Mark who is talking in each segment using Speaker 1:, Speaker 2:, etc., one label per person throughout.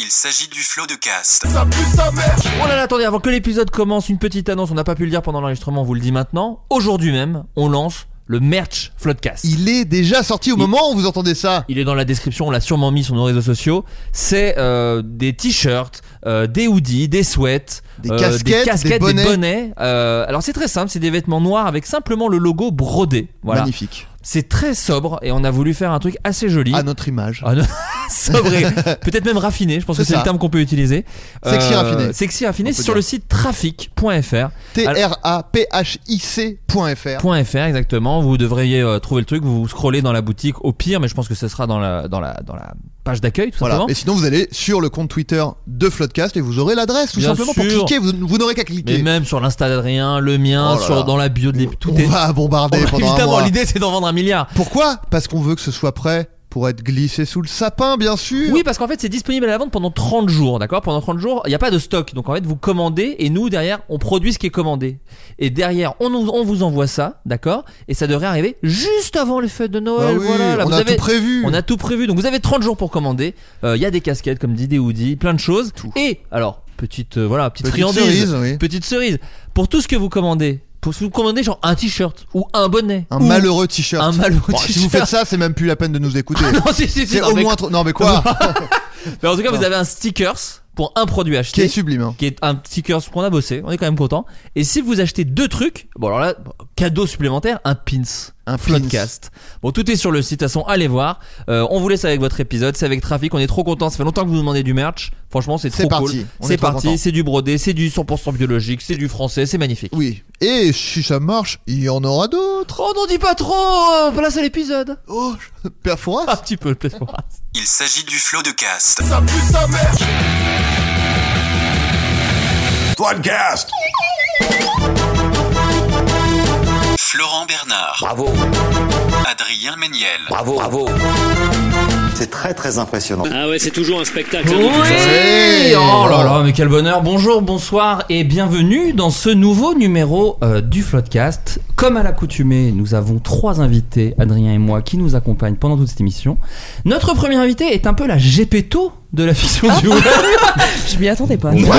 Speaker 1: Il s'agit du flot de cast.
Speaker 2: Oh là là, attendez, avant que l'épisode commence, une petite annonce, on n'a pas pu le dire pendant l'enregistrement, on vous le dit maintenant. Aujourd'hui même, on lance le merch Floodcast. Il...
Speaker 3: Il est déjà sorti au moment où vous entendez ça.
Speaker 2: est dans la description, on l'a sûrement mis sur nos réseaux sociaux. C'est euh, des t-shirts, euh, des hoodies, des sweats,
Speaker 3: Des casquettes, des bonnets.
Speaker 2: euh, alors c'est très simple, c'est des vêtements noirs avec simplement le logo brodé. Voilà.
Speaker 3: Magnifique.
Speaker 2: C'est très sobre et on a voulu faire un truc assez joli.
Speaker 3: À notre image.
Speaker 2: Ah non, sobre et peut-être même raffiné, je pense que
Speaker 3: C'est
Speaker 2: c'est
Speaker 3: ça.
Speaker 2: le terme qu'on peut utiliser. Euh,
Speaker 3: Sexy raffiné.
Speaker 2: Sexy raffiné,
Speaker 3: On peut
Speaker 2: c'est sur
Speaker 3: dire.
Speaker 2: le site trafic.fr.
Speaker 3: T-R-A-P-H-I-C.fr.
Speaker 2: .fr exactement, vous devriez euh, trouver le truc, vous scrollez dans la boutique au pire, mais je pense que ce sera dans la, dans la, dans la page d'accueil tout
Speaker 3: Voilà.
Speaker 2: simplement.
Speaker 3: Et sinon, vous allez sur le compte Twitter de Floodcast et vous aurez l'adresse tout
Speaker 2: Bien
Speaker 3: simplement
Speaker 2: sûr.
Speaker 3: pour cliquer. Vous, vous n'aurez qu'à
Speaker 2: Mais
Speaker 3: cliquer.
Speaker 2: même sur l'insta d'Adrien, le mien,
Speaker 3: Oh là
Speaker 2: sur,
Speaker 3: là.
Speaker 2: dans la bio de l'épisode, tout
Speaker 3: on
Speaker 2: est... Oh,
Speaker 3: va bombarder pendant un
Speaker 2: Évidemment,
Speaker 3: mois.
Speaker 2: l'idée c'est d'en vendre un milliard.
Speaker 3: Pourquoi Parce qu'on veut que ce soit prêt pour être glissé sous le sapin, bien sûr.
Speaker 2: Oui, bah, parce qu'en fait, c'est disponible à la vente pendant 30 jours, d'accord Pendant 30 jours, il n'y a pas de stock. Donc en fait, vous commandez et nous, derrière, on produit ce qui est commandé. Et derrière, on, nous- on vous envoie ça, d'accord Et ça devrait arriver juste avant les fêtes de
Speaker 3: Ah
Speaker 2: Noël.
Speaker 3: oui,
Speaker 2: voilà, là,
Speaker 3: on
Speaker 2: vous
Speaker 3: a
Speaker 2: avez-
Speaker 3: tout prévu.
Speaker 2: On a tout prévu. Donc vous avez 30 jours pour commander. Euh, Il y a des casquettes, comme dit des hoodies, plein de choses. Et alors, petite, euh, voilà, petite,
Speaker 3: Petite
Speaker 2: friandise,
Speaker 3: cerise, oui.
Speaker 2: petite cerise. Pour tout ce que vous commandez, pour si vous commandez genre un t-shirt ou un bonnet,
Speaker 3: Un
Speaker 2: ou-
Speaker 3: malheureux t-shirt.
Speaker 2: un malheureux
Speaker 3: Bon, Si vous
Speaker 2: t-shirt.
Speaker 3: faites ça, c'est même plus la peine de nous écouter.
Speaker 2: non, si, si, si,
Speaker 3: c'est
Speaker 2: non,
Speaker 3: au
Speaker 2: mais-
Speaker 3: moins trop. Non, mais quoi
Speaker 2: Mais en tout cas, vous
Speaker 3: Non.
Speaker 2: avez un stickers pour un produit
Speaker 3: Qui
Speaker 2: acheté.
Speaker 3: est sublime. hein.
Speaker 2: qui est un stickers qu'on a bossé, on est quand même content. Et si vous achetez deux trucs, bon alors là, bon, cadeau supplémentaire, un pins.
Speaker 3: Un pins.
Speaker 2: podcast. Bon, tout est sur le site, de toute façon, allez voir. Euh, on vous laisse avec votre épisode, c'est avec Trafic, on est trop content, ça fait longtemps que vous nous demandez du merch. Franchement, c'est
Speaker 3: C'est
Speaker 2: trop
Speaker 3: parti,
Speaker 2: cool.
Speaker 3: on est
Speaker 2: C'est
Speaker 3: trop
Speaker 2: parti,
Speaker 3: content.
Speaker 2: c'est du brodé, c'est du 100% biologique, c'est du français, c'est magnifique.
Speaker 3: Oui. Et si ça marche, il y en aura d'autres.
Speaker 2: Oh, n'en dis pas trop, euh, place à l'épisode.
Speaker 3: Oh, je- Père Fouras.
Speaker 2: Un petit peu, place pour
Speaker 1: Il s'agit du flot de cast.
Speaker 4: Podcast.
Speaker 1: Florent Bernard.
Speaker 5: Bravo,
Speaker 1: Adrien Méniel.
Speaker 5: bravo, bravo.
Speaker 4: C'est très très impressionnant.
Speaker 6: Ah ouais, c'est toujours un spectacle.
Speaker 2: Oui
Speaker 3: Hey
Speaker 2: Oh là là, mais quel bonheur. Bonjour, bonsoir et bienvenue dans ce nouveau numéro euh, du Floodcast. Comme à l'accoutumée, nous avons trois invités, Adrien et moi, qui nous accompagnent pendant toute cette émission. Notre premier invité est un peu la Gepetto de la fiction du web.
Speaker 7: Je m'y attendais pas. Oh,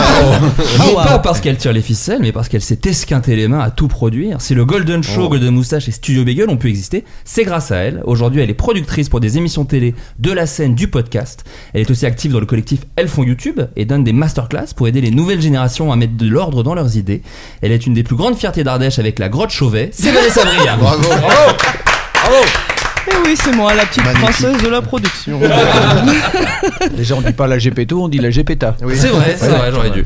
Speaker 2: Non pas parce qu'elle tire les ficelles, mais parce qu'elle s'est esquintée les mains à tout produire. Si le Golden Show, Golden Moustache et Studio Bagel ont pu exister, c'est grâce à elle. Aujourd'hui, elle est productrice pour des émissions télé, de la scène, du podcast. Elle est aussi active dans le collectif Elles font YouTube et donne des masterclass pour aider les nouvelles générations à mettre de l'ordre dans leurs idées. Elle est une des plus grandes fiertés d'Ardèche avec la grotte Chauvet. C'est Vanessa Bria.
Speaker 3: Bravo.
Speaker 7: Et oui, c'est moi, la petite
Speaker 3: Magnifique.
Speaker 7: princesse de la production.
Speaker 5: Déjà, on dit pas la GPTO, on dit la GPTA.
Speaker 3: Oui.
Speaker 2: C'est vrai, c'est vrai, j'aurais dû.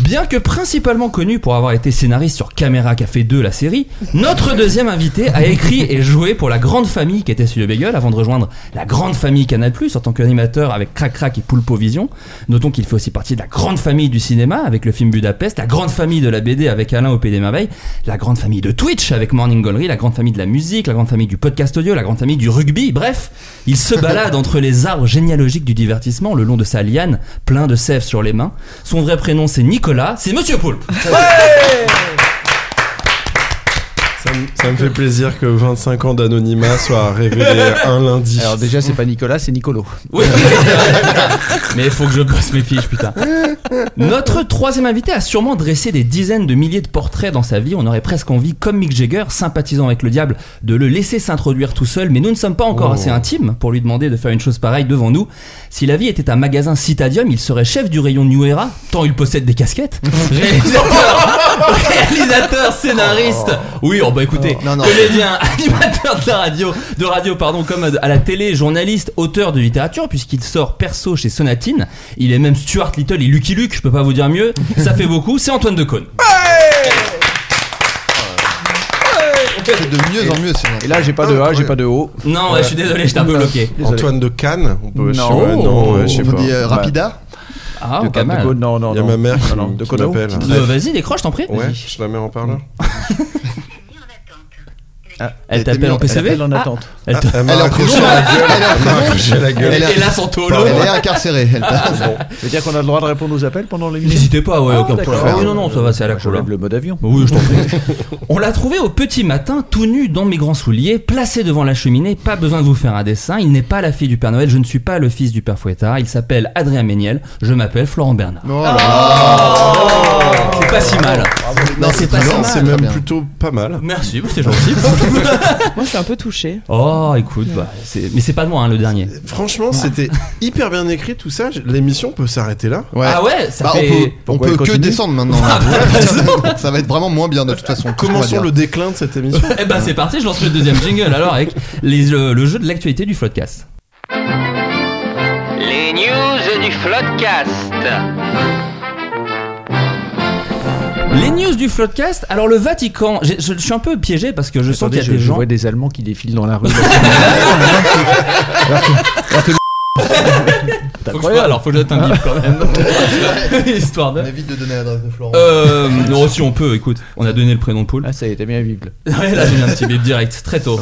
Speaker 2: Bien que principalement connu pour avoir été scénariste sur Caméra Café 2, la série, notre deuxième invité a écrit et joué pour la grande famille qui était Studio Bagel avant de rejoindre la grande famille Canal en tant qu'animateur avec Crac Crac et Poulpo Vision. Notons qu'il fait aussi partie de la grande famille du cinéma avec le film Budapest, la grande famille de la BD avec Alain au Pays des Merveilles, la grande famille de Twitch avec Morning Glory, la grande famille de la musique, la grande famille du podcast audio, la grande famille du rugby. Bref, il se balade entre les arbres généalogiques du divertissement le long de sa liane, plein de sève sur les mains. Son vrai prénom c'est Nicolas, c'est Monsieur Poulpe.
Speaker 5: Ça, me- ça
Speaker 6: Ça me fait plaisir que 25 ans d'anonymat soient révélés un lundi.
Speaker 5: Alors déjà, c'est pas Nicolas, c'est Nicolo.
Speaker 2: Mais il faut que je bosse mes fiches, putain. Notre troisième invité a sûrement dressé des dizaines de milliers de portraits dans sa vie. On aurait presque envie, comme Mick Jagger, sympathisant avec le diable, de le laisser s'introduire tout seul. Mais nous ne sommes pas encore
Speaker 5: Oh.
Speaker 2: assez intimes pour lui demander de faire une chose pareille devant nous. Si la vie était un magasin Citadium, il serait chef du rayon New Era, tant il possède des casquettes. réalisateur, réalisateur, scénariste. Oui, oh bah écoutez, comédien, animateur de la radio, de radio pardon, comme à la télé, journaliste, auteur de littérature, puisqu'il sort perso chez Sonatine. Il est même Stuart Little et Lucky Luke, je peux pas vous dire mieux. Ça fait beaucoup, c'est Antoine Decaune.
Speaker 3: C'est de mieux en mieux, sinon.
Speaker 5: Et là, j'ai pas de A, j'ai pas de O. Ah,
Speaker 2: Non, ouais, je suis désolé, j'étais un peu bloqué.
Speaker 6: Ah, Antoine de Cannes on peut, je-
Speaker 5: Non.
Speaker 6: ouais, non, ouais, je sais
Speaker 3: On
Speaker 6: pas.
Speaker 3: dit euh, Rapida
Speaker 2: Ah,
Speaker 5: De
Speaker 2: pas
Speaker 5: Cannes, de
Speaker 2: mal.
Speaker 5: Côte, non, non,
Speaker 6: Il y a
Speaker 5: non.
Speaker 6: ma mère qui,
Speaker 5: non, de
Speaker 6: qui
Speaker 5: Kono.
Speaker 6: m'appelle.
Speaker 2: Euh, Vas-y, décroche, t'en prie.
Speaker 6: Ouais, je la mets en parleur.
Speaker 2: Elle
Speaker 3: t'appelle
Speaker 2: t'appelle en
Speaker 3: en- elle
Speaker 2: PCV
Speaker 5: Elle en attente.
Speaker 2: Elle te-
Speaker 6: Ah. Elle m'a
Speaker 3: Elle est en
Speaker 6: raccroché
Speaker 3: prison,
Speaker 6: la
Speaker 3: elle.
Speaker 6: gueule.
Speaker 3: Elle est en
Speaker 6: Elle m'a
Speaker 3: prison.
Speaker 6: raccroché la gueule.
Speaker 2: Elle
Speaker 3: Elle
Speaker 2: est là sans tolo.
Speaker 3: Elle est incarcérée. Elle
Speaker 5: Ça veut dire qu'on a le droit de répondre aux appels pendant l'émission
Speaker 2: N'hésitez pas, ouais,
Speaker 5: Ah,
Speaker 2: aucun
Speaker 5: d'accord.
Speaker 2: problème. Ah oui, non, non, ça va, c'est à la
Speaker 5: Je
Speaker 2: couleur.
Speaker 5: lève le mode avion.
Speaker 2: Oui, je t'en prie. On l'a trouvé au petit matin, tout nu dans mes grands souliers, placé devant la cheminée. Pas besoin de vous faire un dessin. Il n'est pas la fille du Père Noël. Je ne suis pas le fils du Père Fouettard. Il s'appelle Adrien Méniel. Je m'appelle Florent Bernard.
Speaker 3: Non,
Speaker 5: Ah,
Speaker 3: là.
Speaker 2: c'est pas si mal.
Speaker 3: Non,
Speaker 2: c'est pas
Speaker 3: très
Speaker 2: si
Speaker 5: ah,
Speaker 3: bien,
Speaker 2: mal.
Speaker 6: C'est
Speaker 3: très
Speaker 6: même
Speaker 3: bien.
Speaker 6: plutôt pas mal.
Speaker 2: Merci, c'est gentil.
Speaker 7: Moi, je suis un peu touché.
Speaker 2: oh, écoute, bah, c'est- mais c'est pas de moi hein, le dernier.
Speaker 6: Franchement, c'était hyper bien écrit tout ça. L'émission peut s'arrêter là.
Speaker 3: Ouais.
Speaker 2: Ah ouais, ça
Speaker 3: Bah, on
Speaker 2: fait.
Speaker 3: peut, on
Speaker 5: Pourquoi
Speaker 3: peut
Speaker 5: il
Speaker 3: que
Speaker 5: continue
Speaker 3: descendre maintenant. hein. ça va être vraiment moins bien de toute façon. tout ce qu'on va
Speaker 6: Commençons
Speaker 3: dire.
Speaker 6: le déclin de cette émission.
Speaker 2: Eh ben c'est parti, je lance le deuxième jingle alors avec les, le, le jeu de l'actualité du Floodcast.
Speaker 8: Les news du Floodcast.
Speaker 2: Les news du Floodcast, alors le Vatican, j'ai- je, je suis un peu piégé parce que je sens qu'il y
Speaker 5: Attendez,
Speaker 2: a
Speaker 5: je,
Speaker 2: des
Speaker 5: je
Speaker 2: gens...
Speaker 5: vois des Allemands qui défilent dans la rue.
Speaker 2: Faut que je parle, alors faut que je jette un bip quand même. Histoire de...
Speaker 3: On évite de donner l'adresse de Florent.
Speaker 2: Euh, non, si on peut, écoute, on a donné le prénom de poule.
Speaker 5: Ah, ça y est, t'as bien vible.
Speaker 2: Ouais, là j'ai mis un petit bip direct, très tôt.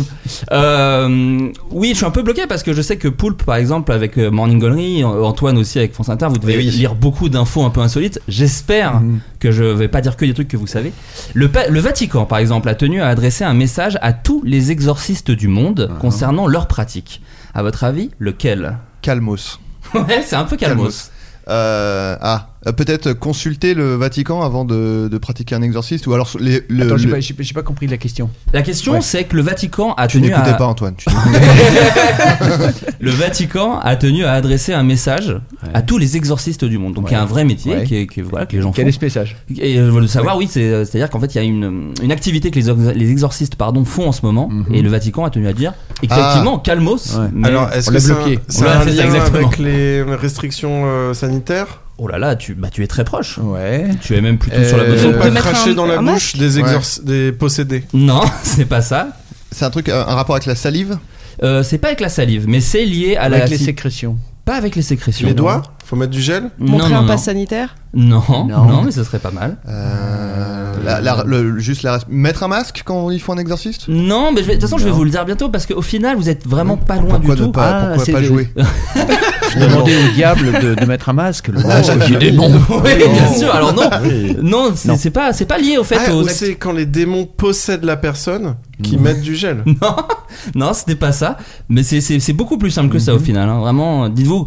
Speaker 2: Euh, oui, je suis un peu bloqué parce que je sais que Poulpe, par exemple, avec euh, Morning Glory, Antoine aussi avec France Inter, vous devez
Speaker 6: Oui, oui.
Speaker 2: lire beaucoup d'infos un peu insolites. J'espère que je vais pas dire que des trucs que vous savez. Le, pa- le Vatican, par exemple, a tenu à adresser un message à tous les exorcistes du monde concernant leur pratique. À votre avis, lequel
Speaker 3: Calmos.
Speaker 2: Ouais, c'est un peu calmos.
Speaker 3: Euh, ah, euh, peut-être consulter le Vatican avant de, de pratiquer un exorciste ou alors les, le.
Speaker 5: Attends, j'ai
Speaker 3: le-
Speaker 5: pas, j'ai pas- j'ai pas compris la question.
Speaker 2: La question,
Speaker 5: Ouais.
Speaker 2: c'est que le Vatican a
Speaker 3: Tu
Speaker 2: tenu
Speaker 3: n'écoutais
Speaker 2: à...
Speaker 3: pas Antoine. Tu...
Speaker 2: Le Vatican a tenu à adresser un message à tous les exorcistes du monde. Donc il y a un vrai métier
Speaker 5: Ouais.
Speaker 2: qui est- qui est- voilà, que les gens
Speaker 5: Quel
Speaker 2: font.
Speaker 5: est ce message
Speaker 2: Et je veux le savoir, oui, c'est- euh, c'est-à-dire qu'en fait, il y a une, une activité que les, ex- les exorcistes pardon, font en ce moment, et le Vatican a tenu à dire effectivement, calmos.
Speaker 5: Ouais.
Speaker 2: mais-
Speaker 6: Mhm. Ah. Alors, est-ce
Speaker 5: on
Speaker 6: que
Speaker 5: l'a
Speaker 6: c'est
Speaker 5: bloqué.
Speaker 6: un, c'est
Speaker 2: On l'a
Speaker 6: un
Speaker 2: fait ça
Speaker 6: lien
Speaker 2: exactement.
Speaker 6: avec les restrictions euh, sanitaires
Speaker 2: oh là là, tu, bah, tu es très proche.
Speaker 5: Ouais.
Speaker 2: Tu es même plutôt sur la
Speaker 5: Euh,
Speaker 2: bonne
Speaker 6: Ils ont
Speaker 5: de
Speaker 6: pas
Speaker 7: mettre
Speaker 6: craché
Speaker 7: un-
Speaker 6: dans la
Speaker 7: un
Speaker 6: bouche des, exorc- des possédés.
Speaker 2: Non, c'est pas ça.
Speaker 3: C'est un truc, euh, un rapport avec la salive.
Speaker 2: Euh, c'est pas avec la salive, mais c'est lié à la.
Speaker 5: Avec les
Speaker 2: si-
Speaker 5: sécrétions.
Speaker 2: Pas avec les sécrétions.
Speaker 6: Les doigts Faut mettre du gel
Speaker 2: Non,
Speaker 7: Montrer
Speaker 2: non,
Speaker 7: un
Speaker 2: non.
Speaker 7: pass sanitaire
Speaker 2: Non,
Speaker 5: Non.
Speaker 2: non, mais ce serait pas mal.
Speaker 3: Euh, la- la- le- juste la, mettre un masque quand il faut un exorciste.
Speaker 2: Non, mais je vais- de toute façon, je vais
Speaker 5: Non.
Speaker 2: vous le dire bientôt parce qu'au final, vous êtes vraiment pas loin
Speaker 3: Pourquoi
Speaker 2: du
Speaker 3: ne
Speaker 2: tout.
Speaker 3: pas,
Speaker 5: Ah,
Speaker 3: pourquoi
Speaker 5: c'est
Speaker 3: pas
Speaker 5: des-
Speaker 3: jouer
Speaker 5: Demander au diable de, de mettre un masque. Le
Speaker 6: Ah, j'avais
Speaker 5: j'ai
Speaker 6: oublié.
Speaker 2: Oui, bien sûr. Alors non,
Speaker 6: Oui.
Speaker 2: non, c'est
Speaker 5: Oh. Ah Non.
Speaker 2: c'est pas, c'est pas lié au fait
Speaker 6: Ah,
Speaker 2: aux
Speaker 6: ou
Speaker 2: actes-
Speaker 6: c'est quand les démons possèdent la personne qui
Speaker 5: Mm.
Speaker 6: mettent du gel.
Speaker 2: Non, non, c'était pas ça. Mais c'est- c'est c'est beaucoup plus simple que ça au
Speaker 5: Mhm.
Speaker 2: final. hein. Vraiment, dites-vous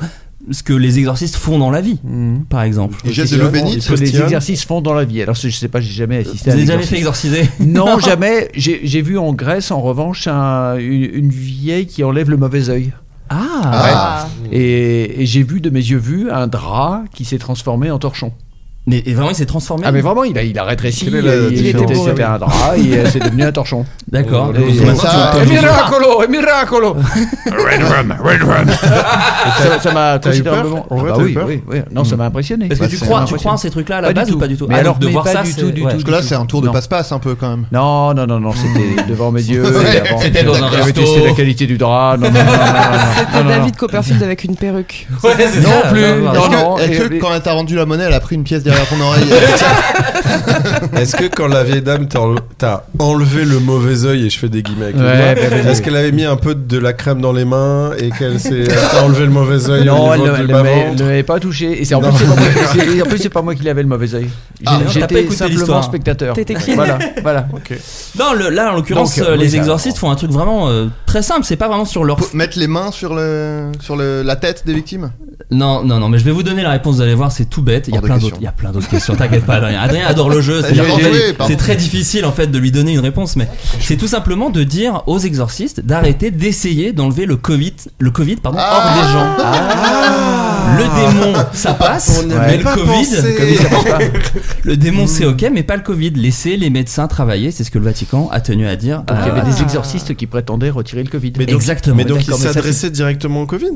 Speaker 2: ce que les exorcistes font dans la vie,
Speaker 5: Mhm.
Speaker 2: par exemple.
Speaker 3: Il jette de l'eau bénite.
Speaker 6: il peut-
Speaker 5: les
Speaker 6: Postillon.
Speaker 5: exercices font dans la vie. Alors, je sais pas, j'ai jamais assisté
Speaker 2: Vous
Speaker 5: à
Speaker 2: avez
Speaker 5: un
Speaker 2: jamais
Speaker 5: exorcisme.
Speaker 2: fait exorciser
Speaker 5: Non, jamais. J'ai j'ai vu en Grèce, en revanche, un- une, une vieille qui enlève le mauvais œil.
Speaker 2: Ah,
Speaker 5: Et, et j'ai vu de mes yeux vus un drap qui s'est transformé en torchon.
Speaker 2: mais et vraiment, il s'est transformé.
Speaker 5: Ah, mais vraiment, il a, il a rétréci.
Speaker 6: Quelle
Speaker 5: Il,
Speaker 6: est la
Speaker 5: euh, il
Speaker 6: différence
Speaker 5: était, c'était un drap et euh, c'est devenu un torchon.
Speaker 2: D'accord.
Speaker 5: Et-
Speaker 2: Donc, maintenant,
Speaker 3: ça-
Speaker 2: tu-
Speaker 5: Et
Speaker 2: tu-
Speaker 5: miracolo, et miracolo. Et ça- Ça m'a
Speaker 6: T'as eu peur
Speaker 5: considérablement.
Speaker 6: En vrai,
Speaker 5: Ah bah
Speaker 6: t'as eu
Speaker 5: oui,
Speaker 6: peur
Speaker 5: oui, oui. Non, ça m'a impressionné.
Speaker 2: Est-ce que
Speaker 3: Bah,
Speaker 2: tu
Speaker 3: c'est
Speaker 2: crois,
Speaker 3: un
Speaker 2: tu
Speaker 5: impression.
Speaker 2: crois en ces trucs-là à la
Speaker 5: Pas du
Speaker 2: base ou
Speaker 5: tout.
Speaker 2: pas du tout
Speaker 5: Mais
Speaker 2: Ah,
Speaker 5: alors,
Speaker 2: de
Speaker 5: mais
Speaker 2: voir
Speaker 5: pas
Speaker 2: ça,
Speaker 5: du
Speaker 2: c'est-
Speaker 5: tout, du
Speaker 2: ouais.
Speaker 5: tout,
Speaker 3: Parce que là, c'est un tour de passe-passe un peu quand même.
Speaker 5: Non, non, non, non, c'était devant mes yeux.
Speaker 3: Ouais,
Speaker 5: et avant-
Speaker 2: c'était dans un
Speaker 5: J'avais
Speaker 2: resto.
Speaker 5: testé la qualité du drap. Non, non, non, non, non,
Speaker 7: C'était
Speaker 5: non, non, non.
Speaker 7: David Copperfield avec une perruque.
Speaker 2: Ouais, c'est
Speaker 5: Non
Speaker 2: ça,
Speaker 5: plus.
Speaker 2: ça va.
Speaker 5: Non,
Speaker 3: Est-ce que-
Speaker 5: non,
Speaker 3: est-ce que,
Speaker 5: et-
Speaker 3: quand elle t'a rendu la monnaie, elle a pris une pièce derrière ton oreille. euh,
Speaker 6: Est-ce que quand la vieille dame t'a enle- t'a enlevé le mauvais œil et je fais des guillemets avec le
Speaker 5: Ouais,
Speaker 6: doigt,
Speaker 5: bah, vas-y.
Speaker 6: est-ce qu'elle avait mis un peu de la crème dans les mains et qu'elle s'est elle t'a enlevé le mauvais œil
Speaker 5: Non,
Speaker 6: au
Speaker 5: elle
Speaker 6: niveau
Speaker 5: ne
Speaker 6: du
Speaker 5: l'avait-
Speaker 6: bas-ventre
Speaker 5: ne l'avait pas touché. Et c'est en,
Speaker 6: Non.
Speaker 5: plus, c'est pas moi- c'est- et en plus, c'est pas moi qui l'avais le mauvais œil. J'ai-
Speaker 2: Ah, t'as pas
Speaker 5: J'étais
Speaker 2: écouté
Speaker 5: simplement
Speaker 2: l'histoire.
Speaker 5: spectateur.
Speaker 7: T'étais qui
Speaker 5: Voilà, voilà.
Speaker 2: Non, le- là en l'occurrence,
Speaker 5: Donc,
Speaker 2: euh,
Speaker 5: oui,
Speaker 2: les
Speaker 5: ça-
Speaker 2: exorcistes font un truc vraiment euh, très simple. C'est pas vraiment sur leur.
Speaker 3: Mettre les mains sur, le, sur le, la tête des victimes
Speaker 2: Non, non, non, mais je vais vous donner la réponse. Vous allez voir, c'est tout bête. Il y a
Speaker 3: Hors de
Speaker 2: plein
Speaker 3: question.
Speaker 2: d'autres. Il y a plein d'autres questions. T'inquiète pas, Adrien. Adrien adore le jeu. C'est-à-dire
Speaker 3: J'ai
Speaker 2: qu'en
Speaker 3: joué,
Speaker 2: fait,
Speaker 3: pardon.
Speaker 2: c'est très difficile en fait de lui donner une réponse, mais c'est tout simplement de dire aux exorcistes d'arrêter d'essayer d'enlever le Covid, le Covid pardon, hors des gens. Ah. Le démon, ça passe,
Speaker 6: Ah. On n'y
Speaker 2: mais
Speaker 6: avait
Speaker 2: le
Speaker 6: pas
Speaker 2: Covid,
Speaker 6: pensé. Hmm.
Speaker 2: le Covid, ça passe pas. Le démon, c'est ok, mais pas le Covid. Laissez les médecins travailler, c'est ce que le Vatican a tenu à dire.
Speaker 5: Donc, il y
Speaker 2: Euh,
Speaker 5: avait des exorcistes qui prétendaient retirer le Covid.
Speaker 6: Mais donc-
Speaker 2: Exactement.
Speaker 6: Mais donc il
Speaker 5: D'accord, mais ça,
Speaker 6: s'adressait directement au Covid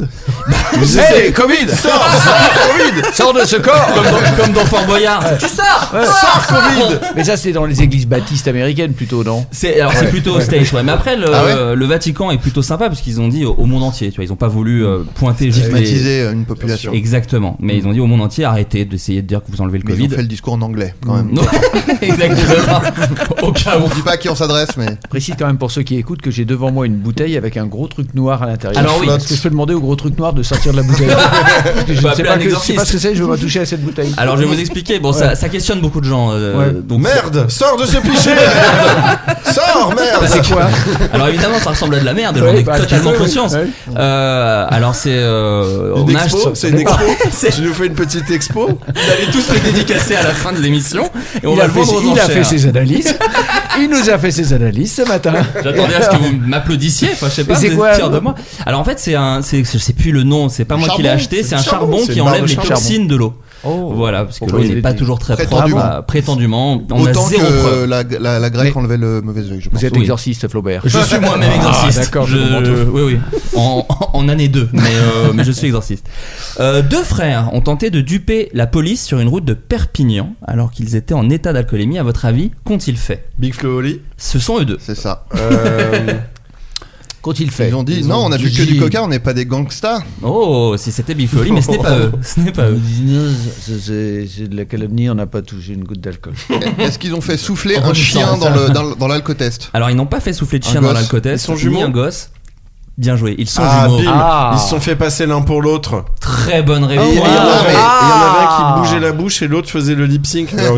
Speaker 5: c'est- Hey, Covid
Speaker 6: Sors, sors, Covid
Speaker 5: Sors de ce corps
Speaker 2: comme, dans, comme dans Fort Boyard. Tu sors
Speaker 5: Ouais.
Speaker 2: Sors, Covid
Speaker 5: Mais ça, c'est dans les églises baptistes américaines plutôt, non
Speaker 2: C'est alors
Speaker 5: Ouais.
Speaker 2: c'est plutôt
Speaker 5: Ouais.
Speaker 2: stage ouais. Mais après le,
Speaker 5: Ah ouais
Speaker 2: le Vatican est plutôt sympa parce qu'ils ont dit au, au monde entier, tu vois, ils ont pas voulu euh, pointer juste les-
Speaker 3: Stigmatiser euh, une population.
Speaker 2: Exactement, mais ils ont dit au monde entier arrêtez d'essayer de dire que vous enlevez le
Speaker 3: Mais ils
Speaker 2: Covid.
Speaker 3: ont fait le discours en anglais quand même.
Speaker 2: Non. Exactement. Au cas où.
Speaker 3: On dit pas à qui on s'adresse, mais.
Speaker 5: Précise quand même pour ceux qui écoutent que j'ai devant moi une bouteille avec un gros truc noir à l'intérieur.
Speaker 2: Alors oui.
Speaker 5: Est-ce que je peux demander au gros truc noir de sortir de la bouteille Parce que je,
Speaker 2: Faut
Speaker 5: ne sais
Speaker 2: appeler
Speaker 5: pas
Speaker 2: un
Speaker 5: que- je sais pas
Speaker 2: exorciste.
Speaker 5: ce que c'est, je vais pas toucher à cette bouteille.
Speaker 2: Alors je vais vous expliquer. Bon, ça,
Speaker 5: Ouais.
Speaker 2: ça questionne beaucoup de gens. euh,
Speaker 5: Ouais.
Speaker 2: donc-
Speaker 6: Merde Sors de ce pichet Sors, merde
Speaker 2: Bah, c'est
Speaker 5: quoi
Speaker 2: Alors évidemment, ça ressemble à de la merde.
Speaker 5: Ouais,
Speaker 2: J'en ai
Speaker 5: bah,
Speaker 2: totalement
Speaker 5: tu sais,
Speaker 2: conscience.
Speaker 5: ouais.
Speaker 2: Euh, alors c'est euh,
Speaker 6: Une
Speaker 2: on a-
Speaker 6: expo C'est une expo
Speaker 2: C'est-
Speaker 6: Tu nous fais une petite expo
Speaker 2: Vous allez tous le dédicacer à la fin de l'émission et on
Speaker 5: il
Speaker 2: va
Speaker 5: a,
Speaker 2: le
Speaker 5: fait,
Speaker 2: vendre aux
Speaker 5: il a
Speaker 2: enchères.
Speaker 5: fait ses analyses. il nous a fait ses analyses ce matin.
Speaker 2: J'attendais à ce que vous m'applaudissiez, enfin je sais pas,
Speaker 5: Mais
Speaker 2: vous
Speaker 5: c'est
Speaker 2: êtes
Speaker 5: quoi,
Speaker 2: fiers de
Speaker 5: alors
Speaker 2: moi. Alors en fait c'est un, c'est, je sais plus le nom, c'est pas moi qui l'ai
Speaker 3: Charbon,
Speaker 2: acheté,
Speaker 3: c'est
Speaker 2: c'est un
Speaker 3: du charbon,
Speaker 2: charbon
Speaker 3: c'est
Speaker 2: qui
Speaker 3: une
Speaker 2: enlève
Speaker 3: barre de
Speaker 2: les
Speaker 3: charbon.
Speaker 2: toxines de l'eau.
Speaker 5: Oh.
Speaker 2: Voilà, parce que
Speaker 5: Pourquoi
Speaker 2: l'eau
Speaker 5: il
Speaker 2: n'est
Speaker 5: est
Speaker 2: pas
Speaker 5: dit-
Speaker 2: toujours très
Speaker 5: hein.
Speaker 3: Prétendument.
Speaker 2: propre, euh, prétendument, on a
Speaker 3: Autant
Speaker 2: zéro
Speaker 3: que
Speaker 2: preuve.
Speaker 3: la, la, la grecque
Speaker 5: Mais-
Speaker 3: enlevait le mauvais œil, je pense.
Speaker 5: Vous êtes
Speaker 2: Oui.
Speaker 5: exorciste, Flaubert.
Speaker 2: Je suis moi-même
Speaker 5: Ah,
Speaker 2: exorciste.
Speaker 5: d'accord, je
Speaker 2: je,
Speaker 5: comprends tout.
Speaker 2: oui, oui. En, en année 2, mais, euh, mais je suis exorciste. Euh, deux frères ont tenté de duper la police sur une route de Perpignan alors qu'ils étaient en état d'alcoolémie. À votre avis, qu'ont-ils fait
Speaker 6: Big Flo Oli
Speaker 2: Ce sont eux deux.
Speaker 3: C'est ça.
Speaker 6: Euh,
Speaker 5: Quand il fait.
Speaker 3: Ils ont dit
Speaker 5: Ils
Speaker 3: non,
Speaker 5: ont
Speaker 3: on a bu
Speaker 5: dit-
Speaker 3: que du coca, on n'est pas des gangsters.
Speaker 2: Oh, si c'était Big Flo et Oli, mais ce n'est pas eux. Ce n'est pas eux.
Speaker 5: C'est de la calomnie, on n'a pas touché une goutte d'alcool.
Speaker 3: Est-ce qu'ils ont fait souffler
Speaker 2: Oh,
Speaker 3: un
Speaker 2: je
Speaker 3: chien
Speaker 2: sens
Speaker 3: dans
Speaker 2: ça.
Speaker 3: le dans, le- dans l'alcotest
Speaker 2: Alors ils n'ont pas fait souffler de
Speaker 3: Un
Speaker 2: chien dans
Speaker 3: gosse.
Speaker 2: l'alcotest.
Speaker 6: Ils sont
Speaker 2: ni
Speaker 6: jumeaux
Speaker 2: un gosse. Bien joué. Ils sont
Speaker 6: Ah,
Speaker 2: jumeaux.
Speaker 6: bim
Speaker 5: Ah.
Speaker 6: Ils se sont fait passer l'un pour l'autre.
Speaker 2: Très bonne
Speaker 6: Et il y,
Speaker 2: réponse.
Speaker 6: en avait,
Speaker 5: Ah.
Speaker 6: il y en avait un qui bougeait la bouche et l'autre faisait le lip sync. Non,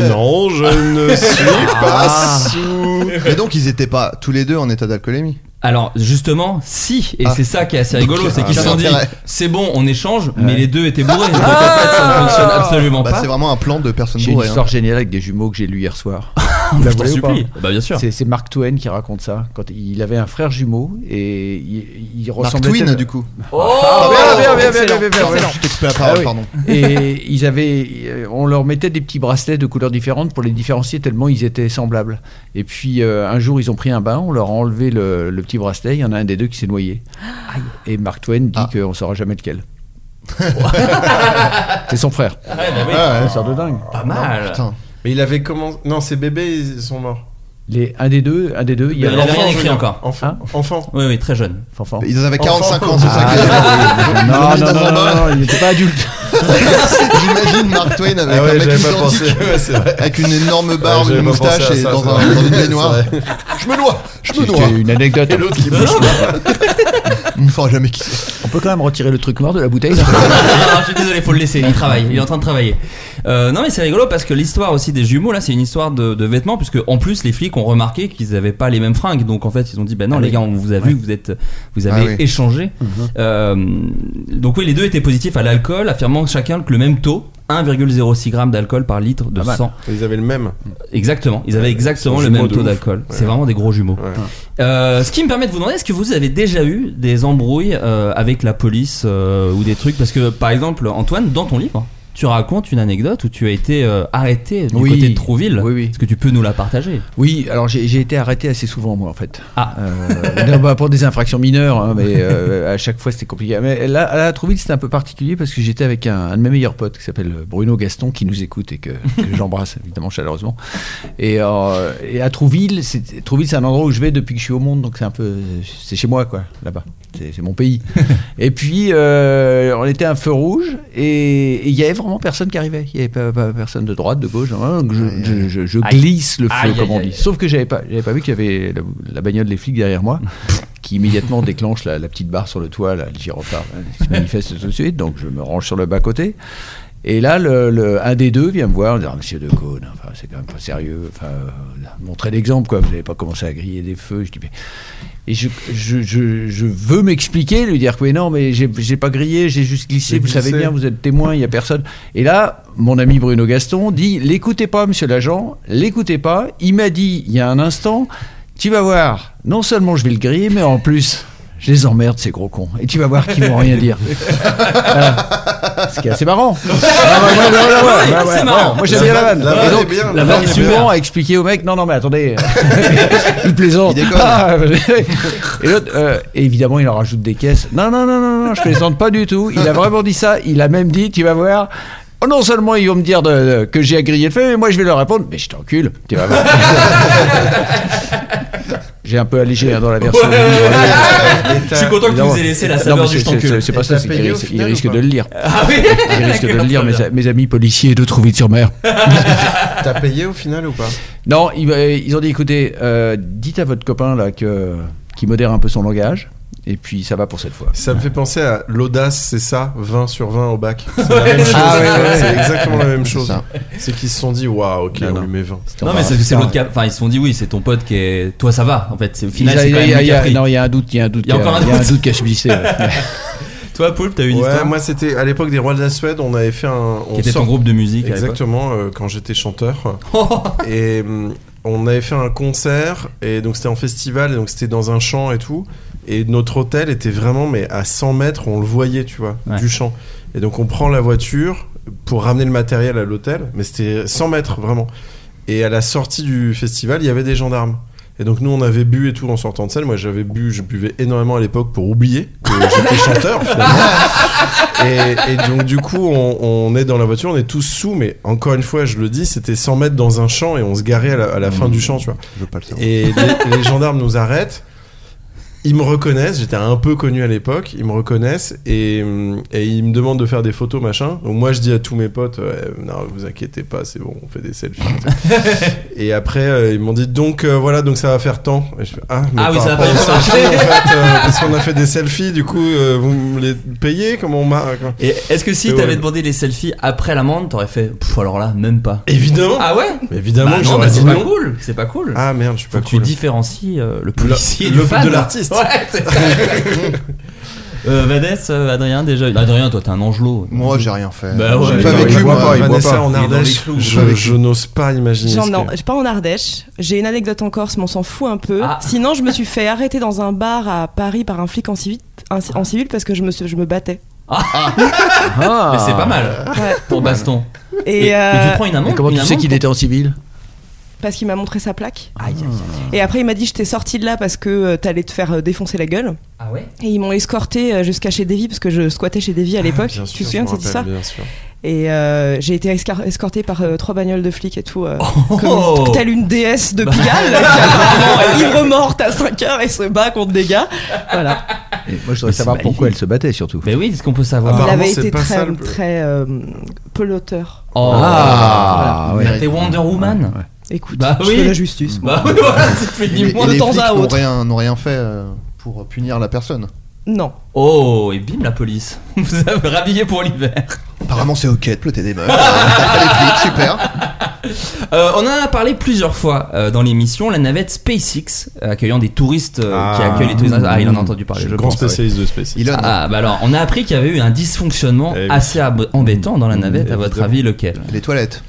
Speaker 6: non, je ne suis pas
Speaker 5: Ah.
Speaker 6: sous.
Speaker 3: Mais donc ils étaient pas tous les deux en état d'alcoolémie.
Speaker 2: Alors justement, si et
Speaker 3: Ah.
Speaker 2: c'est ça qui est assez
Speaker 3: Donc,
Speaker 2: rigolo, c'est
Speaker 3: ah,
Speaker 2: qu'ils se
Speaker 3: ça
Speaker 2: sont dit
Speaker 3: m'intéresse.
Speaker 2: c'est bon, on échange, mais les deux étaient bourrés. Donc en fait, ça ne fonctionne absolument
Speaker 3: Bah
Speaker 2: pas.
Speaker 3: c'est vraiment un plan de personnes
Speaker 5: J'ai une
Speaker 3: bourrées. hein.
Speaker 5: histoire géniale avec des jumeaux que j'ai lu hier soir.
Speaker 2: Je
Speaker 6: Ah,
Speaker 5: la
Speaker 2: t'en
Speaker 5: voulez ou
Speaker 2: supplie.
Speaker 5: pas
Speaker 2: Bah bien sûr.
Speaker 5: C'est c'est Mark Twain qui raconte ça. Quand il avait un frère jumeau et il, il
Speaker 3: Mark
Speaker 5: ressemblait.
Speaker 3: Twin
Speaker 5: tellement-
Speaker 3: du coup.
Speaker 5: Ah, bien, bien, bien, bien,
Speaker 3: Excellent,
Speaker 5: bien, bien, bien.
Speaker 3: excellent. Je t'ai coupé la
Speaker 5: Ah
Speaker 3: parole,
Speaker 5: oui.
Speaker 3: pardon.
Speaker 5: Et ils avaient, euh, on leur mettait des petits bracelets de couleurs différentes pour les différencier tellement ils étaient semblables. Et puis euh, un jour ils ont pris un bain, on leur a enlevé le, le petit bracelet, il y en a un des deux qui s'est noyé. Et Mark Twain dit
Speaker 3: Ah.
Speaker 5: qu'on saura jamais lequel. c'est son frère.
Speaker 2: Ah, ouais, bah oui.
Speaker 3: Ah, ouais.
Speaker 5: C'est de dingue.
Speaker 2: Pas mal.
Speaker 3: Putain.
Speaker 6: Mais il avait commencé. Non, ces bébés, ils sont morts.
Speaker 5: Les, un des deux, un des deux, il y
Speaker 2: Il
Speaker 5: a
Speaker 2: n'avait
Speaker 6: Enfant,
Speaker 2: rien écrit
Speaker 6: Julien.
Speaker 2: encore.
Speaker 6: Enfant. Enfant.
Speaker 2: Oui, oui, très jeune.
Speaker 5: Fanfan.
Speaker 3: Ils avaient
Speaker 6: Enfant.
Speaker 3: 45 ans, c'est ça
Speaker 5: Hein Ah,
Speaker 3: que- Ils ont
Speaker 5: Non,
Speaker 3: mis
Speaker 5: non,
Speaker 3: dans
Speaker 5: non,
Speaker 3: un bain.
Speaker 5: non, non, il n'était pas adulte.
Speaker 3: J'imagine Mark Twain avec
Speaker 6: Ah ouais,
Speaker 3: un mec
Speaker 6: j'avais pas pensé.
Speaker 3: identique,
Speaker 6: Ouais, c'est vrai.
Speaker 3: avec une énorme
Speaker 6: Ouais,
Speaker 3: barbe,
Speaker 6: j'avais
Speaker 3: une
Speaker 6: pas
Speaker 3: moustache
Speaker 6: pensé à
Speaker 3: et
Speaker 6: ça,
Speaker 3: dans,
Speaker 6: c'est
Speaker 3: un-
Speaker 6: vrai.
Speaker 3: dans une
Speaker 6: C'est
Speaker 3: baignoire.
Speaker 6: vrai.
Speaker 3: Je me noie, je me noie.
Speaker 5: C'est une anecdote.
Speaker 6: Et l'autre qui bouge.
Speaker 3: On ne saura jamais qui c'est.
Speaker 5: On peut quand même retirer le truc noir de la bouteille. là
Speaker 2: Ah, je suis désolé, faut le laisser. Il travaille, il est en train de travailler. Euh, non, mais c'est rigolo parce que l'histoire aussi des jumeaux là, c'est une histoire de, de vêtements, puisque en plus les flics ont remarqué qu'ils avaient pas les mêmes fringues, donc en fait ils ont dit bah non
Speaker 5: Ah
Speaker 2: les
Speaker 5: oui.
Speaker 2: gars, on vous a vu, vous êtes, vous avez
Speaker 3: Ah oui.
Speaker 2: échangé.
Speaker 5: Mhm.
Speaker 2: Euh, donc oui, les deux étaient positifs à l'alcool, affirmant chacun que le même taux. 1,06 g d'alcool par litre de
Speaker 5: Pas mal.
Speaker 2: sang.
Speaker 6: Ils avaient le même.
Speaker 2: Exactement, ils avaient exactement
Speaker 6: Ils
Speaker 2: le
Speaker 6: sont
Speaker 2: même
Speaker 6: jumeaux de
Speaker 2: taux
Speaker 6: ouf.
Speaker 2: d'alcool. C'est
Speaker 6: Ouais.
Speaker 2: vraiment des gros jumeaux.
Speaker 6: Ouais.
Speaker 2: Euh, ce qui me permet de vous demander, est-ce que vous avez déjà eu des embrouilles euh, avec la police euh, ou des trucs Parce que, par exemple, Antoine, dans ton livre, tu racontes une anecdote où tu as été euh, arrêté du
Speaker 5: Oui.
Speaker 2: côté de Trouville.
Speaker 5: Oui, oui.
Speaker 2: Est-ce que tu peux nous la partager
Speaker 5: Oui, alors j'ai j'ai été arrêté assez souvent, moi, en fait.
Speaker 2: Ah.
Speaker 5: Euh, non, bah, pour des infractions mineures, hein, mais euh, à chaque fois c'était compliqué. Mais là, à la Trouville, c'était un peu particulier parce que j'étais avec un, un de mes meilleurs potes qui s'appelle Bruno Gaston, qui nous écoute et que, que j'embrasse évidemment chaleureusement. Et, euh, et à Trouville, c'est Trouville, c'est un endroit où je vais depuis que je suis au monde, donc c'est un peu, c'est chez moi, quoi, là-bas. C'est c'est mon pays. et puis, euh, on était à un feu rouge et et il y avait vraiment personne qui arrivait. Il n'y avait pas, pas- personne de droite, de gauche. hein, que je, je- je- je glisse le feu,
Speaker 2: Aïe, aïe,
Speaker 5: comme on
Speaker 2: aïe,
Speaker 5: dit.
Speaker 2: aïe.
Speaker 5: Sauf que j'avais pas, j'avais pas vu qu'il y avait la, la bagnole des flics derrière moi, qui immédiatement déclenche la, la petite barre sur le toit, là, le gyrophare, hein, qui se manifeste tout de suite. Donc je me range sur le bas côté. Et là, le, le- un des deux vient me voir, en disant, Monsieur Decaune, enfin, c'est quand même pas sérieux. Enfin, euh, montrez l'exemple, quoi. Vous n'avez pas commencé à griller des feux. Je dis, mais et je, je, je, je veux m'expliquer, lui dire que oui, non, mais j'ai j'ai pas grillé, j'ai juste glissé,
Speaker 6: J'ai
Speaker 5: vous savez
Speaker 6: glissé.
Speaker 5: bien, vous êtes témoin, il n'y a personne. Et là, mon ami Bruno Gaston dit l'écoutez pas, monsieur l'agent, l'écoutez pas. Il m'a dit il y a un instant tu vas voir, non seulement je vais le griller, mais en plus, je les emmerde, ces gros cons. Et tu vas voir qu'ils vont rien dire. Voilà. Ce qui est assez marrant.
Speaker 6: c'est marrant.
Speaker 5: Moi, j'aime
Speaker 6: La
Speaker 5: bien la vanne.
Speaker 6: vanne- la vanne
Speaker 5: Et donc,
Speaker 6: est bien,
Speaker 5: La
Speaker 6: la
Speaker 5: vanne
Speaker 6: vanne
Speaker 5: est
Speaker 6: est
Speaker 5: souvent
Speaker 6: bien.
Speaker 5: à expliquer au mec, non, non, mais attendez, il plaisante.
Speaker 6: Il déconne.
Speaker 5: Ah, et l'autre, euh, et évidemment, il en rajoute des caisses. Non, non, non, non, non, je plaisante pas du tout. Il a vraiment dit ça. Il a même dit, tu vas voir. oh, Non seulement ils vont me dire de- de- que j'ai agrié le feu, mais moi je vais leur répondre, mais je t'encule, tu vas voir. J'ai un peu allégé hein, dans la version.
Speaker 2: Ouais.
Speaker 5: du livre.
Speaker 2: Je suis content que
Speaker 5: Évidemment.
Speaker 2: vous ayez laissé la
Speaker 5: Non,
Speaker 2: saveur
Speaker 5: mais
Speaker 2: du
Speaker 5: c'est-
Speaker 2: je t'encule.
Speaker 5: c'est- C'est pas
Speaker 2: Et
Speaker 5: ça,
Speaker 2: t'as
Speaker 5: c'est
Speaker 2: payé
Speaker 5: qu'il
Speaker 2: au
Speaker 5: risque, il
Speaker 2: final ou
Speaker 5: risque
Speaker 2: pas
Speaker 5: de le lire.
Speaker 2: Ah oui,
Speaker 5: Il risque de
Speaker 2: d'accord,
Speaker 5: le lire,
Speaker 2: très
Speaker 5: mes,
Speaker 2: bien.
Speaker 5: mes amis policiers de Trouville-sur-Mer.
Speaker 6: T'as payé au final ou pas
Speaker 5: Non, ils, euh, ils ont dit écoutez, euh, dites à votre copain là que qui modère un peu son langage, et puis ça va pour cette fois.
Speaker 6: Ça me fait penser à l'audace, c'est ça, 20 sur 20 au bac. C'est la même chose.
Speaker 5: Ah ouais, ouais,
Speaker 6: C'est
Speaker 5: ouais.
Speaker 6: exactement la même
Speaker 5: C'est
Speaker 6: chose.
Speaker 5: ça.
Speaker 6: C'est qu'ils se sont dit, waouh, ok, on lui met 20.
Speaker 2: Non, mais c'est c'est l'autre cas. Enfin, ils se sont dit oui, c'est ton pote qui est. Toi, ça va. En fait, C'est- au
Speaker 5: Il
Speaker 2: final,
Speaker 5: a-
Speaker 2: c'est
Speaker 5: il
Speaker 2: quand
Speaker 5: a-
Speaker 2: même
Speaker 5: il y a-
Speaker 2: lui qui a pris.
Speaker 5: non, il y a un doute, il y a un doute,
Speaker 2: Il y a encore un
Speaker 5: il y a un
Speaker 2: doute.
Speaker 5: doute qui a subsisté. ouais.
Speaker 2: Toi, Poulpe, t'as eu une
Speaker 6: ouais,
Speaker 2: histoire
Speaker 6: moi c'était à l'époque des Rois de la Suède, on avait fait un. on
Speaker 2: Qui était ton groupe de musique à l'époque. Oh.
Speaker 6: Exactement, euh, quand j'étais chanteur. et hum, on avait fait un concert, et donc c'était en festival, et donc c'était dans un champ et tout. Et notre hôtel était vraiment, mais à 100 mètres, on le voyait, tu vois,
Speaker 2: Ouais.
Speaker 6: du champ. Et donc on prend la voiture pour ramener le matériel à l'hôtel, mais c'était 100 mètres vraiment. Et à la sortie du festival, il y avait des gendarmes. Et donc nous, on avait bu et tout en sortant de scène. Moi, j'avais bu, je buvais énormément à l'époque pour oublier que j'étais chanteur. finalement. Et, et donc du coup, on, on est dans la voiture, on est tous sous, mais encore une fois, je le dis, c'était 100 mètres dans un champ et on se garait à la, à la fin du champ, tu vois. Et les, les gendarmes nous arrêtent. Ils me reconnaissent, j'étais un peu connu à l'époque, ils me reconnaissent et, hum, et ils me demandent de faire des photos, machin. Donc moi je dis à tous mes potes, euh, non, vous inquiétez pas, c'est bon, on fait des selfies. et après euh, ils m'ont dit, donc euh, voilà, donc ça va faire tant. Et je fais, ah, mais
Speaker 2: Ah oui,
Speaker 6: par
Speaker 2: ça va
Speaker 6: rapport
Speaker 2: pas
Speaker 6: aux
Speaker 2: du tout
Speaker 6: selfies,
Speaker 2: marcher.
Speaker 6: en fait, euh, parce qu'on a fait des selfies, du coup euh, vous me les payez, comment on m'a. quoi.
Speaker 2: Et est-ce que si
Speaker 6: C'est
Speaker 2: t'avais
Speaker 6: horrible.
Speaker 2: demandé les selfies après l'amende, t'aurais fait Pff, alors là, même pas.
Speaker 6: Évidemment
Speaker 2: Ah ouais
Speaker 6: Mais Évidemment
Speaker 2: Bah
Speaker 6: que
Speaker 2: non,
Speaker 6: j'aurais
Speaker 2: bah, c'est
Speaker 6: dit
Speaker 2: pas
Speaker 6: non.
Speaker 2: cool, c'est pas cool.
Speaker 6: Ah merde, je suis
Speaker 2: Faut
Speaker 6: pas
Speaker 2: que tu
Speaker 6: cool.
Speaker 2: différencies euh, le
Speaker 6: Le-
Speaker 2: policier
Speaker 6: le-
Speaker 2: du fan.
Speaker 6: de l'artiste.
Speaker 2: Ouais, c'est ça. Euh, Vadès, euh, Adrien déjà. Adrien, toi t'es un angelot.
Speaker 3: Moi, j'ai rien fait.
Speaker 2: Bah ouais.
Speaker 3: J'ai pas vécu, moi.
Speaker 6: pas,
Speaker 3: il boit
Speaker 6: Vanessa
Speaker 3: pas.
Speaker 6: en
Speaker 3: Il est dans les
Speaker 6: Ardèche,
Speaker 3: clous. J'ai pas
Speaker 6: je,
Speaker 3: vécu.
Speaker 6: je n'ose pas imaginer.
Speaker 7: Genre,
Speaker 6: ce
Speaker 7: non,
Speaker 6: que-
Speaker 7: je pars en Ardèche. J'ai une anecdote en Corse, mais on s'en fout un peu.
Speaker 2: Ah.
Speaker 7: Sinon, je me suis fait arrêter dans un bar à Paris par un flic en civil, un- en civil parce que je me, suis- je me battais.
Speaker 5: Ah,
Speaker 2: Mais c'est pas mal
Speaker 7: Ouais.
Speaker 2: pour baston.
Speaker 7: Et,
Speaker 2: mais
Speaker 7: euh,
Speaker 2: tu prends une amende.
Speaker 5: Mais comment
Speaker 2: une
Speaker 5: tu sais
Speaker 2: amende
Speaker 5: qu'il était en civil
Speaker 7: Parce qu'il m'a montré sa plaque.
Speaker 5: Ah,
Speaker 2: Aïe, aïe, aïe.
Speaker 7: Et après, il m'a dit Je t'ai sorti de là parce que euh, t'allais te faire euh, défoncer la gueule.
Speaker 2: Ah ouais
Speaker 7: Et ils m'ont escorté euh, jusqu'à chez Davy parce que je squattais chez Davy à l'époque.
Speaker 6: Bien sûr,
Speaker 7: tu te souviens de
Speaker 6: je me
Speaker 7: cette histoire
Speaker 6: rappelle, bien sûr.
Speaker 7: Et euh, j'ai été escar- escortée par euh, trois bagnoles de flics et tout. euh, comme
Speaker 2: Oh
Speaker 7: une- telle une déesse de Pigalle. qui est morte à 5 heures et se bat contre des gars. Voilà.
Speaker 5: Et Moi, je voudrais savoir
Speaker 2: magnifique.
Speaker 5: pourquoi elle se battait surtout.
Speaker 2: Mais Bah oui, est-ce qu'on peut savoir
Speaker 7: Il
Speaker 6: Apparemment,
Speaker 7: avait
Speaker 6: c'est
Speaker 7: été
Speaker 6: pas
Speaker 7: très,
Speaker 6: ça, le-
Speaker 7: très euh, peloteur.
Speaker 2: Oh,
Speaker 5: Ah,
Speaker 2: voilà.
Speaker 5: ouais.
Speaker 2: T'es Wonder Woman.
Speaker 5: Ouais.
Speaker 7: Écoute,
Speaker 2: Bah
Speaker 7: je
Speaker 2: oui.
Speaker 7: fais la justice.
Speaker 2: Bah oui, voilà, c'est plus
Speaker 3: Et
Speaker 2: ni
Speaker 3: les,
Speaker 2: moins
Speaker 3: et
Speaker 2: de
Speaker 3: les
Speaker 2: temps
Speaker 3: flics
Speaker 2: à
Speaker 3: n'ont
Speaker 2: autre.
Speaker 3: rien, n'ont rien fait euh, pour punir la personne.
Speaker 7: Non.
Speaker 2: Oh, et bim la police. Vous avez rhabillé pour l'hiver.
Speaker 3: Apparemment, c'est ok de ploter des meufs. Euh, t'as les flics, super.
Speaker 2: Euh, on en a parlé plusieurs fois euh, dans l'émission, la navette SpaceX, accueillant des touristes euh, qui
Speaker 6: Ah.
Speaker 2: accueillent les touristes. Ah, il en a entendu
Speaker 6: Je
Speaker 2: parler,
Speaker 6: suis
Speaker 2: je
Speaker 6: grand
Speaker 2: pense. ouais.
Speaker 6: spécialiste de space.
Speaker 3: Elon.
Speaker 2: Ah, bah alors, on a appris qu'il y avait eu un dysfonctionnement
Speaker 6: Eh oui.
Speaker 2: assez ab- embêtant dans la
Speaker 5: Mm,
Speaker 2: navette, à votre
Speaker 6: Évidemment.
Speaker 2: avis, lequel
Speaker 3: Les toilettes.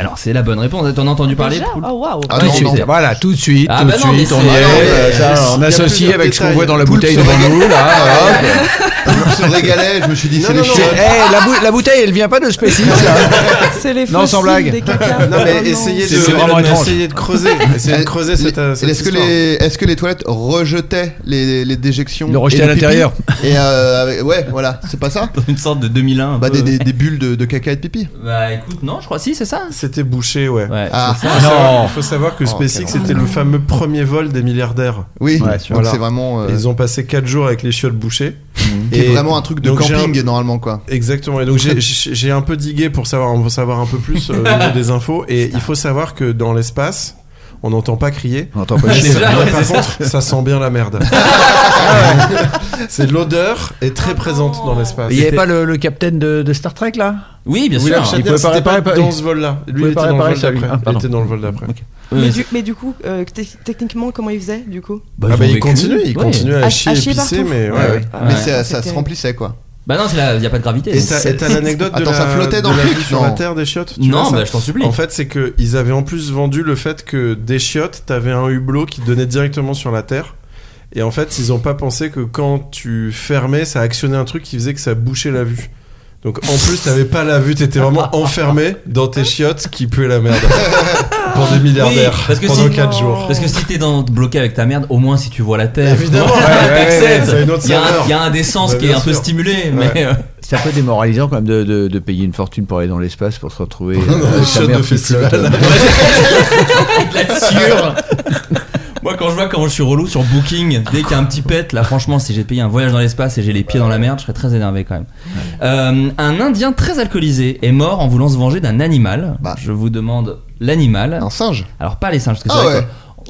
Speaker 2: Alors, c'est la bonne réponse. T'en as entendu parler
Speaker 7: Déjà
Speaker 2: Poul
Speaker 7: Oh waouh.
Speaker 3: Ah
Speaker 2: Ouais,
Speaker 3: non,
Speaker 2: c'est-
Speaker 3: non.
Speaker 2: c'est-
Speaker 5: Voilà, tout de suite,
Speaker 2: Ah,
Speaker 5: tout
Speaker 2: bah
Speaker 5: de
Speaker 2: non, mais
Speaker 5: suite, on
Speaker 2: c'est-
Speaker 5: est
Speaker 2: ouais,
Speaker 5: euh, ça,
Speaker 6: ouais,
Speaker 5: on
Speaker 6: il y a
Speaker 5: associe
Speaker 6: plusieurs
Speaker 5: avec ce qu'on
Speaker 6: détails.
Speaker 5: voit dans la
Speaker 3: Poulpe
Speaker 5: bouteille
Speaker 3: se
Speaker 5: devant nous, là. hop.
Speaker 3: Je se régalais, je me suis dit, c'est les
Speaker 5: C'est-
Speaker 3: chiottes.
Speaker 5: eh, la, bou- la bouteille, elle vient pas de Space X, là.
Speaker 7: C'est les
Speaker 5: Non,
Speaker 7: fossiles
Speaker 5: sans blague.
Speaker 7: des caca.
Speaker 6: Non,
Speaker 7: Oh
Speaker 6: mais essayez
Speaker 5: C'est-
Speaker 6: de,
Speaker 5: c'est vraiment étrange.
Speaker 6: essayez de creuser. Essayez de creuser cette,
Speaker 3: Les-
Speaker 6: cette
Speaker 3: Est-ce que,
Speaker 6: histoire.
Speaker 3: les, est-ce que les toilettes rejetaient les, les déjections
Speaker 5: Ils le rejetaient
Speaker 3: et
Speaker 5: à
Speaker 3: le pipi
Speaker 5: l'intérieur.
Speaker 3: Et euh, avec- ouais, voilà, c'est pas ça
Speaker 2: Dans une sorte de 2001. un
Speaker 3: Bah,
Speaker 2: peu.
Speaker 3: des, des- des bulles de, de caca et de pipi.
Speaker 2: Bah, écoute, non, je crois, si, c'est ça.
Speaker 6: C'est c'était bouché, ouais.
Speaker 3: Ah,
Speaker 6: Il faut
Speaker 3: non.
Speaker 6: savoir- Il faut savoir que
Speaker 3: Oh,
Speaker 6: SpaceX,
Speaker 3: quel
Speaker 6: c'était
Speaker 3: horreur.
Speaker 6: le fameux premier vol des milliardaires.
Speaker 3: Oui, Ouais, sûr. donc c'est vraiment, euh,
Speaker 6: Ils ont passé 4 jours avec les chiottes bouchées.
Speaker 3: Qui est vraiment un truc de
Speaker 6: donc j'ai
Speaker 3: camping, normalement, quoi.
Speaker 6: Exactement. Et donc j'ai- j'ai j'ai un peu digué pour savoir, pour savoir un peu plus euh, au niveau des infos. Et il faut savoir que dans l'espace, on n'entend pas crier.
Speaker 5: On n'entend pas
Speaker 6: Mais
Speaker 5: chier.
Speaker 6: ça-
Speaker 5: Ouais,
Speaker 6: mais Par
Speaker 5: c'est ça.
Speaker 6: contre, ça sent bien la merde.
Speaker 5: Ah
Speaker 6: C'est l'odeur est très présente dans l'espace.
Speaker 5: Il n'y avait pas le, le capitaine de, de Star Trek là
Speaker 6: Oui, bien sûr.
Speaker 5: Il
Speaker 6: C'était
Speaker 5: pouvait pas
Speaker 6: pas
Speaker 5: réparer
Speaker 6: dans ce vol-là. Lui, il était dans le vol
Speaker 5: celui-
Speaker 6: d'après.
Speaker 5: Ah, pardon.
Speaker 6: Il était dans le vol d'après.
Speaker 5: Ok.
Speaker 7: Mais du, mais du coup, euh, te- techniquement, comment ils faisaient du coup
Speaker 6: Bah, Ah bah, ils ils ont vécu. continuaient, ils
Speaker 7: Ouais.
Speaker 6: continuaient à chier et
Speaker 7: partout.
Speaker 6: pisser, mais ouais, ouais.
Speaker 3: Mais
Speaker 6: Ouais.
Speaker 3: ça, ça
Speaker 6: C'était-
Speaker 3: se remplissait, quoi.
Speaker 2: Bah non, il n'y a pas de gravité.
Speaker 6: Et
Speaker 2: donc
Speaker 6: t'as
Speaker 2: c'est-
Speaker 6: et t'as l'anecdote de
Speaker 3: Attends,
Speaker 6: la,
Speaker 3: ça flottait dans
Speaker 6: de
Speaker 3: le
Speaker 6: la
Speaker 3: truc,
Speaker 6: vie sur
Speaker 3: non.
Speaker 6: la Terre des chiottes tu
Speaker 2: Non,
Speaker 6: vois ça
Speaker 2: bah, je t'en supplie.
Speaker 6: En fait, c'est que ils avaient en plus vendu le fait que des chiottes, t'avais un hublot qui donnait directement sur la Terre. Et en fait, ils ont pas pensé que quand tu fermais, ça actionnait un truc qui faisait que ça bouchait la vue. Donc en plus, t'avais pas la vue, t'étais vraiment enfermé dans tes chiottes qui puaient la merde. Pour des milliardaires.
Speaker 2: Oui, parce que
Speaker 6: pendant
Speaker 2: si,
Speaker 6: 4 jours.
Speaker 2: Parce que si t'es dans, bloqué avec ta merde, au moins si tu vois la terre,
Speaker 6: Évidemment.
Speaker 2: tu vois,
Speaker 6: Ouais, ouais,
Speaker 2: t'acceptes.
Speaker 6: ouais, c'est une autre
Speaker 2: Il y a un-
Speaker 6: saveur.
Speaker 2: il y, a un des sens
Speaker 6: Bah,
Speaker 2: qui est
Speaker 6: bien
Speaker 2: un peu
Speaker 6: sûr.
Speaker 2: stimulé,
Speaker 6: Ouais.
Speaker 2: mais. euh,
Speaker 5: C'est un peu démoralisant quand même de, de- de payer une fortune pour aller dans l'espace pour se retrouver euh,
Speaker 6: Dans des
Speaker 5: avec sa
Speaker 6: chiottes
Speaker 5: mère
Speaker 6: de
Speaker 5: qui
Speaker 6: festival.
Speaker 5: flotte.
Speaker 2: de la sciure. Moi, quand je vois quand je suis relou sur Booking, dès qu'il y a un petit pet, là, franchement, si j'ai payé un voyage dans l'espace et j'ai les pieds dans la merde, je serais très énervé quand même. Euh, un Indien très alcoolisé est mort en voulant se venger d'un animal.
Speaker 6: Bah.
Speaker 2: Je vous demande l'animal. Un
Speaker 3: singe.
Speaker 2: Alors pas les singes, parce que
Speaker 5: Ah
Speaker 2: c'est vrai
Speaker 5: ouais.
Speaker 2: que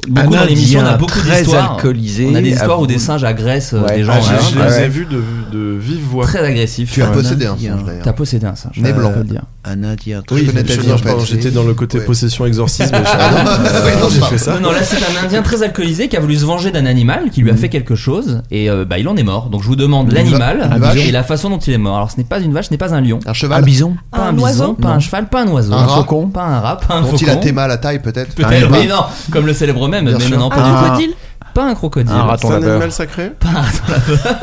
Speaker 2: Beaucoup
Speaker 5: Un
Speaker 2: dans l'émission, on a
Speaker 5: Indien
Speaker 2: beaucoup
Speaker 5: très
Speaker 2: d'histoires.
Speaker 5: alcoolisé
Speaker 2: On a des histoires
Speaker 5: avoue-
Speaker 2: où des singes agressent euh,
Speaker 5: Ouais.
Speaker 2: des gens.
Speaker 5: Ah, j'ai-
Speaker 2: hein.
Speaker 6: Je les
Speaker 2: Ouais.
Speaker 6: ai vus de, de vive voix.
Speaker 2: Très agressifs.
Speaker 3: Tu as possédé un
Speaker 2: Indien.
Speaker 3: singe, d'ailleurs.
Speaker 2: T'as possédé un singe.
Speaker 3: Né
Speaker 2: Euh,
Speaker 3: blanc.
Speaker 2: faut le dire.
Speaker 5: Un Indien.
Speaker 6: Oui,
Speaker 3: connais
Speaker 6: je-
Speaker 3: ta vie,
Speaker 6: non,
Speaker 3: en fait.
Speaker 6: pardon, j'étais dans le côté possession exorcisme. et
Speaker 3: Ah non,
Speaker 6: j'ai-
Speaker 3: non,
Speaker 6: Euh, j'ai
Speaker 3: non,
Speaker 6: fait ça.
Speaker 2: Non, non, là c'est un Indien très alcoolisé qui a voulu se venger d'un animal qui lui a
Speaker 5: Mhm.
Speaker 2: fait quelque chose et euh, bah, il en est mort. Donc je vous demande
Speaker 5: Une
Speaker 2: l'animal
Speaker 5: va- une vache
Speaker 2: et la façon dont il est mort. Alors ce n'est pas une vache, ce n'est pas un lion.
Speaker 3: Un
Speaker 5: cheval Un bison
Speaker 2: Pas un,
Speaker 5: Un
Speaker 2: bison,
Speaker 5: oiseau
Speaker 2: pas un
Speaker 5: Non.
Speaker 2: cheval, pas un oiseau.
Speaker 3: Un rat
Speaker 2: Pas un rat, pas un
Speaker 3: Dont
Speaker 2: faucon.
Speaker 3: il a Ah, téma à la taille, peut-être.
Speaker 2: Peut-être,
Speaker 3: Un
Speaker 2: oui,
Speaker 3: rat.
Speaker 2: non, comme le célèbre même,
Speaker 3: Bien
Speaker 2: mais
Speaker 3: sûr.
Speaker 2: non, non, pas
Speaker 3: Un
Speaker 2: du tout.
Speaker 3: crocodile
Speaker 2: Pas un crocodile.
Speaker 5: Un raton
Speaker 6: C'est un
Speaker 5: laveur.
Speaker 6: animal sacré
Speaker 2: Pas un raton laveur.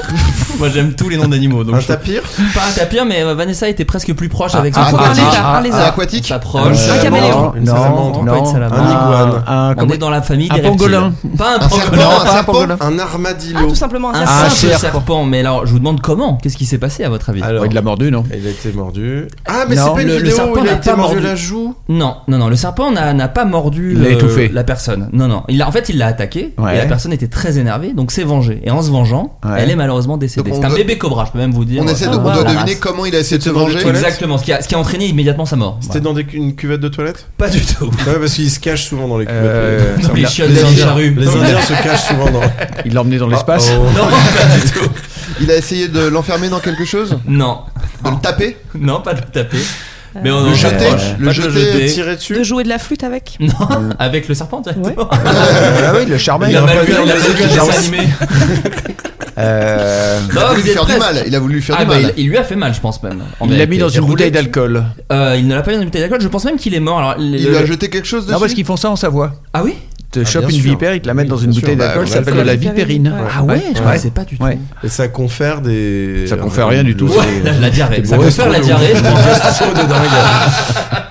Speaker 2: Moi j'aime tous les noms d'animaux. donc
Speaker 6: Un
Speaker 2: je-
Speaker 6: tapir
Speaker 2: Pas un tapir, mais euh, Vanessa était presque plus proche avec son
Speaker 5: ah,
Speaker 2: crocodile.
Speaker 5: un lézard, un lézard.
Speaker 2: aquatique. S'approche.
Speaker 5: Un caméléon.
Speaker 2: Une salamandre.
Speaker 5: Non,
Speaker 2: Pas une
Speaker 5: non.
Speaker 6: Ah,
Speaker 2: salamandre.
Speaker 5: Un iguane. Un-
Speaker 2: On
Speaker 5: comment-
Speaker 2: est dans la famille
Speaker 5: Un
Speaker 2: des reptiles.
Speaker 5: pangolin.
Speaker 2: Pas un
Speaker 5: Un serpent,
Speaker 2: pangolin.
Speaker 5: un
Speaker 2: pas un
Speaker 5: serpent.
Speaker 2: pangolin.
Speaker 6: Un
Speaker 7: Ah,
Speaker 6: armadillo.
Speaker 7: tout simplement un
Speaker 2: Un
Speaker 7: serpent.
Speaker 2: simple serpent. Mais alors, je vous demande comment Qu'est-ce qui s'est passé à votre avis
Speaker 6: Alors,
Speaker 5: Ouais, Il l'a mordu, non
Speaker 6: il a été mordu. Ah, mais
Speaker 2: Non,
Speaker 6: c'est pas une
Speaker 2: le- le
Speaker 6: vidéo où
Speaker 2: serpent
Speaker 6: il a
Speaker 2: n'a
Speaker 6: été
Speaker 2: pas
Speaker 6: mordu
Speaker 2: mordu.
Speaker 6: la joue
Speaker 2: Non, non, non, le serpent n'a n'a pas mordu
Speaker 5: Il l'a
Speaker 2: euh,
Speaker 5: étouffé.
Speaker 2: la personne. Non, non, il a, en fait il l'a attaqué
Speaker 5: Ouais.
Speaker 2: et la personne était très énervée, donc s'est vengée. Et en se vengeant,
Speaker 5: Ouais.
Speaker 2: elle est malheureusement décédée.
Speaker 3: Donc on
Speaker 2: C'est un
Speaker 3: doit-
Speaker 2: bébé cobra, je peux même vous dire.
Speaker 3: On essaie de,
Speaker 2: euh,
Speaker 3: on doit
Speaker 2: la
Speaker 3: deviner
Speaker 2: race.
Speaker 3: comment il a essayé de se
Speaker 6: C'était dans les
Speaker 3: venger.
Speaker 6: toilettes
Speaker 2: Exactement, ce qui, a, ce qui a entraîné immédiatement sa mort.
Speaker 6: C'était dans des- une cuvette de toilette
Speaker 2: Pas du tout.
Speaker 6: Ah ouais, parce qu'ils se cachent souvent dans les cuvettes.
Speaker 5: Euh,
Speaker 6: de-
Speaker 2: Dans les
Speaker 6: Les
Speaker 2: chiottes dans la
Speaker 6: Indiens-
Speaker 2: rue.
Speaker 6: les Indiens se cachent souvent dans.
Speaker 5: Il l'a emmené dans l'espace
Speaker 6: Oh.
Speaker 2: Non, pas du tout.
Speaker 3: Il a essayé de l'enfermer dans quelque chose
Speaker 2: Non,
Speaker 3: De le taper
Speaker 2: non, pas de le taper. Mais on
Speaker 3: Le
Speaker 2: en
Speaker 3: jeter
Speaker 2: s'approche.
Speaker 3: Le
Speaker 2: Pas de
Speaker 3: jeter,
Speaker 6: Tirer dessus
Speaker 7: De jouer de la flûte avec
Speaker 2: Non, avec le serpent directement.
Speaker 3: bah
Speaker 5: Ah oui, le charmé.
Speaker 2: Il a mal vu, il a mal
Speaker 5: le
Speaker 2: vu un dessin animé.
Speaker 5: Euh,
Speaker 3: Il a
Speaker 2: Non,
Speaker 3: voulu
Speaker 2: vous
Speaker 3: lui
Speaker 2: êtes
Speaker 3: faire du
Speaker 2: presque.
Speaker 3: mal. Il a voulu lui faire
Speaker 2: Ah
Speaker 3: du
Speaker 2: bah, il,
Speaker 3: mal.
Speaker 2: il lui a fait mal, je pense même. en
Speaker 5: Il l'a mis
Speaker 2: vérité.
Speaker 5: dans une bouteille d'alcool.
Speaker 2: Euh, il ne l'a pas mis dans une bouteille d'alcool. Je pense même qu'il est mort. Alors, le-
Speaker 3: Il
Speaker 2: le-
Speaker 3: lui a jeté quelque chose dessus.
Speaker 5: Non, parce qu'ils font ça en Savoie.
Speaker 2: Ah oui
Speaker 5: Te chopent
Speaker 3: bien
Speaker 5: une
Speaker 3: sûr.
Speaker 5: vipère, ils te la mettent dans
Speaker 3: Oui,
Speaker 5: une
Speaker 3: bien
Speaker 5: bouteille
Speaker 3: sûr.
Speaker 5: d'alcool,
Speaker 3: Bah,
Speaker 5: ça s'appelle de la vipérine.
Speaker 2: Ah ouais, je
Speaker 5: Ouais.
Speaker 2: connaissais pas du tout.
Speaker 5: Ouais.
Speaker 6: Et ça confère des.
Speaker 5: Ça confère rien du tout.
Speaker 2: Ouais, la, la diarrhée. Ça peut faire la diarrhée. je pense.
Speaker 6: de dingue.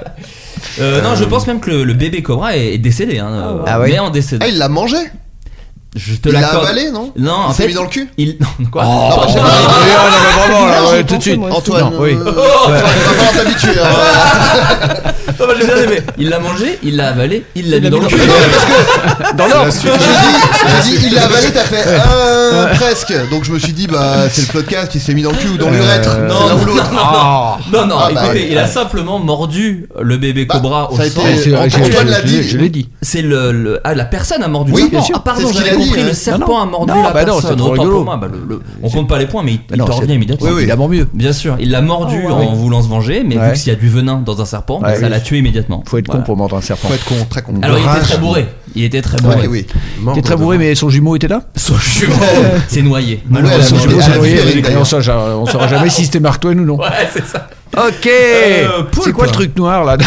Speaker 2: Euh, non, je pense même que le, le bébé cobra est, est décédé. Hein, euh,
Speaker 5: Ah ouais.
Speaker 2: Mais en décédé.
Speaker 3: Ah, il l'a mangé
Speaker 2: je te
Speaker 3: Il l'a
Speaker 2: l'accorde.
Speaker 3: avalé, non
Speaker 2: Non, en
Speaker 3: Il s'est
Speaker 2: fait,
Speaker 3: mis dans le cul
Speaker 2: Il... Non, quoi
Speaker 5: Oh,
Speaker 2: Non,
Speaker 5: non,
Speaker 2: je-
Speaker 5: mais
Speaker 2: oh,
Speaker 5: vraiment, là, ouais, tout de suite.
Speaker 3: Antoine,
Speaker 5: Non, oui.
Speaker 3: euh, Antoine, on va pas t'habituer. hein.
Speaker 2: Non, mais j'ai bien aimé. Il l'a mangé, il l'a avalé, il l'a mis dans le cul.
Speaker 5: Dans l'ordre.
Speaker 3: J'ai dit, j'ai dit, il l'a avalé, t'as fait euh, presque. Donc je me suis dit, bah c'est le podcast, il s'est mis dans le cul ou dans l'urètre.
Speaker 5: Euh,
Speaker 3: c'est l'un
Speaker 2: non, non,
Speaker 3: ou l'autre.
Speaker 2: non,
Speaker 5: Ah.
Speaker 2: Non, non,
Speaker 3: Ah, bah,
Speaker 2: écoutez,
Speaker 3: ouais.
Speaker 2: il a simplement mordu le bébé
Speaker 3: Bah,
Speaker 2: cobra au
Speaker 3: ça a
Speaker 2: sang.
Speaker 3: été-
Speaker 5: C'est-
Speaker 3: Antoine
Speaker 5: je-
Speaker 3: l'a
Speaker 5: je-
Speaker 3: dit.
Speaker 5: Je l'ai dit.
Speaker 2: C'est le, le- ah la personne a mordu
Speaker 3: Oui,
Speaker 2: le serpent.
Speaker 3: bien sûr.
Speaker 2: Ah pardon,
Speaker 3: C'est ce qu'il
Speaker 2: j'avais
Speaker 3: a dit,
Speaker 2: compris
Speaker 3: hein.
Speaker 2: le serpent
Speaker 5: Non,
Speaker 2: a mordu
Speaker 5: non,
Speaker 2: la
Speaker 5: bah non, c'est
Speaker 2: personne.
Speaker 5: trop
Speaker 2: Autant
Speaker 5: rigolo.
Speaker 2: pour moi, bah, le- le- on compte pas les points, mais il,
Speaker 3: Ah
Speaker 5: Mais
Speaker 2: il
Speaker 5: non,
Speaker 2: te
Speaker 5: c'est-
Speaker 2: revient immédiatement.
Speaker 5: c'est évidemment mieux.
Speaker 2: Bien sûr, il l'a mordu
Speaker 7: Ah ouais.
Speaker 2: en voulant se venger, mais
Speaker 5: Ouais.
Speaker 2: vu qu'il y a du venin dans un serpent, bah,
Speaker 5: Ouais,
Speaker 2: ça
Speaker 5: oui.
Speaker 2: l'a tué immédiatement.
Speaker 5: Faut être con
Speaker 2: Voilà.
Speaker 5: pour mordre un serpent.
Speaker 3: Faut être con, très con.
Speaker 2: Alors
Speaker 6: Le
Speaker 2: il était
Speaker 6: rage.
Speaker 2: très bourré. Il était très
Speaker 3: Ouais,
Speaker 2: bourré.
Speaker 3: oui.
Speaker 5: T'es très bourré, mais son jumeau était là
Speaker 2: Son jumeau s'est noyé.
Speaker 3: elle a
Speaker 5: Son
Speaker 2: Malheureusement.
Speaker 3: mangé
Speaker 5: jumeau,
Speaker 3: à
Speaker 5: c'est
Speaker 3: la
Speaker 5: noyé,
Speaker 3: vipérine,
Speaker 5: et
Speaker 3: d'ailleurs.
Speaker 5: On saura on saura jamais si c'était Mark Twain ou non.
Speaker 2: Ouais, c'est ça.
Speaker 5: Ok
Speaker 6: Euh,
Speaker 5: C'est
Speaker 2: poulpe.
Speaker 5: quoi le truc noir là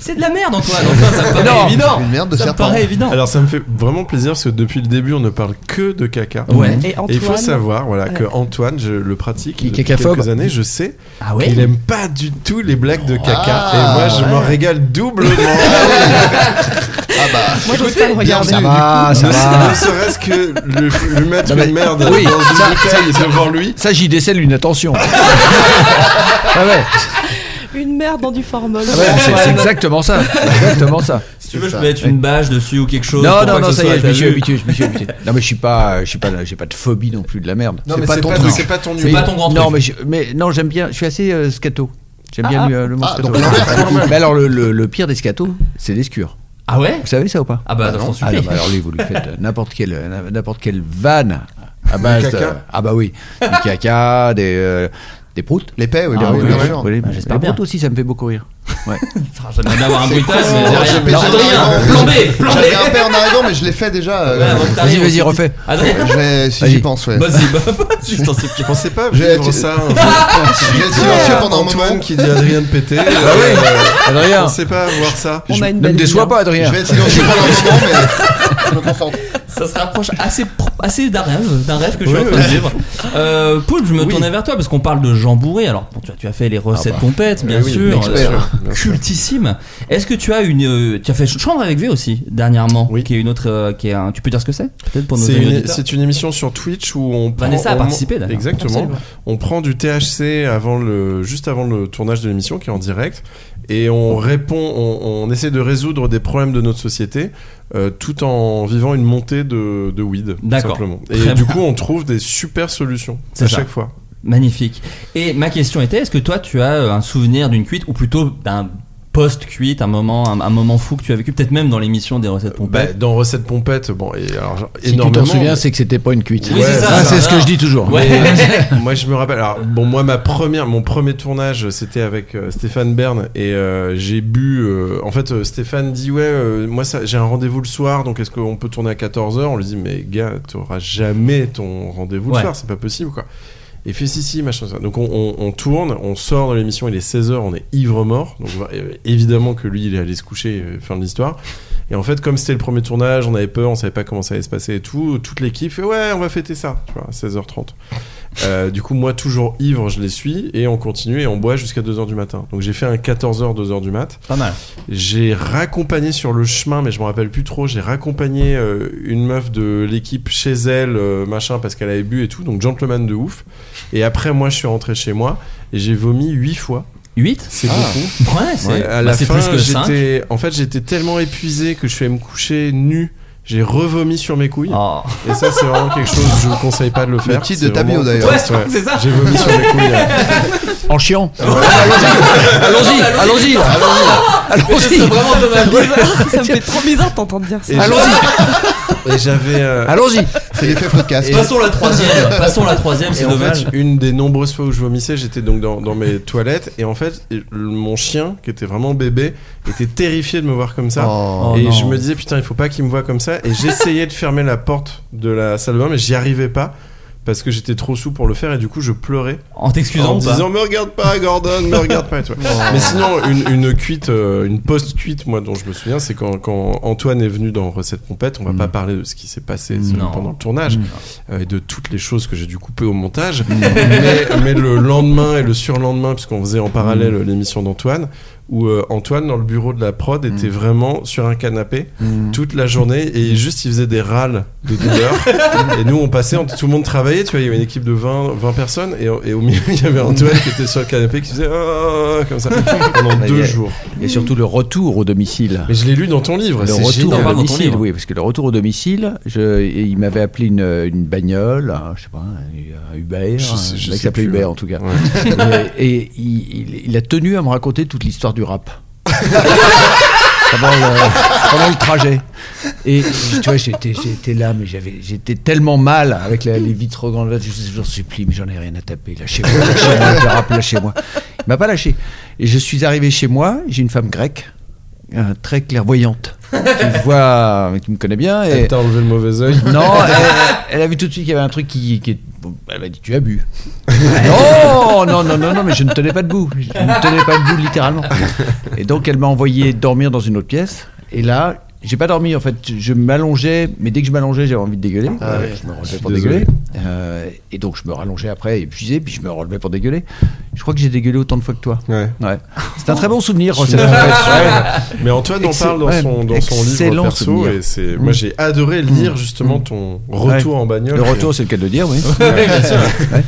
Speaker 2: C'est de la merde, Antoine. Enfin, ça me paraît
Speaker 5: Non.
Speaker 2: évident.
Speaker 3: Une merde de
Speaker 2: ça me
Speaker 3: serpent.
Speaker 2: paraît évident.
Speaker 6: Alors ça me fait vraiment plaisir parce que depuis le début on ne parle que de caca.
Speaker 2: Ouais.
Speaker 7: Et
Speaker 6: Et il
Speaker 7: Antoine.
Speaker 6: faut savoir voilà, que
Speaker 7: Ouais.
Speaker 6: Antoine, je le pratique
Speaker 5: Il est
Speaker 6: depuis
Speaker 5: cacaphobe.
Speaker 6: quelques années, je sais.
Speaker 2: Ah ouais
Speaker 6: Il aime pas du tout les blagues de caca.
Speaker 3: Ah,
Speaker 6: et moi, je m'en régale doublement.
Speaker 3: Ah bah.
Speaker 7: Moi j'ose pas le regarder.
Speaker 3: bienvenue.
Speaker 5: Ah va,
Speaker 6: ne, ne serait-ce que le- lui mettre
Speaker 5: Non, mais-
Speaker 6: une merde
Speaker 5: oui,
Speaker 6: dans une
Speaker 5: ça-
Speaker 6: bouteille devant lui.
Speaker 5: Ça, j'y décèle une attention. ah ouais.
Speaker 7: Une merde dans du formol.
Speaker 5: Ah ouais, c'est- c'est exactement ça. Exactement ça.
Speaker 2: Si tu veux, je peux mettre une bâche dessus ou quelque chose.
Speaker 5: Non,
Speaker 2: pour
Speaker 5: non,
Speaker 2: pas que
Speaker 5: non,
Speaker 2: ce
Speaker 5: ça y
Speaker 2: soit
Speaker 5: est, je m'y suis
Speaker 2: à ta vue.
Speaker 5: habitué, je m'y suis habitué. Non, mais je suis pas, je suis pas, j'ai pas de phobie non plus de la merde.
Speaker 2: Non, mais c'est pas- c'est pas ton C'est humour. pas ton grand
Speaker 5: Non,
Speaker 2: truc.
Speaker 5: mais, je- mais non, j'aime bien, je suis assez euh, scato. J'aime
Speaker 2: Ah,
Speaker 5: bien
Speaker 2: ah.
Speaker 5: le, le mot
Speaker 2: Ah,
Speaker 5: scato.
Speaker 2: donc l'inverse, c'est normal.
Speaker 5: mais alors, le, le- le pire des scatos, c'est les scures.
Speaker 2: Ah ouais
Speaker 5: Vous savez ça ou pas
Speaker 2: Ah bah, j'en suis
Speaker 5: Ah,
Speaker 2: pris.
Speaker 5: non, bah, alors lui, vous lui faites euh, n'importe quelle, euh, n'importe quelle vanne à
Speaker 2: Du
Speaker 5: base
Speaker 2: caca.
Speaker 5: de- Ah bah oui, du caca, des, euh, des proutes. Les paix,
Speaker 2: oui, les proutes, bien sûr. Bah, j'espère
Speaker 5: les
Speaker 2: bien.
Speaker 5: proutes aussi, ça me fait beaucoup rire. Ouais.
Speaker 2: J'aimerais bien avoir un
Speaker 5: C'est
Speaker 2: bruitage,
Speaker 5: con,
Speaker 2: mais j'ai rien.
Speaker 5: j'ai
Speaker 2: Non,
Speaker 5: pété
Speaker 2: Adrien,
Speaker 5: un-
Speaker 2: plan B, plan
Speaker 3: J'avais
Speaker 2: B.
Speaker 3: un père en arrière, mais je l'ai fait déjà. euh,
Speaker 5: Vas-y, vas-y, refais.
Speaker 3: Je vais- si j'y pense, ouais.
Speaker 2: Vas-y, bah, vas-y, je t'en sais plus.
Speaker 6: pensais pas
Speaker 3: J'ai-
Speaker 6: vivre ça. hein.
Speaker 3: J'ai été silencieux pendant un
Speaker 6: Antoine
Speaker 3: moment.
Speaker 6: qui dit Adrien de péter.
Speaker 5: Bah
Speaker 6: Euh,
Speaker 5: oui, Adrien.
Speaker 6: Je pensais pas voir ça.
Speaker 5: On a une Ne me belle déçois vie, hein. pas, Adrien.
Speaker 3: Je vais être silencieux pendant un moment, mais je me concentre.
Speaker 2: Ça se rapproche assez, pro- assez d'un rêve, d'un rêve que je suis
Speaker 3: Oui,
Speaker 2: en train de
Speaker 3: oui.
Speaker 2: vivre. Euh, Paul, je me
Speaker 3: Oui.
Speaker 2: tournais vers toi parce qu'on parle de Jean Bourré. Alors, bon, tu, as- tu as fait les recettes
Speaker 5: bah.
Speaker 2: pompettes, bien
Speaker 5: Eh oui,
Speaker 2: sûr,
Speaker 5: l'expert.
Speaker 2: euh, cultissime. Est-ce que tu as une, euh, tu as fait chambre avec V aussi dernièrement, qui est une autre, euh, qui est un, tu peux dire ce que c'est Peut-être pour nos
Speaker 6: C'est
Speaker 2: amis
Speaker 6: une,
Speaker 2: auditeurs.
Speaker 6: c'est une émission sur Twitch où on prend,
Speaker 2: Vanessa a
Speaker 6: on-
Speaker 2: participé, d'ailleurs.
Speaker 6: Exactement.
Speaker 2: Absolument.
Speaker 6: On prend du THC avant le, juste avant le tournage de l'émission qui est en direct et on répond, on, on essaie de résoudre des problèmes de notre société euh, tout en vivant une montée de, de weed. tout
Speaker 2: D'accord.
Speaker 6: Simplement. Et
Speaker 2: Très
Speaker 6: du
Speaker 2: bien.
Speaker 6: coup, on trouve des super solutions
Speaker 2: C'est
Speaker 6: à
Speaker 2: ça.
Speaker 6: chaque fois.
Speaker 2: Magnifique. Et ma question était, est-ce que toi, tu as euh, un souvenir d'une cuite ou plutôt d'un post-cuite, un moment, un, un moment fou que tu as vécu, peut-être même dans l'émission des recettes
Speaker 6: Bah,
Speaker 2: pompettes.
Speaker 6: dans Recette Pompette, bon, et alors, genre,
Speaker 5: Si tu
Speaker 6: énormément.
Speaker 5: t'en souviens, c'est que c'était pas une cuite.
Speaker 6: Ouais,
Speaker 5: Ah, c'est ce que je dis toujours.
Speaker 6: Ouais.
Speaker 5: Mais-
Speaker 6: moi, je me rappelle. Alors, bon, moi, ma première, mon premier tournage, c'était avec euh, Stéphane Bern et euh, j'ai bu. euh, en fait, euh, Stéphane dit Ouais, euh, moi, ça- j'ai un rendez-vous le soir, donc est-ce qu'on peut tourner à 14h On lui dit Mais gars, t'auras jamais ton rendez-vous
Speaker 2: Ouais.
Speaker 6: le soir, c'est pas possible, quoi. Et il fait si, si, machin, ça. Donc on, on- on tourne, on sort de l'émission, il est 16h, on est ivre-mort. Donc euh, évidemment que lui, il est allé se coucher, euh, fin de l'histoire. Et en fait, comme c'était le premier tournage, on avait peur, on savait pas comment ça allait se passer et tout, toute l'équipe fait ouais, on va fêter ça, tu vois, à 16h30. Euh, du coup, moi, toujours ivre, je les suis et on continue et on boit jusqu'à 2h du matin. Donc j'ai fait un 14h, 2h du mat.
Speaker 2: Pas mal.
Speaker 6: J'ai raccompagné sur le chemin, mais je me rappelle plus trop, j'ai raccompagné euh, une meuf de l'équipe chez elle, euh, machin, parce qu'elle avait bu et tout, donc gentleman de ouf. Et après, moi, je suis rentré chez moi et j'ai vomi 8 fois.
Speaker 2: 8
Speaker 6: C'est
Speaker 2: Ah.
Speaker 6: beaucoup.
Speaker 2: Ouais, c'est-
Speaker 6: à
Speaker 2: bah,
Speaker 6: la
Speaker 2: c'est
Speaker 6: fin,
Speaker 2: plus que cinq.
Speaker 6: j'étais et en fait, j'étais tellement épuisé que je suis allé me coucher nu. J'ai revomi sur mes couilles.
Speaker 2: Ah. Oh.
Speaker 6: Et ça, c'est vraiment quelque chose, je vous conseille pas de le faire.
Speaker 3: titre
Speaker 6: C'est
Speaker 3: de ta bio,
Speaker 6: vraiment-
Speaker 3: d'ailleurs.
Speaker 6: Ouais, ouais.
Speaker 3: C'est ça.
Speaker 6: J'ai vomi sur mes couilles. ouais.
Speaker 5: En chiant.
Speaker 2: Allons-y,
Speaker 5: allons-y,
Speaker 7: Mais ce
Speaker 5: allons-y.
Speaker 7: serait vraiment dommage. Ça me fait trop bizarre de t'entendre dire ça.
Speaker 6: Et Et j'avais. euh,
Speaker 5: Allons-y.
Speaker 3: C'est l'effet podcast.
Speaker 6: Et-
Speaker 2: Passons la troisième. Passons la troisième,
Speaker 6: Et
Speaker 2: c'est
Speaker 6: en
Speaker 2: dommage.
Speaker 6: fait, une des nombreuses fois où je vomissais, j'étais donc dans, dans mes toilettes et en fait, le- mon chien, qui était vraiment bébé, était terrifié de me voir comme ça.
Speaker 3: Oh.
Speaker 6: et
Speaker 3: Oh non.
Speaker 6: je me disais, putain, il faut pas qu'il me voit comme ça. Et j'essayais de fermer la porte de la salle de bain, mais j'y arrivais pas parce que j'étais trop sous pour le faire et du coup, je pleurais.
Speaker 2: En t'excusant
Speaker 6: En
Speaker 2: ou pas
Speaker 6: disant, me regarde pas, Gordon, me regarde pas. tu vois.
Speaker 2: Oh.
Speaker 6: Mais sinon, une, une cuite, euh, une post-cuite, moi, dont je me souviens, c'est quand, quand Antoine est venu dans Recette Pompette, on va pas parler de ce qui s'est passé ce-
Speaker 2: Non.
Speaker 6: pendant le tournage
Speaker 2: Mm.
Speaker 6: euh, et de toutes les choses que j'ai dû couper au montage. mais, mais le lendemain et le surlendemain, puisqu'on faisait en
Speaker 5: Mm.
Speaker 6: parallèle l'émission d'Antoine, où euh, Antoine, dans le bureau de la prod,
Speaker 5: Mm.
Speaker 6: était vraiment sur un canapé toute la journée et juste il faisait des râles de douleur. et nous, on passait, on- tout le monde travaillait, tu vois, il y avait une équipe de 20, 20 personnes et, et au milieu, il y avait Antoine qui était sur le canapé qui faisait Ah, comme ça pendant
Speaker 5: Mais il y
Speaker 6: deux
Speaker 5: a-
Speaker 6: jours.
Speaker 5: Et surtout le retour au domicile.
Speaker 6: Mais je l'ai lu dans ton livre.
Speaker 5: Le
Speaker 6: Ah, c'est
Speaker 5: retour
Speaker 6: génial.
Speaker 5: au domicile, oui, parce que le retour au domicile, je, il m'avait appelé une, une bagnole, un- je sais pas, un, un Uber,
Speaker 6: Je sais-
Speaker 5: un
Speaker 6: je
Speaker 5: mec
Speaker 6: sais
Speaker 5: s'appelait
Speaker 6: plus,
Speaker 5: Uber
Speaker 6: ouais.
Speaker 5: en tout cas.
Speaker 6: Ouais.
Speaker 5: Et, et il, il- il a tenu à me raconter toute l'histoire du rap. pendant, le, pendant le trajet. Et tu vois, j'étais, j'étais là, mais j'avais, j'étais tellement mal avec la- les vitres grandes. Je vous en supplie, mais j'en ai rien à taper. Lâchez-moi, lâchez-moi, le rap, lâchez-moi. Il m'a pas lâché. Et je suis arrivé chez moi, j'ai une femme grecque, euh, très clairvoyante. qui me voit, qui me connaît bien.
Speaker 6: Elle
Speaker 5: Et,
Speaker 6: t'a enlevé le mauvais œil.
Speaker 5: non, elle, elle a vu tout de suite qu'il y avait un truc qui. qui est- bon, elle a dit Tu as bu. non, non, non, non, non, mais je ne tenais pas debout. Je ne tenais pas debout littéralement. Et donc elle m'a envoyé dormir dans une autre pièce. Et là, j'ai pas dormi en fait. Je m'allongeais, mais dès que je m'allongeais, j'avais envie de dégueuler.
Speaker 6: Ah ouais.
Speaker 5: Je me
Speaker 6: Je
Speaker 5: relevais
Speaker 6: suis
Speaker 5: pour
Speaker 6: désolé.
Speaker 5: dégueuler. Euh, et donc je me rallongeais après, épuisé, puis je me relevais pour dégueuler. Je crois que j'ai dégueulé autant de fois que toi.
Speaker 6: Ouais.
Speaker 5: C'est un très bon souvenir.
Speaker 6: Je suis
Speaker 5: cette
Speaker 6: d'accord.
Speaker 5: rencontre.
Speaker 6: Ouais. Mais Antoine en
Speaker 5: Excell-
Speaker 6: parle dans
Speaker 5: ouais,
Speaker 6: son, dans son livre
Speaker 5: excellent
Speaker 6: perso
Speaker 5: souvenir.
Speaker 6: et c'est moi
Speaker 5: Mm.
Speaker 6: j'ai adoré lire justement
Speaker 5: Mm.
Speaker 6: ton retour
Speaker 5: Ouais.
Speaker 6: en bagnole.
Speaker 5: Le retour, c'est le cas de le dire, oui.
Speaker 6: Ouais, bien sûr.
Speaker 5: Ouais.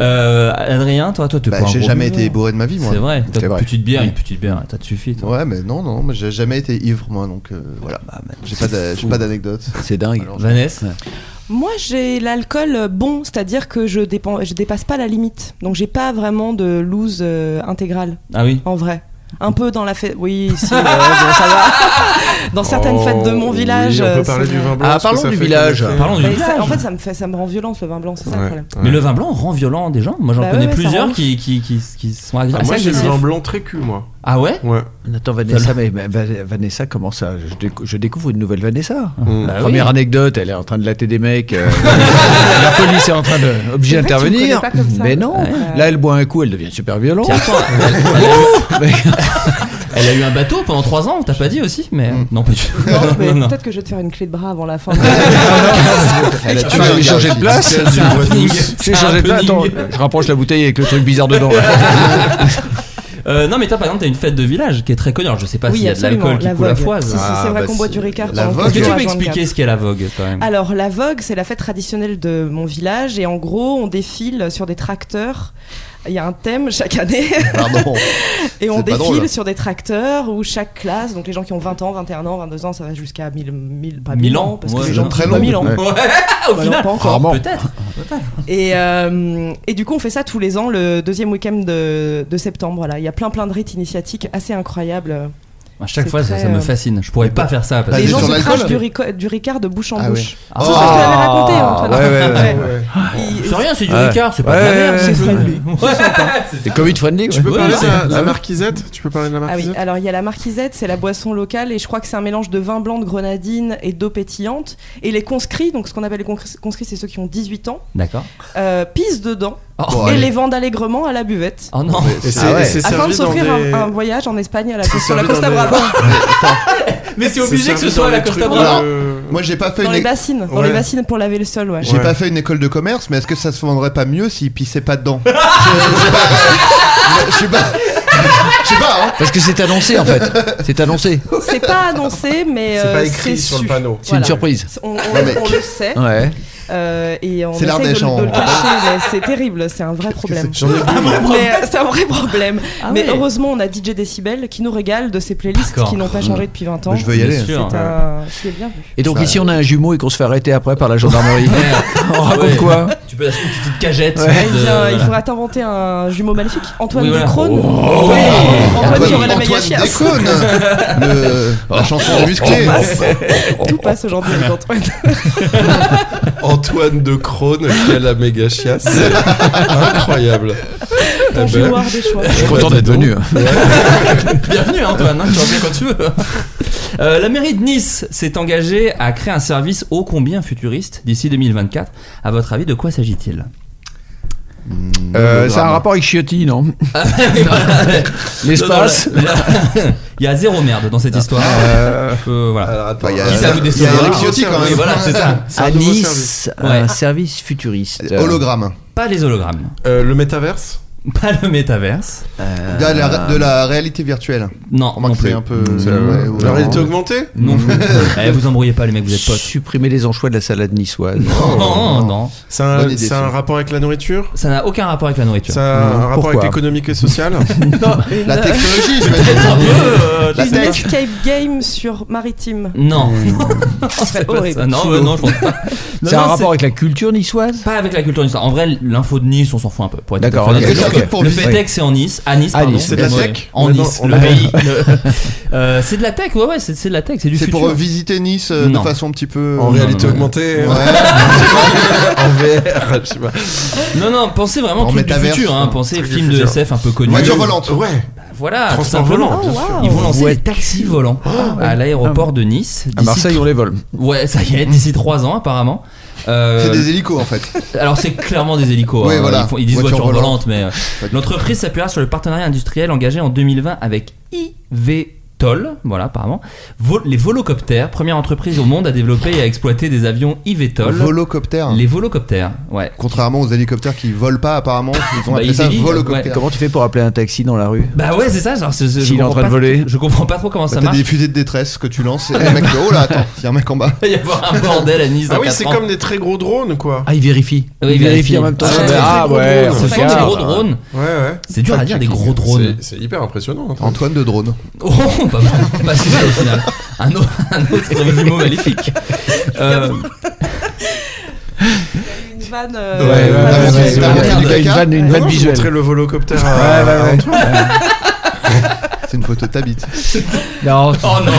Speaker 2: Euh, Adrien, toi, toi, t'es
Speaker 3: Bah,
Speaker 2: pas un
Speaker 3: j'ai
Speaker 2: gros
Speaker 3: jamais
Speaker 2: buveur.
Speaker 3: été bourré de ma vie, moi.
Speaker 2: C'est vrai.
Speaker 3: C'est
Speaker 2: T'as une
Speaker 3: vrai.
Speaker 2: petite bière, une petite bière, ça te suffit. toi.
Speaker 3: Ouais, mais non, non, moi, j'ai jamais été ivre, moi, donc euh, voilà.
Speaker 5: bah,
Speaker 3: J'ai pas d'a- j'ai
Speaker 5: fou.
Speaker 3: pas d'anecdote.
Speaker 5: C'est dingue.
Speaker 2: Vanessa
Speaker 7: Moi, j'ai l'alcool euh, bon, c'est-à-dire que je, dépen- je dépasse pas la limite. Donc, j'ai pas vraiment de loose euh, intégrale.
Speaker 2: Ah oui
Speaker 7: En vrai. Un peu dans la fête. Oui, si, euh, bon, ça va. Dans certaines
Speaker 6: Oh,
Speaker 7: fêtes de mon
Speaker 6: oui,
Speaker 7: village.
Speaker 6: on peut
Speaker 7: euh,
Speaker 6: parler
Speaker 7: c'est
Speaker 6: du
Speaker 7: vrai.
Speaker 6: vin blanc, Ah, ce que parlons ça du fait village. comme effet. Parlons du
Speaker 7: Mais ça-
Speaker 2: village.
Speaker 7: En fait, ça me, fait, ça me rend violente, le vin blanc, c'est ça le problème.
Speaker 2: Mais le vin blanc rend violent des gens. Moi, j'en
Speaker 7: Bah
Speaker 2: connais
Speaker 7: ouais, ouais, ça
Speaker 2: plusieurs
Speaker 7: rend
Speaker 2: qui, qui, qui, qui sont agressifs.
Speaker 6: Ah, moi, j'ai le vin
Speaker 2: Agressifs.
Speaker 6: blanc très cul, moi.
Speaker 2: Ah ouais
Speaker 6: Ouais.
Speaker 5: Attends, Vanessa, mais, mais, Va- Vanessa, comment ça je, décou- je découvre une nouvelle Vanessa.
Speaker 6: Bah oui.
Speaker 5: Première anecdote, elle est en train de latter des mecs. euh, la police est en train de obligée
Speaker 7: C'est vrai, tu me
Speaker 5: d'intervenir.
Speaker 7: connais pas comme ça.
Speaker 5: Mais non.
Speaker 7: Ouais.
Speaker 5: Là, elle boit un coup, elle devient super violente.
Speaker 2: Elle a eu un bateau pendant 3 ans, t'as pas dit aussi Mais
Speaker 3: Mm.
Speaker 2: non, pas du tout.
Speaker 7: Non, mais
Speaker 2: Non, non.
Speaker 7: Peut-être que je vais te faire une clé de bras avant la fin.
Speaker 5: Elle a
Speaker 2: Tu vas
Speaker 5: tué, changé de place.
Speaker 2: C'est un happening.
Speaker 5: C'est
Speaker 2: Un
Speaker 5: changé de place. Attends,
Speaker 2: happening.
Speaker 5: je rapproche la bouteille avec le truc bizarre dedans.
Speaker 2: Euh, non, mais toi, par exemple, t'as une fête de village qui est très connue. Alors, je sais pas
Speaker 7: Oui,
Speaker 2: Bah, s'il y a de
Speaker 7: absolument,
Speaker 2: l'alcool qui
Speaker 7: la
Speaker 2: coule à
Speaker 7: vogue.
Speaker 2: foise.
Speaker 7: Si, si, c'est Ah, vrai bah, qu'on boit c'est- du Ricard la pendant vogue.
Speaker 2: Est-ce que tu
Speaker 7: toujours
Speaker 2: peux
Speaker 7: à 24.
Speaker 2: expliquer ce qu'est la vogue quand même
Speaker 7: Alors la Vogue, c'est la fête traditionnelle de mon village et en gros on défile sur des tracteurs. Il y a un thème chaque année.
Speaker 3: Pardon.
Speaker 7: Et on
Speaker 3: C'est pas
Speaker 7: défile
Speaker 3: drôle. hein.
Speaker 7: sur des tracteurs où chaque classe, donc les gens qui ont 20 ans, 21 ans, 22 ans, ça va jusqu'à 1000, 1000 pas 1000
Speaker 2: Milan,
Speaker 7: ans, parce
Speaker 2: ouais,
Speaker 7: que les
Speaker 2: c'est
Speaker 7: gens
Speaker 2: très
Speaker 7: vivent pas
Speaker 2: long.
Speaker 7: 1000 ans.
Speaker 2: Ouais. Ouais, au
Speaker 7: Bah non,
Speaker 2: final,
Speaker 7: pas encore.
Speaker 2: rarement. Peut-être.
Speaker 7: Et, euh, et du coup, on fait ça tous les ans, le deuxième week-end de, de septembre. Voilà. Il y a plein plein de rites initiatiques assez incroyables.
Speaker 2: À chaque
Speaker 7: C'est
Speaker 2: fois, ça,
Speaker 7: très,
Speaker 2: ça me
Speaker 7: euh,
Speaker 2: fascine. Je pourrais pas faire ça. Parce
Speaker 7: les
Speaker 2: que
Speaker 7: gens
Speaker 2: sur
Speaker 7: se
Speaker 2: l'alcool,
Speaker 7: crachent du, rico- du Ricard de bouche en
Speaker 2: Ah
Speaker 7: bouche.
Speaker 2: oui. Ah.
Speaker 7: Ça, je te l'avais raconté,
Speaker 2: Ah,
Speaker 7: Antoine.
Speaker 2: ouais, ouais,
Speaker 5: Euh,
Speaker 2: ouais,
Speaker 7: Ouais. Il-
Speaker 2: C'est rien, c'est du
Speaker 5: Ouais.
Speaker 2: Ricard, c'est pas de
Speaker 5: Ouais,
Speaker 2: la merde.
Speaker 5: ouais,
Speaker 2: c'est
Speaker 5: ouais.
Speaker 2: friendly.
Speaker 5: Ouais. C'est Covid friendly.
Speaker 6: Tu peux
Speaker 5: ouais.
Speaker 6: parler de la,
Speaker 5: Ouais.
Speaker 6: la marquisette Tu peux parler de la
Speaker 7: Ah oui,
Speaker 6: marquisette
Speaker 7: alors il y a la marquisette, c'est la boisson locale, et je crois que c'est un mélange de vin blanc, de grenadine et d'eau pétillante. Et les conscrits, donc ce qu'on appelle les conscrits, conscrits, c'est ceux qui ont 18 ans,
Speaker 2: D'accord.
Speaker 7: euh, pissent dedans
Speaker 2: Oh.
Speaker 7: et
Speaker 2: Ouais.
Speaker 7: les vendent allègrement à la buvette.
Speaker 2: Oh non.
Speaker 6: Et c'est- et c'est
Speaker 7: Afin de
Speaker 6: servi dans
Speaker 7: s'offrir
Speaker 6: des-
Speaker 7: un, un voyage en Espagne à la,
Speaker 6: C'est
Speaker 7: sur la
Speaker 6: servi
Speaker 7: Costa
Speaker 6: dans des-
Speaker 7: Brava.
Speaker 2: Mais c'est
Speaker 6: obligé que ce servi soit dans à la les Costa trucs Brava. de-
Speaker 3: Moi, j'ai pas fait
Speaker 7: Dans
Speaker 3: une
Speaker 7: les
Speaker 3: é-
Speaker 7: bassines, dans les bassines pour laver le sol, ouais.
Speaker 3: J'ai pas fait une école de commerce, mais est-ce que ça se vendrait pas mieux s'ils pissaient pas dedans Je je sais pas. Je sais pas, hein.
Speaker 5: Parce que c'est annoncé en fait. C'est annoncé.
Speaker 7: C'est pas annoncé, mais.
Speaker 5: C'est
Speaker 7: euh,
Speaker 5: pas écrit
Speaker 7: c'est
Speaker 5: sur le
Speaker 7: su.
Speaker 5: panneau. C'est une
Speaker 7: Voilà.
Speaker 5: surprise.
Speaker 7: On, on-
Speaker 5: Ouais, mais-
Speaker 7: on le sait.
Speaker 5: Ouais.
Speaker 7: Euh, et on
Speaker 5: C'est
Speaker 7: essaye
Speaker 5: l'Ardèche,
Speaker 7: de, le- de le
Speaker 5: en-
Speaker 7: cacher, mais c'est terrible, c'est un vrai problème.
Speaker 6: J'en ai bu,
Speaker 7: Mais,
Speaker 6: moi.
Speaker 7: euh, C'est un vrai problème.
Speaker 2: Ah
Speaker 7: mais
Speaker 2: ouais.
Speaker 7: heureusement, on a DJ Decibel qui nous régale de ses playlists
Speaker 5: D'accord.
Speaker 7: qui n'ont pas changé depuis 20 ans.
Speaker 5: Mais je veux y aller. Bien
Speaker 7: C'est
Speaker 5: sûr.
Speaker 7: un- c'est bien vu.
Speaker 5: Et donc
Speaker 2: Ça-
Speaker 5: ici on a un jumeau et qu'on se fait arrêter après par la gendarmerie. on raconte
Speaker 2: Ouais.
Speaker 5: quoi
Speaker 2: Tu peux acheter une petite cagette.
Speaker 5: Ouais.
Speaker 7: Eh
Speaker 2: de-
Speaker 7: bien, il faudra t'inventer un jumeau maléfique. Antoine
Speaker 2: Euh, Oui, voilà.
Speaker 7: Decrone.
Speaker 2: Oh.
Speaker 7: Oui, Antoine qui
Speaker 3: Antoine-
Speaker 7: aurait la meilleure
Speaker 3: Antoine
Speaker 7: chiasse.
Speaker 3: Déconne. Le- La chanson musclée.
Speaker 7: Tout passe. Tout passe aujourd'hui avec Antoine.
Speaker 6: Antoine de Crone qui a la méga chiasse. Incroyable.
Speaker 7: Ton
Speaker 6: Eh ben,
Speaker 7: joueur des choix.
Speaker 5: Je suis content d'être venu.
Speaker 2: Bienvenue Antoine, hein, tu reviens quand tu veux. Euh, la mairie de Nice s'est engagée à créer un service ô combien futuriste d'ici 2024. À votre avis, de quoi s'agit-il
Speaker 5: Euh, ça a un rapport avec Chiotti, non L'espace.
Speaker 2: Non, non, là- Il y a zéro merde dans cette histoire. Euh, voilà.
Speaker 3: Bah, il y a-
Speaker 2: Qui ça vous
Speaker 3: il y a
Speaker 2: décevra
Speaker 3: Eric Ciotti, quand même.
Speaker 2: Oui, voilà, c'est ça.
Speaker 3: C'est un nouveau service. Euh,
Speaker 2: Ouais.
Speaker 5: service futuriste. euh,
Speaker 3: Hologramme.
Speaker 2: Pas les hologrammes.
Speaker 6: Euh, le métaverse
Speaker 2: Pas le métaverse.
Speaker 3: De la, de la
Speaker 5: Euh,
Speaker 3: réalité virtuelle.
Speaker 2: Non,
Speaker 3: Remarque,
Speaker 2: non plus.
Speaker 3: c'est un peu. euh,
Speaker 2: C'est
Speaker 3: ouais,
Speaker 2: la-
Speaker 3: ouais.
Speaker 6: La réalité augmentée
Speaker 2: Non plus. Eh, vous embrouillez pas les mecs, vous êtes potes.
Speaker 5: Supprimer les anchois de la salade niçoise.
Speaker 3: Oh.
Speaker 2: Non, non.
Speaker 6: C'est un,
Speaker 5: Bonne idée,
Speaker 6: Euh, c'est un
Speaker 5: ça.
Speaker 6: rapport avec la nourriture
Speaker 2: Ça n'a aucun rapport avec la nourriture.
Speaker 6: Ça a un
Speaker 5: Non,
Speaker 6: rapport avec
Speaker 5: pourquoi
Speaker 6: l'économique et sociale
Speaker 3: La technologie, je
Speaker 2: Un peu,
Speaker 3: vais
Speaker 2: euh,
Speaker 3: La
Speaker 7: Une
Speaker 3: tech.
Speaker 7: escape game sur maritime.
Speaker 2: Non.
Speaker 7: C'est
Speaker 2: pas
Speaker 7: horrible.
Speaker 2: ça. Non, euh, non, je pense pas. Non,
Speaker 5: Hmm. C'est un
Speaker 2: non,
Speaker 5: rapport avec la culture niçoise
Speaker 2: Pas avec la culture niçoise. En vrai, l'info de Nice, on s'en fout un peu. pour être tout
Speaker 5: D'accord,
Speaker 2: à fait
Speaker 5: ok,
Speaker 2: honnête.
Speaker 5: ok.
Speaker 2: Parce que
Speaker 5: Pour
Speaker 2: Le
Speaker 5: visiter.
Speaker 2: FedEx, c'est en Nice. À Nice,
Speaker 5: À
Speaker 2: pardon.
Speaker 5: Nice, c'est de la
Speaker 2: Ouais.
Speaker 5: tech
Speaker 2: En
Speaker 5: Mais non,
Speaker 2: Nice,
Speaker 5: on
Speaker 2: le
Speaker 5: a-
Speaker 2: pays. Le- Euh, C'est de la tech, ouais, ouais, c'est c'est de la tech, c'est du
Speaker 3: C'est
Speaker 2: futur.
Speaker 3: pour visiter Nice euh, de
Speaker 2: Non.
Speaker 3: façon un petit peu.
Speaker 6: En réalité augmentée euh,
Speaker 3: Ouais.
Speaker 6: En VR, je sais pas.
Speaker 2: Non, non, pensez vraiment
Speaker 3: En
Speaker 2: truc du
Speaker 3: métaverse,
Speaker 2: futur. Hein.
Speaker 3: hein.
Speaker 2: Pensez
Speaker 6: Truc du
Speaker 2: film de
Speaker 6: futur.
Speaker 2: SF un peu connu.
Speaker 3: Voiture volante.
Speaker 6: Ouais.
Speaker 2: Voilà, tout
Speaker 6: Transport
Speaker 2: simplement. Oh,
Speaker 6: volant, bien sûr.
Speaker 2: Ils vont lancer
Speaker 5: Ouais.
Speaker 2: des taxis volants à l'aéroport de Nice.
Speaker 5: Ah, À
Speaker 2: d'ici-
Speaker 5: Marseille, on les vole.
Speaker 2: Ouais, ça y est, d'ici 3 ans apparemment. Euh,
Speaker 3: C'est des hélicos en fait.
Speaker 2: Alors c'est clairement des hélicos.
Speaker 3: Ouais,
Speaker 2: hein.
Speaker 3: voilà.
Speaker 2: ils, font- ils disent
Speaker 3: Voiture
Speaker 2: voiture, volante,
Speaker 3: volante.
Speaker 2: mais euh, l'entreprise s'appuiera sur le partenariat industriel engagé en 2020 avec IVE. Toll, voilà apparemment. Vol- les volocoptères, première entreprise au monde à développer et à exploiter des avions Ivetol.
Speaker 3: Volocoptères.
Speaker 2: Les volocoptères, ouais.
Speaker 3: Contrairement aux hélicoptères qui volent pas apparemment, ils ont
Speaker 2: Bah,
Speaker 3: appelé
Speaker 2: ils
Speaker 3: ça
Speaker 2: évitent,
Speaker 3: volocoptères.
Speaker 2: ouais.
Speaker 5: Comment tu fais pour appeler un taxi dans la rue
Speaker 2: Bah ouais, c'est ça. Genre, c'est- c'est- je
Speaker 5: S'il est en
Speaker 2: comprends
Speaker 5: train de
Speaker 2: pas-
Speaker 5: voler.
Speaker 2: Je comprends pas trop comment
Speaker 3: Bah,
Speaker 2: ça
Speaker 3: T'as
Speaker 2: marche.
Speaker 3: des fusées de détresse que tu lances et le mec oh là attends, il y a un mec en bas.
Speaker 2: Il va y avoir un bordel à Nice.
Speaker 6: Ah
Speaker 2: dans
Speaker 6: oui,
Speaker 2: quatre
Speaker 6: c'est
Speaker 2: ans.
Speaker 6: comme des très gros drones, quoi.
Speaker 5: Ah, il vérifie.
Speaker 2: Oui,
Speaker 5: il vérifie
Speaker 2: vérifie.
Speaker 5: en même temps.
Speaker 2: Ah, ouais,
Speaker 5: Ah,
Speaker 2: c'est des gros drones. Ce
Speaker 5: ouais, on
Speaker 2: sont des
Speaker 5: regarde.
Speaker 2: gros drones.
Speaker 5: Ah.
Speaker 6: Ouais, ouais.
Speaker 2: C'est dur à dire des gros drones.
Speaker 6: C'est- C'est hyper impressionnant. hein.
Speaker 3: Antoine de drone.
Speaker 2: Oh, pas mal. Pas si mal au final. Un autre, un autre jumeau maléfique. Euh,
Speaker 7: Une vanne, euh,
Speaker 5: Ouais, ouais,
Speaker 3: T'as
Speaker 5: ouais,
Speaker 3: montré-
Speaker 5: ouais,
Speaker 3: t'as
Speaker 5: ouais,
Speaker 3: montré
Speaker 5: ouais,
Speaker 3: du
Speaker 5: ouais,
Speaker 3: caca
Speaker 5: une vanne, une vanne
Speaker 6: Comment je
Speaker 5: visuelle.
Speaker 6: montrais le volocoptère à,
Speaker 5: Ouais, ouais,
Speaker 6: à
Speaker 5: ouais.
Speaker 6: Antoine
Speaker 3: C'est une photo de ta bite.
Speaker 5: Non,
Speaker 2: Oh non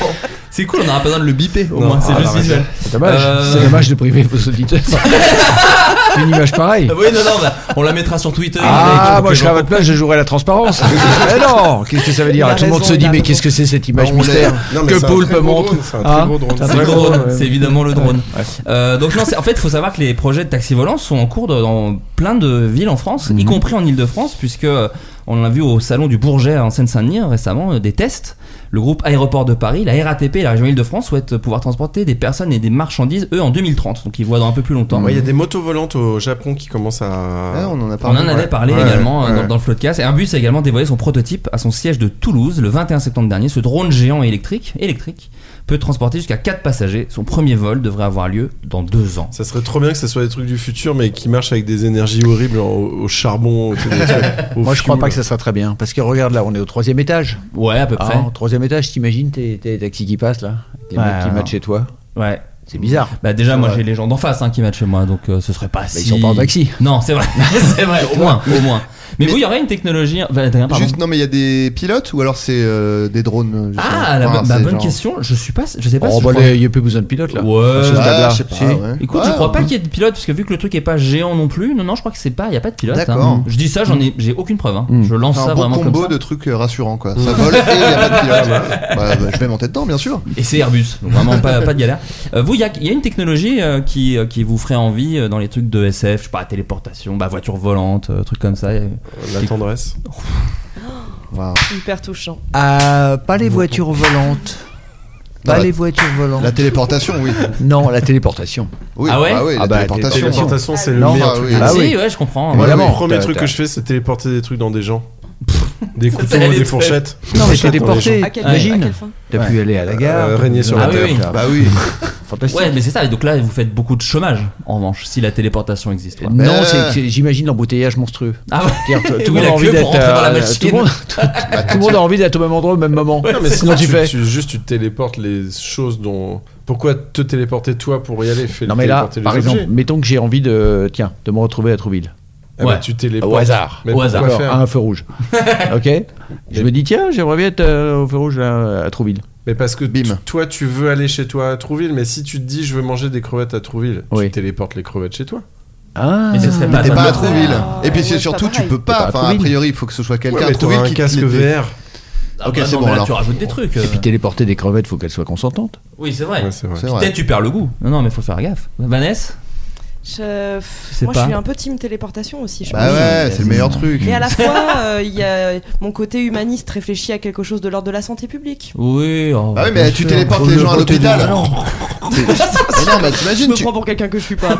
Speaker 2: Bon, C'est cool, on n'aura pas besoin de le biper au
Speaker 6: Non,
Speaker 2: moins, c'est
Speaker 6: ah,
Speaker 2: juste
Speaker 6: non, mais
Speaker 2: visuel.
Speaker 5: c'est dommage.
Speaker 2: Euh,
Speaker 5: C'est dommage de priver vos auditeurs. C'est une image pareille.
Speaker 2: Ah Oui, non, non, bah, on la mettra sur Twitter.
Speaker 5: Ah,
Speaker 2: avec-
Speaker 5: moi je serais à votre place, je jouerais la transparence. mais non, qu'est-ce que ça veut dire
Speaker 7: Il a
Speaker 5: Tout le monde
Speaker 7: raison,
Speaker 5: se
Speaker 7: il
Speaker 5: dit,
Speaker 7: a
Speaker 5: mais
Speaker 7: raison.
Speaker 5: qu'est-ce que c'est cette image
Speaker 3: Bah, on
Speaker 5: mystère
Speaker 6: Non, mais
Speaker 5: que
Speaker 6: c'est un
Speaker 5: Paul
Speaker 6: très
Speaker 5: peut
Speaker 6: gros
Speaker 5: montre
Speaker 6: drone, C'est un
Speaker 5: Ah,
Speaker 6: très gros drone.
Speaker 5: c'est un
Speaker 2: C'est le
Speaker 5: Ouais,
Speaker 2: drone,
Speaker 5: ouais.
Speaker 2: c'est évidemment le drone.
Speaker 5: Ouais.
Speaker 2: Euh, donc non, c'est- en fait, il faut savoir que les projets de taxi volants sont en cours de- dans plein de villes en France, y compris en Ile-de-France, puisque euh, on a vu au salon du Bourget en Seine-Saint-Denis euh, récemment euh, des tests. Le groupe Aéroport de Paris, la RATP et la région Ile-de-France souhaitent pouvoir transporter des personnes et des marchandises, eux, en 2030. Donc ils voient dans un peu plus longtemps.
Speaker 6: Ouais, Il y a des motos volantes au Japon qui commencent à.
Speaker 3: Ah, on en a
Speaker 2: On
Speaker 3: parlé.
Speaker 2: en avait
Speaker 3: Ouais.
Speaker 2: parlé
Speaker 6: Ouais,
Speaker 2: également euh,
Speaker 6: ouais.
Speaker 2: Dans, dans le Floodcast. Et Airbus a également dévoilé son prototype à son siège de Toulouse le 21 septembre dernier. Ce drone géant électrique, électrique peut transporter jusqu'à 4 passagers. Son premier vol devrait avoir lieu dans 2 ans.
Speaker 6: Ça serait trop bien que ce soit des trucs du futur, mais qui marchent avec des énergies horribles, genre au, au charbon, au, truc, au truc, au
Speaker 5: Moi je crois
Speaker 6: fuel.
Speaker 5: pas que ça sera très bien. Parce que regarde là, on est au troisième étage.
Speaker 2: Ouais, à peu près.
Speaker 5: Ah, au troisième étage, t'imagines tes tes taxis qui passent là avec Les
Speaker 2: Ouais,
Speaker 5: mecs qui
Speaker 2: non.
Speaker 5: matchent chez toi.
Speaker 2: Ouais.
Speaker 5: C'est bizarre.
Speaker 2: Bah déjà, moi
Speaker 5: Ouais.
Speaker 2: j'ai les gens d'en face hein, qui mettent chez moi, donc euh, ce serait pas si.
Speaker 5: ils sont pas en taxi.
Speaker 2: Non, c'est vrai, c'est vrai, au moins, au moins. Mais, vous, il y aurait une technologie. Enfin, Adrien, pardon.
Speaker 3: Juste non mais il y a des pilotes ou alors c'est euh, des drones. justement.
Speaker 2: Ah, la
Speaker 3: Enfin,
Speaker 2: bo- bah,
Speaker 3: c'est
Speaker 2: bonne
Speaker 3: genre-
Speaker 2: question. Je suis pas, je sais pas.
Speaker 5: Oh,
Speaker 2: si
Speaker 5: bah,
Speaker 2: je crois-
Speaker 5: les- il n'y a plus besoin de pilote là.
Speaker 2: Ouais.
Speaker 5: À ce
Speaker 2: Ah,
Speaker 5: stade-là.
Speaker 3: je sais pas,
Speaker 5: Si. Ah,
Speaker 3: ouais.
Speaker 2: Écoute, je
Speaker 3: Ouais,
Speaker 2: crois pas
Speaker 3: ouais.
Speaker 2: qu'il y ait de pilote, parce que vu que le truc est pas géant non plus, non, non, je crois que c'est pas, il y a pas de pilote.
Speaker 3: D'accord.
Speaker 2: hein. Je dis ça, j'en ai, j'ai aucune preuve. hein.
Speaker 5: Mm.
Speaker 2: Je lance
Speaker 3: C'est
Speaker 2: ça
Speaker 3: un bon
Speaker 2: vraiment
Speaker 3: combo
Speaker 2: comme ça.
Speaker 3: de trucs euh, rassurants quoi. Ça vole et il y a pas de pilote. Bah, bah, je vais monter dedans bien sûr.
Speaker 2: Et c'est Airbus, donc vraiment pas, pas de galère. Euh, vous, il y a, il y a une technologie euh, qui, euh, qui vous ferait envie euh, dans les trucs de SF, je sais pas, téléportation, bah voiture volante, euh, trucs comme ça. euh.
Speaker 6: La tendresse.
Speaker 3: Waouh.
Speaker 7: hyper touchant.
Speaker 5: Ah, pas les voitures volantes.
Speaker 3: Non,
Speaker 5: Pas
Speaker 3: la-
Speaker 5: les voitures volantes.
Speaker 3: La téléportation oui.
Speaker 5: Non, la téléportation.
Speaker 3: Oui,
Speaker 2: Ah ouais
Speaker 3: oui,
Speaker 5: Ah
Speaker 3: la
Speaker 5: bah,
Speaker 6: La
Speaker 3: téléportation.
Speaker 6: téléportation, c'est le
Speaker 5: Non,
Speaker 6: meilleur
Speaker 3: ah
Speaker 6: truc.
Speaker 3: oui.
Speaker 5: Ah
Speaker 2: si,
Speaker 5: oui.
Speaker 2: ouais, je comprends.
Speaker 6: Moi,
Speaker 5: Voilà.
Speaker 6: le
Speaker 5: Évidemment.
Speaker 6: premier
Speaker 5: T'as-
Speaker 6: truc
Speaker 5: t'as-
Speaker 6: que je fais, c'est téléporter des trucs dans des gens. Des couteaux,
Speaker 2: allait
Speaker 6: des
Speaker 2: très-
Speaker 6: fourchettes.
Speaker 5: Non, mais t'es
Speaker 6: Fourchettes dans les gens.
Speaker 5: déporté,
Speaker 7: À quelle, à
Speaker 5: t'imagines
Speaker 7: quelle fin
Speaker 5: T'as pu aller à la gare.
Speaker 6: Euh, régner sur
Speaker 2: la
Speaker 5: Ah,
Speaker 2: terre.
Speaker 5: oui, oui.
Speaker 3: Bah oui.
Speaker 5: Fantastique.
Speaker 2: Ouais, mais c'est ça. Et donc là, vous faites beaucoup de chômage, en revanche, si la téléportation existe. ouais.
Speaker 5: Non,
Speaker 3: Euh.
Speaker 5: c'est- c'est- j'imagine l'embouteillage monstrueux.
Speaker 2: Ah ouais.
Speaker 5: C'est-à-dire, t- tout
Speaker 2: Oui, la
Speaker 5: le monde a
Speaker 2: queue
Speaker 5: envie
Speaker 2: pour
Speaker 5: d'être
Speaker 2: rentrer dans la
Speaker 5: euh,
Speaker 2: machine.
Speaker 5: tout le monde- tout le monde a envie d'être au même endroit au même moment.
Speaker 6: Non, mais
Speaker 5: Sinon
Speaker 6: sinon,
Speaker 5: tu fais.
Speaker 6: tu- Juste, tu téléportes les choses dont. Pourquoi te téléporter toi pour y aller Fais
Speaker 5: Non mais là,
Speaker 6: téléporter les
Speaker 5: par
Speaker 6: objets.
Speaker 5: exemple, mettons que j'ai envie de tiens de me retrouver à Trouville.
Speaker 6: Ah bah,
Speaker 2: Ouais.
Speaker 6: tu téléportes.
Speaker 5: Au hasard.
Speaker 6: Mais
Speaker 2: Au
Speaker 6: pourquoi
Speaker 2: hasard.
Speaker 5: Alors,
Speaker 6: faire
Speaker 5: à un feu rouge. ok. Je me dis tiens, j'aimerais bien être euh, au feu rouge là, à Trouville.
Speaker 6: Mais parce que
Speaker 3: Bim.
Speaker 6: tu- toi, tu veux aller chez toi à Trouville, mais si tu te dis je veux manger des crevettes à Trouville,
Speaker 5: Oui.
Speaker 6: tu téléportes les crevettes chez toi.
Speaker 5: Ah.
Speaker 2: Mais ce serait pas
Speaker 3: T'es
Speaker 2: Ah,
Speaker 3: pas à
Speaker 2: non.
Speaker 3: Trouville.
Speaker 7: Ah,
Speaker 3: Et puis
Speaker 7: ouais,
Speaker 3: c'est
Speaker 7: c'est
Speaker 3: surtout
Speaker 7: pas
Speaker 3: tu
Speaker 7: pareil.
Speaker 3: peux
Speaker 5: T'es pas
Speaker 3: pas.
Speaker 5: à
Speaker 3: Enfin a
Speaker 5: Trouville.
Speaker 3: priori il faut que ce soit quelqu'un
Speaker 6: Ouais,
Speaker 3: à
Speaker 6: mais t'auras
Speaker 3: Trouville
Speaker 6: un
Speaker 3: qui.
Speaker 6: casque
Speaker 3: qui-
Speaker 6: VR.
Speaker 2: Ah
Speaker 3: Ok,
Speaker 2: bah
Speaker 3: c'est
Speaker 2: non, mais
Speaker 3: bon,
Speaker 2: là,
Speaker 3: alors.
Speaker 2: tu rajoutes des trucs. euh.
Speaker 5: Et puis téléporter des crevettes, faut qu'elles soient consentantes.
Speaker 2: Oui, c'est vrai.
Speaker 6: Ouais, c'est vrai.
Speaker 3: C'est vrai.
Speaker 2: Peut-être tu perds le goût. Non, non, mais faut faire gaffe. Vanessa
Speaker 7: Je-
Speaker 2: sais
Speaker 7: Moi,
Speaker 2: pas.
Speaker 7: je suis un peu team téléportation aussi. Je
Speaker 3: Bah
Speaker 7: pense.
Speaker 3: ouais, c'est le meilleur truc.
Speaker 7: Mais à la fois, euh, il y a mon côté humaniste réfléchi à quelque chose de l'ordre de la santé publique.
Speaker 2: Oui. oh,
Speaker 3: Bah oui,
Speaker 2: bien
Speaker 3: mais tu
Speaker 2: sûr.
Speaker 3: téléportes les gens à l'hôpital.
Speaker 5: gens.
Speaker 3: Mais non, mais
Speaker 7: Je
Speaker 3: t'imagines,
Speaker 7: me
Speaker 3: tu,
Speaker 7: prends pour quelqu'un que je suis pas.